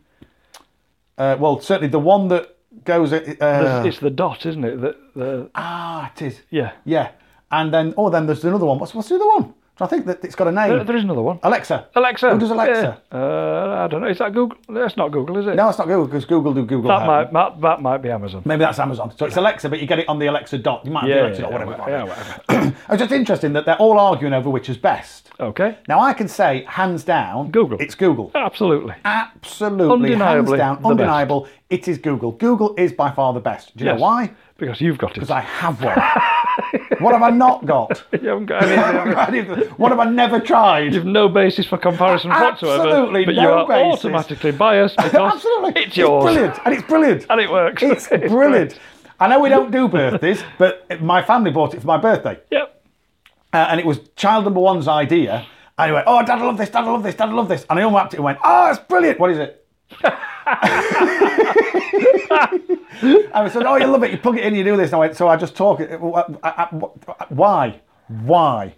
Speaker 4: uh, well certainly the one that goes uh,
Speaker 2: It's the dot, isn't it? The, the,
Speaker 4: ah it is
Speaker 2: yeah.
Speaker 4: yeah and then oh then there's another one. What's what's the other one? I think that it's got a
Speaker 2: There,
Speaker 4: name.
Speaker 2: there is another one.
Speaker 4: Alexa.
Speaker 2: Alexa.
Speaker 4: Hmm. Who does Alexa?
Speaker 2: Yeah. Uh, I don't know. Is that Google? That's not Google, is it?
Speaker 4: No, it's not Google because Google do Google.
Speaker 2: That
Speaker 4: Home.
Speaker 2: might, that, that might be Amazon.
Speaker 4: Maybe that's Amazon. So it's Alexa, but you get it on the Alexa dot. You might have the Alexa dot, whatever.
Speaker 2: yeah, whatever.
Speaker 4: It's just interesting that they're all arguing over which is best.
Speaker 2: Okay.
Speaker 4: Now I can say hands down,
Speaker 2: Google.
Speaker 4: It's Google.
Speaker 2: Absolutely.
Speaker 4: Absolutely, hands
Speaker 2: Undeniably
Speaker 4: down,
Speaker 2: the best.
Speaker 4: undeniable. It is Google. Google is by far the best. Do you
Speaker 2: Yes.
Speaker 4: know why?
Speaker 2: Because you've got it.
Speaker 4: Because I have one. what have I not got?
Speaker 2: you haven't got anything.
Speaker 4: what have I never tried?
Speaker 2: You've no basis for comparison whatsoever.
Speaker 4: Absolutely
Speaker 2: But you
Speaker 4: no
Speaker 2: are
Speaker 4: basis.
Speaker 2: automatically biased because
Speaker 4: Absolutely,
Speaker 2: it's yours.
Speaker 4: brilliant, and it's brilliant.
Speaker 2: And it works.
Speaker 4: It's
Speaker 2: It
Speaker 4: brilliant.
Speaker 2: works.
Speaker 4: I know we don't do birthdays, but my family bought it for my birthday.
Speaker 2: Yep.
Speaker 4: Uh, and it was child number one's idea. And he went, Oh, dad, I love this, dad, I love this, dad, I love this. And I unwrapped it and went, Oh, it's brilliant. What is it? and I said, Oh, you love it. You plug it in, you do this. And I went, So I just talk. it- uh, w- w- I- I- uh, Why? Why?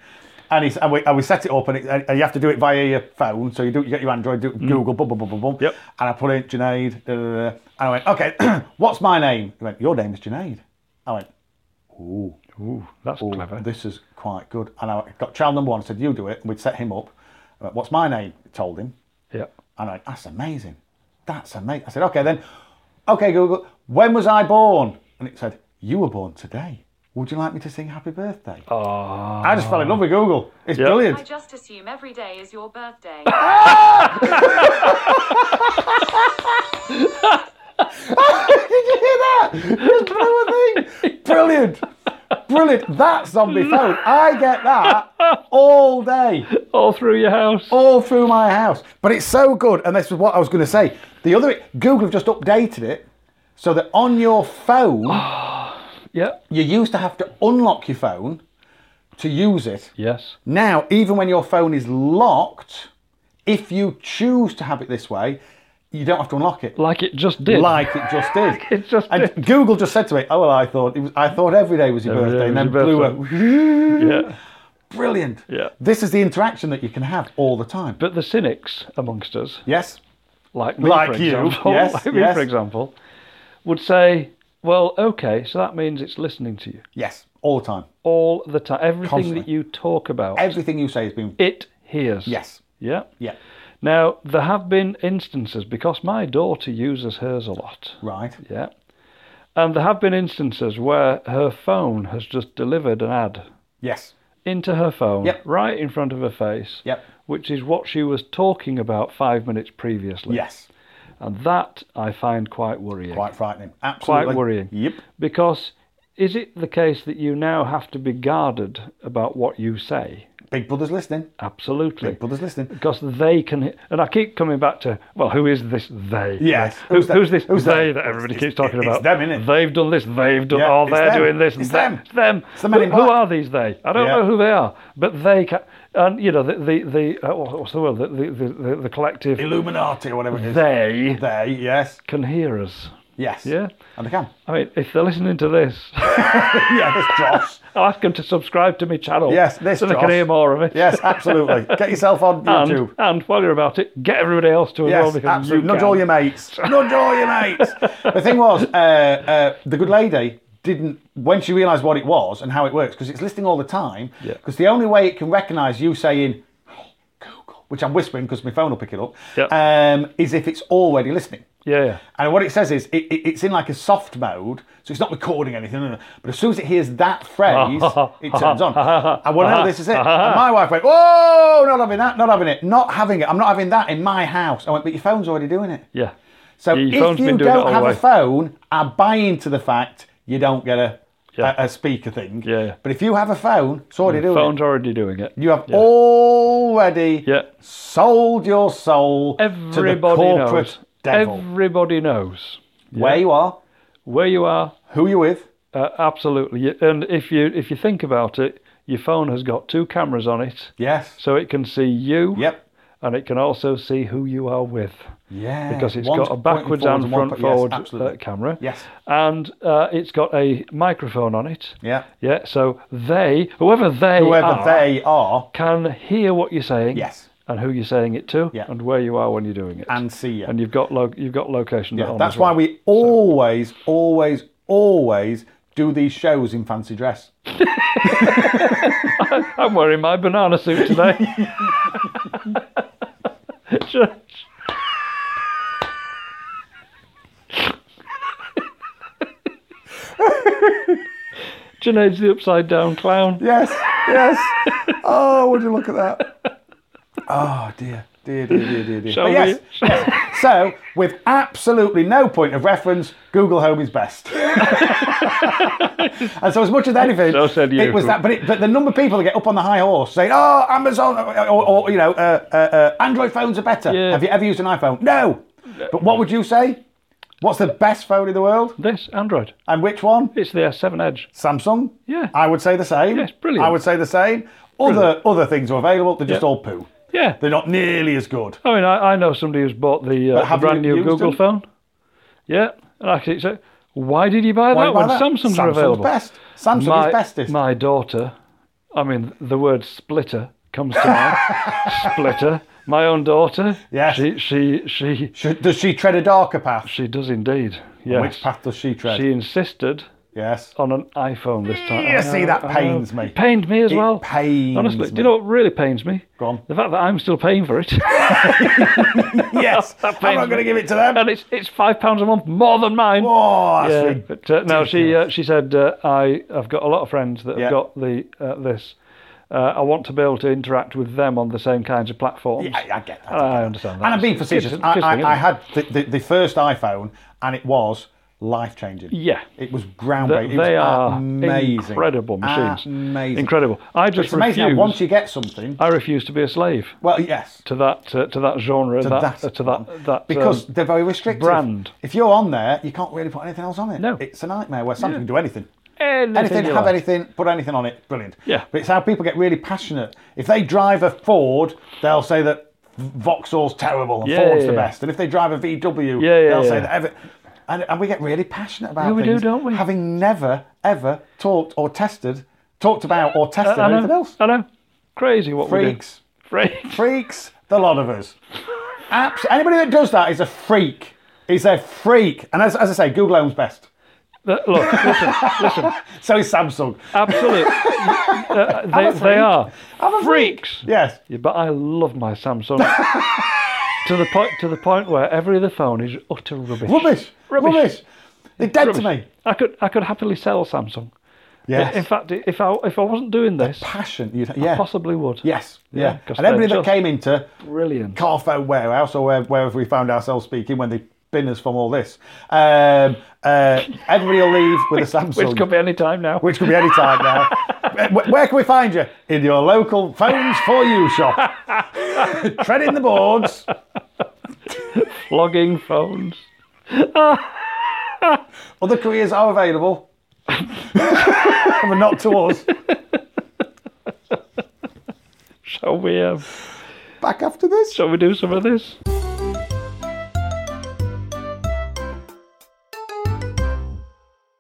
Speaker 4: And, he, s- and, we, and we set it up, and, it, and and you have to do it via your phone. So you do, you get your Android, do it with Google, bum, bum, bum, bum, bum.
Speaker 2: Yep.
Speaker 4: And I put in Junaid, da, da, da, da. and I went, okay, what's my name? He went, your name is Junaid. I went,
Speaker 2: Ooh, that's
Speaker 4: "Oh,
Speaker 2: clever.
Speaker 4: this is quite good. And I got child number one. I said, you do it. And we'd set him up. I went, What's my name? I told him.
Speaker 2: Yep.
Speaker 4: And I went, that's amazing. That's amazing. I said, okay, then. Okay, Google, when was I born? And it said, you were born today. Would you like me to sing happy birthday?
Speaker 2: Ah.
Speaker 4: I just fell in love with Google. It's
Speaker 5: I
Speaker 4: brilliant.
Speaker 5: just assume every day is your birthday.
Speaker 4: Did you hear that? It's brilliant. Brilliant. Brilliant. That's zombie phone. I get that all day.
Speaker 2: All through your house.
Speaker 4: all through my house. But it's so good, and this is what I was going to say. The other Google have just updated it so that on your phone
Speaker 2: Yep.
Speaker 4: you used to have to unlock your phone to use it.
Speaker 2: Yes.
Speaker 4: Now, even when your phone is locked, if you choose to have it this way, you don't have to unlock it.
Speaker 2: Like it just did.
Speaker 4: Like it just did.
Speaker 2: It just
Speaker 4: and
Speaker 2: did.
Speaker 4: Google just said to me, "Oh well, I thought it was, I thought every day was your
Speaker 2: Every
Speaker 4: birthday,"
Speaker 2: day
Speaker 4: and then
Speaker 2: was
Speaker 4: blew
Speaker 2: your
Speaker 4: a
Speaker 2: Yeah.
Speaker 4: brilliant.
Speaker 2: Yeah.
Speaker 4: This is the interaction that you can have all the time.
Speaker 2: But the cynics amongst us,
Speaker 4: yes.
Speaker 2: like me,
Speaker 4: Like
Speaker 2: for
Speaker 4: you,
Speaker 2: example,
Speaker 4: yes,
Speaker 2: like me,
Speaker 4: yes.
Speaker 2: for example, would say, "Well, okay, so that means it's listening to you
Speaker 4: Yes. All the time.
Speaker 2: all the time. Everything that
Speaker 4: Constantly.
Speaker 2: you talk about,
Speaker 4: Everything you say has been
Speaker 2: it hears."
Speaker 4: Yes.
Speaker 2: Yeah.
Speaker 4: Yeah.
Speaker 2: Now, there have been instances because my daughter uses hers a lot.
Speaker 4: Right.
Speaker 2: Yeah. And there have been instances where her phone has just delivered an ad
Speaker 4: Yes.
Speaker 2: into her phone
Speaker 4: Yep.
Speaker 2: right in front of her face,
Speaker 4: Yep.
Speaker 2: which is what she was talking about five minutes previously.
Speaker 4: Yes.
Speaker 2: And that I find quite worrying.
Speaker 4: Quite frightening. Absolutely.
Speaker 2: Quite worrying.
Speaker 4: Yep.
Speaker 2: Because is it the case that you now have to be guarded about what you say?
Speaker 4: Big Brother's listening.
Speaker 2: Absolutely.
Speaker 4: Big Brother's listening.
Speaker 2: because they can, and I keep coming back to, well, who is this they?
Speaker 4: Yes. Who's
Speaker 2: Who's,
Speaker 4: that-
Speaker 2: who's this
Speaker 4: who's
Speaker 2: they
Speaker 4: that?
Speaker 2: that everybody
Speaker 4: It's-
Speaker 2: keeps talking
Speaker 4: it's
Speaker 2: about?
Speaker 4: them, innit?
Speaker 2: They've done this, they've done,
Speaker 4: Yeah,
Speaker 2: oh,
Speaker 4: it's
Speaker 2: they're
Speaker 4: them.
Speaker 2: doing this. and
Speaker 4: It's
Speaker 2: that.
Speaker 4: them.
Speaker 2: It's them.
Speaker 4: It's the men in
Speaker 2: who, who
Speaker 4: black.
Speaker 2: are these they? I don't
Speaker 4: Yeah.
Speaker 2: know who they are, but they can, and you know, the, the, the uh, what's the word? The, the, the, the, the collective,
Speaker 4: Illuminati or whatever it is.
Speaker 2: they
Speaker 4: They. Yes.
Speaker 2: can hear us.
Speaker 4: Yes.
Speaker 2: Yeah.
Speaker 4: And they can.
Speaker 2: I mean, if they're listening to this,
Speaker 4: yeah. This dross.
Speaker 2: I'll ask them to subscribe to my channel.
Speaker 4: Yes, this
Speaker 2: So they can
Speaker 4: Josh.
Speaker 2: hear more of it.
Speaker 4: Yes. Absolutely. Get yourself on
Speaker 2: And,
Speaker 4: YouTube.
Speaker 2: and while you're about it, get everybody else to as well
Speaker 4: Yes,
Speaker 2: because
Speaker 4: absolutely.
Speaker 2: you
Speaker 4: Nudge
Speaker 2: can.
Speaker 4: all your mates. Nudge all your mates. The thing was, uh, uh, the good lady didn't, when she realised what it was and how it works, because it's listening all the time,
Speaker 2: Yeah.
Speaker 4: because the only way it can recognise you saying, hey, Google, which I'm whispering because my phone will pick it up,
Speaker 2: Yeah.
Speaker 4: um, is if it's already listening.
Speaker 2: Yeah, yeah.
Speaker 4: And what it says is it, it, it's in like a soft mode, so it's not recording anything. no, no, no. But as soon as it hears that phrase, it turns on. And well, no, this is it. And my wife went, "Whoa, not having that, not having it, not having it. I'm not having that in my house." I went, "But your phone's already doing it."
Speaker 2: Yeah.
Speaker 4: So
Speaker 2: Yeah, your
Speaker 4: if
Speaker 2: phone's
Speaker 4: you
Speaker 2: been doing it all
Speaker 4: don't
Speaker 2: the
Speaker 4: have a
Speaker 2: way.
Speaker 4: phone, I buy into the fact you don't get a
Speaker 2: Yeah.
Speaker 4: a, a speaker thing.
Speaker 2: Yeah, yeah.
Speaker 4: But if you have a phone, it's already doing
Speaker 2: Phone's
Speaker 4: it.
Speaker 2: already doing it.
Speaker 4: You have already
Speaker 2: Yeah.
Speaker 4: sold your soul to the
Speaker 2: Everybody
Speaker 4: corporate
Speaker 2: knows.
Speaker 4: devil.
Speaker 2: Everybody knows.
Speaker 3: Where you are?
Speaker 2: Where you are,
Speaker 4: Who you with?
Speaker 2: uh, absolutely. You- And if you if you think about it, your phone has got two cameras on it,
Speaker 4: Yes.
Speaker 2: so it can see you,
Speaker 4: Yep.
Speaker 2: and it can also see who you are with,
Speaker 4: Yeah.
Speaker 2: because it's
Speaker 4: One's
Speaker 2: got a
Speaker 4: pointing
Speaker 2: backwards
Speaker 4: forwards one
Speaker 2: and front
Speaker 4: po- yes,
Speaker 2: forward
Speaker 4: absolutely.
Speaker 2: uh, camera.
Speaker 4: Yes.
Speaker 2: And uh, it's got a microphone on it.
Speaker 4: Yeah.
Speaker 2: Yeah. So they, whoever they
Speaker 4: Whoever
Speaker 2: are,
Speaker 4: they are.
Speaker 2: can hear what you're saying.
Speaker 4: Yes.
Speaker 2: And who you're saying it to,
Speaker 4: Yeah.
Speaker 2: and where you are when you're doing it,
Speaker 4: And see you.
Speaker 2: and you've got lo- you've got location.
Speaker 4: Yeah,
Speaker 2: on
Speaker 4: that's
Speaker 2: as
Speaker 4: why
Speaker 2: well.
Speaker 4: we always, always, always do these shows in fancy dress.
Speaker 2: I'm wearing my banana suit today. Just- Junaid's the upside down clown.
Speaker 4: Yes, yes. oh, would you look at that? Oh dear, dear, dear, dear, dear, dear.
Speaker 2: Shall
Speaker 4: But
Speaker 2: we?
Speaker 4: yes, yes. So, with absolutely no point of reference, Google Home is best. and so, as much as anything,
Speaker 2: So said you.
Speaker 4: it was that. But, it, but the number of people that get up on the high horse saying, "Oh, Amazon or, or, or, you know, uh, uh, uh, Android phones are better."
Speaker 2: Yeah.
Speaker 4: Have you ever used an iPhone? No. But what would you say? What's the best phone in the world?
Speaker 2: This Android,
Speaker 4: And which one?
Speaker 2: it's the S7 Edge.
Speaker 4: Samsung.
Speaker 2: Yeah.
Speaker 4: I would say the same.
Speaker 2: Yes, brilliant.
Speaker 4: I would say the same. Other other things are available. They're just
Speaker 2: Yeah.
Speaker 4: all poo.
Speaker 2: Yeah.
Speaker 4: They're not nearly as good.
Speaker 2: I mean, I, I know somebody who's bought the, uh, the
Speaker 4: have
Speaker 2: brand
Speaker 4: you
Speaker 2: new
Speaker 4: used
Speaker 2: Google
Speaker 4: them?
Speaker 2: phone. Yeah, and I could say, why did you buy
Speaker 4: Why
Speaker 2: that
Speaker 4: buy
Speaker 2: one?
Speaker 4: that?
Speaker 2: Samsung's, are
Speaker 4: Samsung's
Speaker 2: available.
Speaker 4: best. Samsung
Speaker 2: my,
Speaker 4: is bestest.
Speaker 2: my daughter, I mean, the word splitter comes to mind. splitter. My own daughter.
Speaker 4: Yes.
Speaker 2: She, she, she,
Speaker 4: Should, does she tread a darker path?
Speaker 2: she does indeed. Yes.
Speaker 4: Which path does she tread?
Speaker 2: She Oh, insisted
Speaker 4: yes.
Speaker 2: on an iPhone this time.
Speaker 4: Yeah,
Speaker 2: I
Speaker 4: see,
Speaker 2: know,
Speaker 4: that
Speaker 2: I know.
Speaker 4: pains me.
Speaker 2: It pained me as
Speaker 4: It
Speaker 2: well.
Speaker 4: pains
Speaker 2: Honestly, do
Speaker 4: me.
Speaker 2: you know what really pains me?
Speaker 4: Go on.
Speaker 2: The fact that I'm still paying for it,
Speaker 4: yes. I'm
Speaker 2: pains
Speaker 4: not
Speaker 2: me.
Speaker 4: going to give it to them.
Speaker 2: and it's it's five pounds a month more than mine.
Speaker 4: Oh, that's
Speaker 2: Yeah,
Speaker 4: rid-
Speaker 2: but uh, no, she uh, she said uh, I I've got a lot of friends that
Speaker 4: Yeah.
Speaker 2: have got the uh, this. Uh, I want to be able to interact with them on the same kinds of platforms.
Speaker 4: Yeah, I, I get that.
Speaker 2: And I understand that.
Speaker 4: And I'm being
Speaker 2: It's a kid-
Speaker 4: facetious.
Speaker 2: kid
Speaker 4: I,
Speaker 2: thing, isn't
Speaker 4: I, I
Speaker 2: it?
Speaker 4: had the, the, the first iPhone, and it was life changing.
Speaker 2: Yeah.
Speaker 4: It was
Speaker 2: They,
Speaker 4: groundbreaking. It was
Speaker 2: they are
Speaker 4: amazing.
Speaker 2: incredible machines.
Speaker 4: Amazing.
Speaker 2: Incredible. I just
Speaker 4: It's amazing how
Speaker 2: refuse. Uh,
Speaker 4: once you get something,
Speaker 2: I refuse to be a slave
Speaker 4: well, yes,
Speaker 2: to that uh, to that genre.
Speaker 4: to
Speaker 2: that,
Speaker 4: that,
Speaker 2: uh, to
Speaker 4: one,
Speaker 2: that that um,
Speaker 4: because they're very restrictive.
Speaker 2: brand.
Speaker 4: If you're on there, you can't really put anything else on it.
Speaker 2: No.
Speaker 4: it's a nightmare where Samsung can do anything,
Speaker 2: anything,
Speaker 4: anything,
Speaker 2: you
Speaker 4: have
Speaker 2: like.
Speaker 4: anything, put anything on it. Brilliant.
Speaker 2: Yeah.
Speaker 4: but it's how people get really passionate. If they drive a Ford, they'll say that Vauxhall's terrible and
Speaker 2: Yeah,
Speaker 4: Ford's
Speaker 2: yeah,
Speaker 4: the
Speaker 2: yeah.
Speaker 4: best. And if they drive a VW,
Speaker 2: Yeah, yeah,
Speaker 4: they'll say
Speaker 2: yeah.
Speaker 4: that every. And, and we get really passionate about
Speaker 2: Yeah, we do,
Speaker 4: things,
Speaker 2: don't we?
Speaker 4: Having never ever talked or tested, talked about or tested
Speaker 2: I
Speaker 4: anything
Speaker 2: know.
Speaker 4: else.
Speaker 2: I know. Crazy what we do.
Speaker 4: Freaks.
Speaker 2: Freaks.
Speaker 4: freaks, the lot of us. Abs- anybody that does that is a freak. Is a freak. And as, as I say, Google owns best.
Speaker 2: Look, listen, listen.
Speaker 4: So is Samsung.
Speaker 2: Absolute. Uh,
Speaker 4: a
Speaker 2: they,
Speaker 4: freak.
Speaker 2: they are
Speaker 4: I'm a freak.
Speaker 2: freaks.
Speaker 4: Yes.
Speaker 2: Yeah, but I love my Samsung. to the point to the point where every other phone is utter rubbish.
Speaker 4: Rubbish. Rubbish.
Speaker 2: Rubbish.
Speaker 4: They're dead
Speaker 2: Rubbish.
Speaker 4: to me.
Speaker 2: I could I could happily sell Samsung.
Speaker 4: Yes.
Speaker 2: In fact, if I if I wasn't doing this,
Speaker 4: Passion. You'd, yeah.
Speaker 2: possibly would.
Speaker 4: Yes.
Speaker 2: Yeah,
Speaker 4: Yeah.
Speaker 2: 'cause
Speaker 4: and everybody
Speaker 2: they're
Speaker 4: that
Speaker 2: just-
Speaker 4: came into
Speaker 2: Brilliant.
Speaker 4: Carfo Warehouse or where, wherever we found ourselves speaking when they bin us from all this, um, uh, everybody will leave with a Samsung.
Speaker 2: Which could be any time now.
Speaker 4: which could be any time now. Where- Where can we find you? In your local phones for you shop. Treading the boards.
Speaker 2: Flogging phones.
Speaker 4: Other careers are available, but not to us.
Speaker 2: Shall we um,
Speaker 4: Back after this.
Speaker 2: shall we um, do some of this?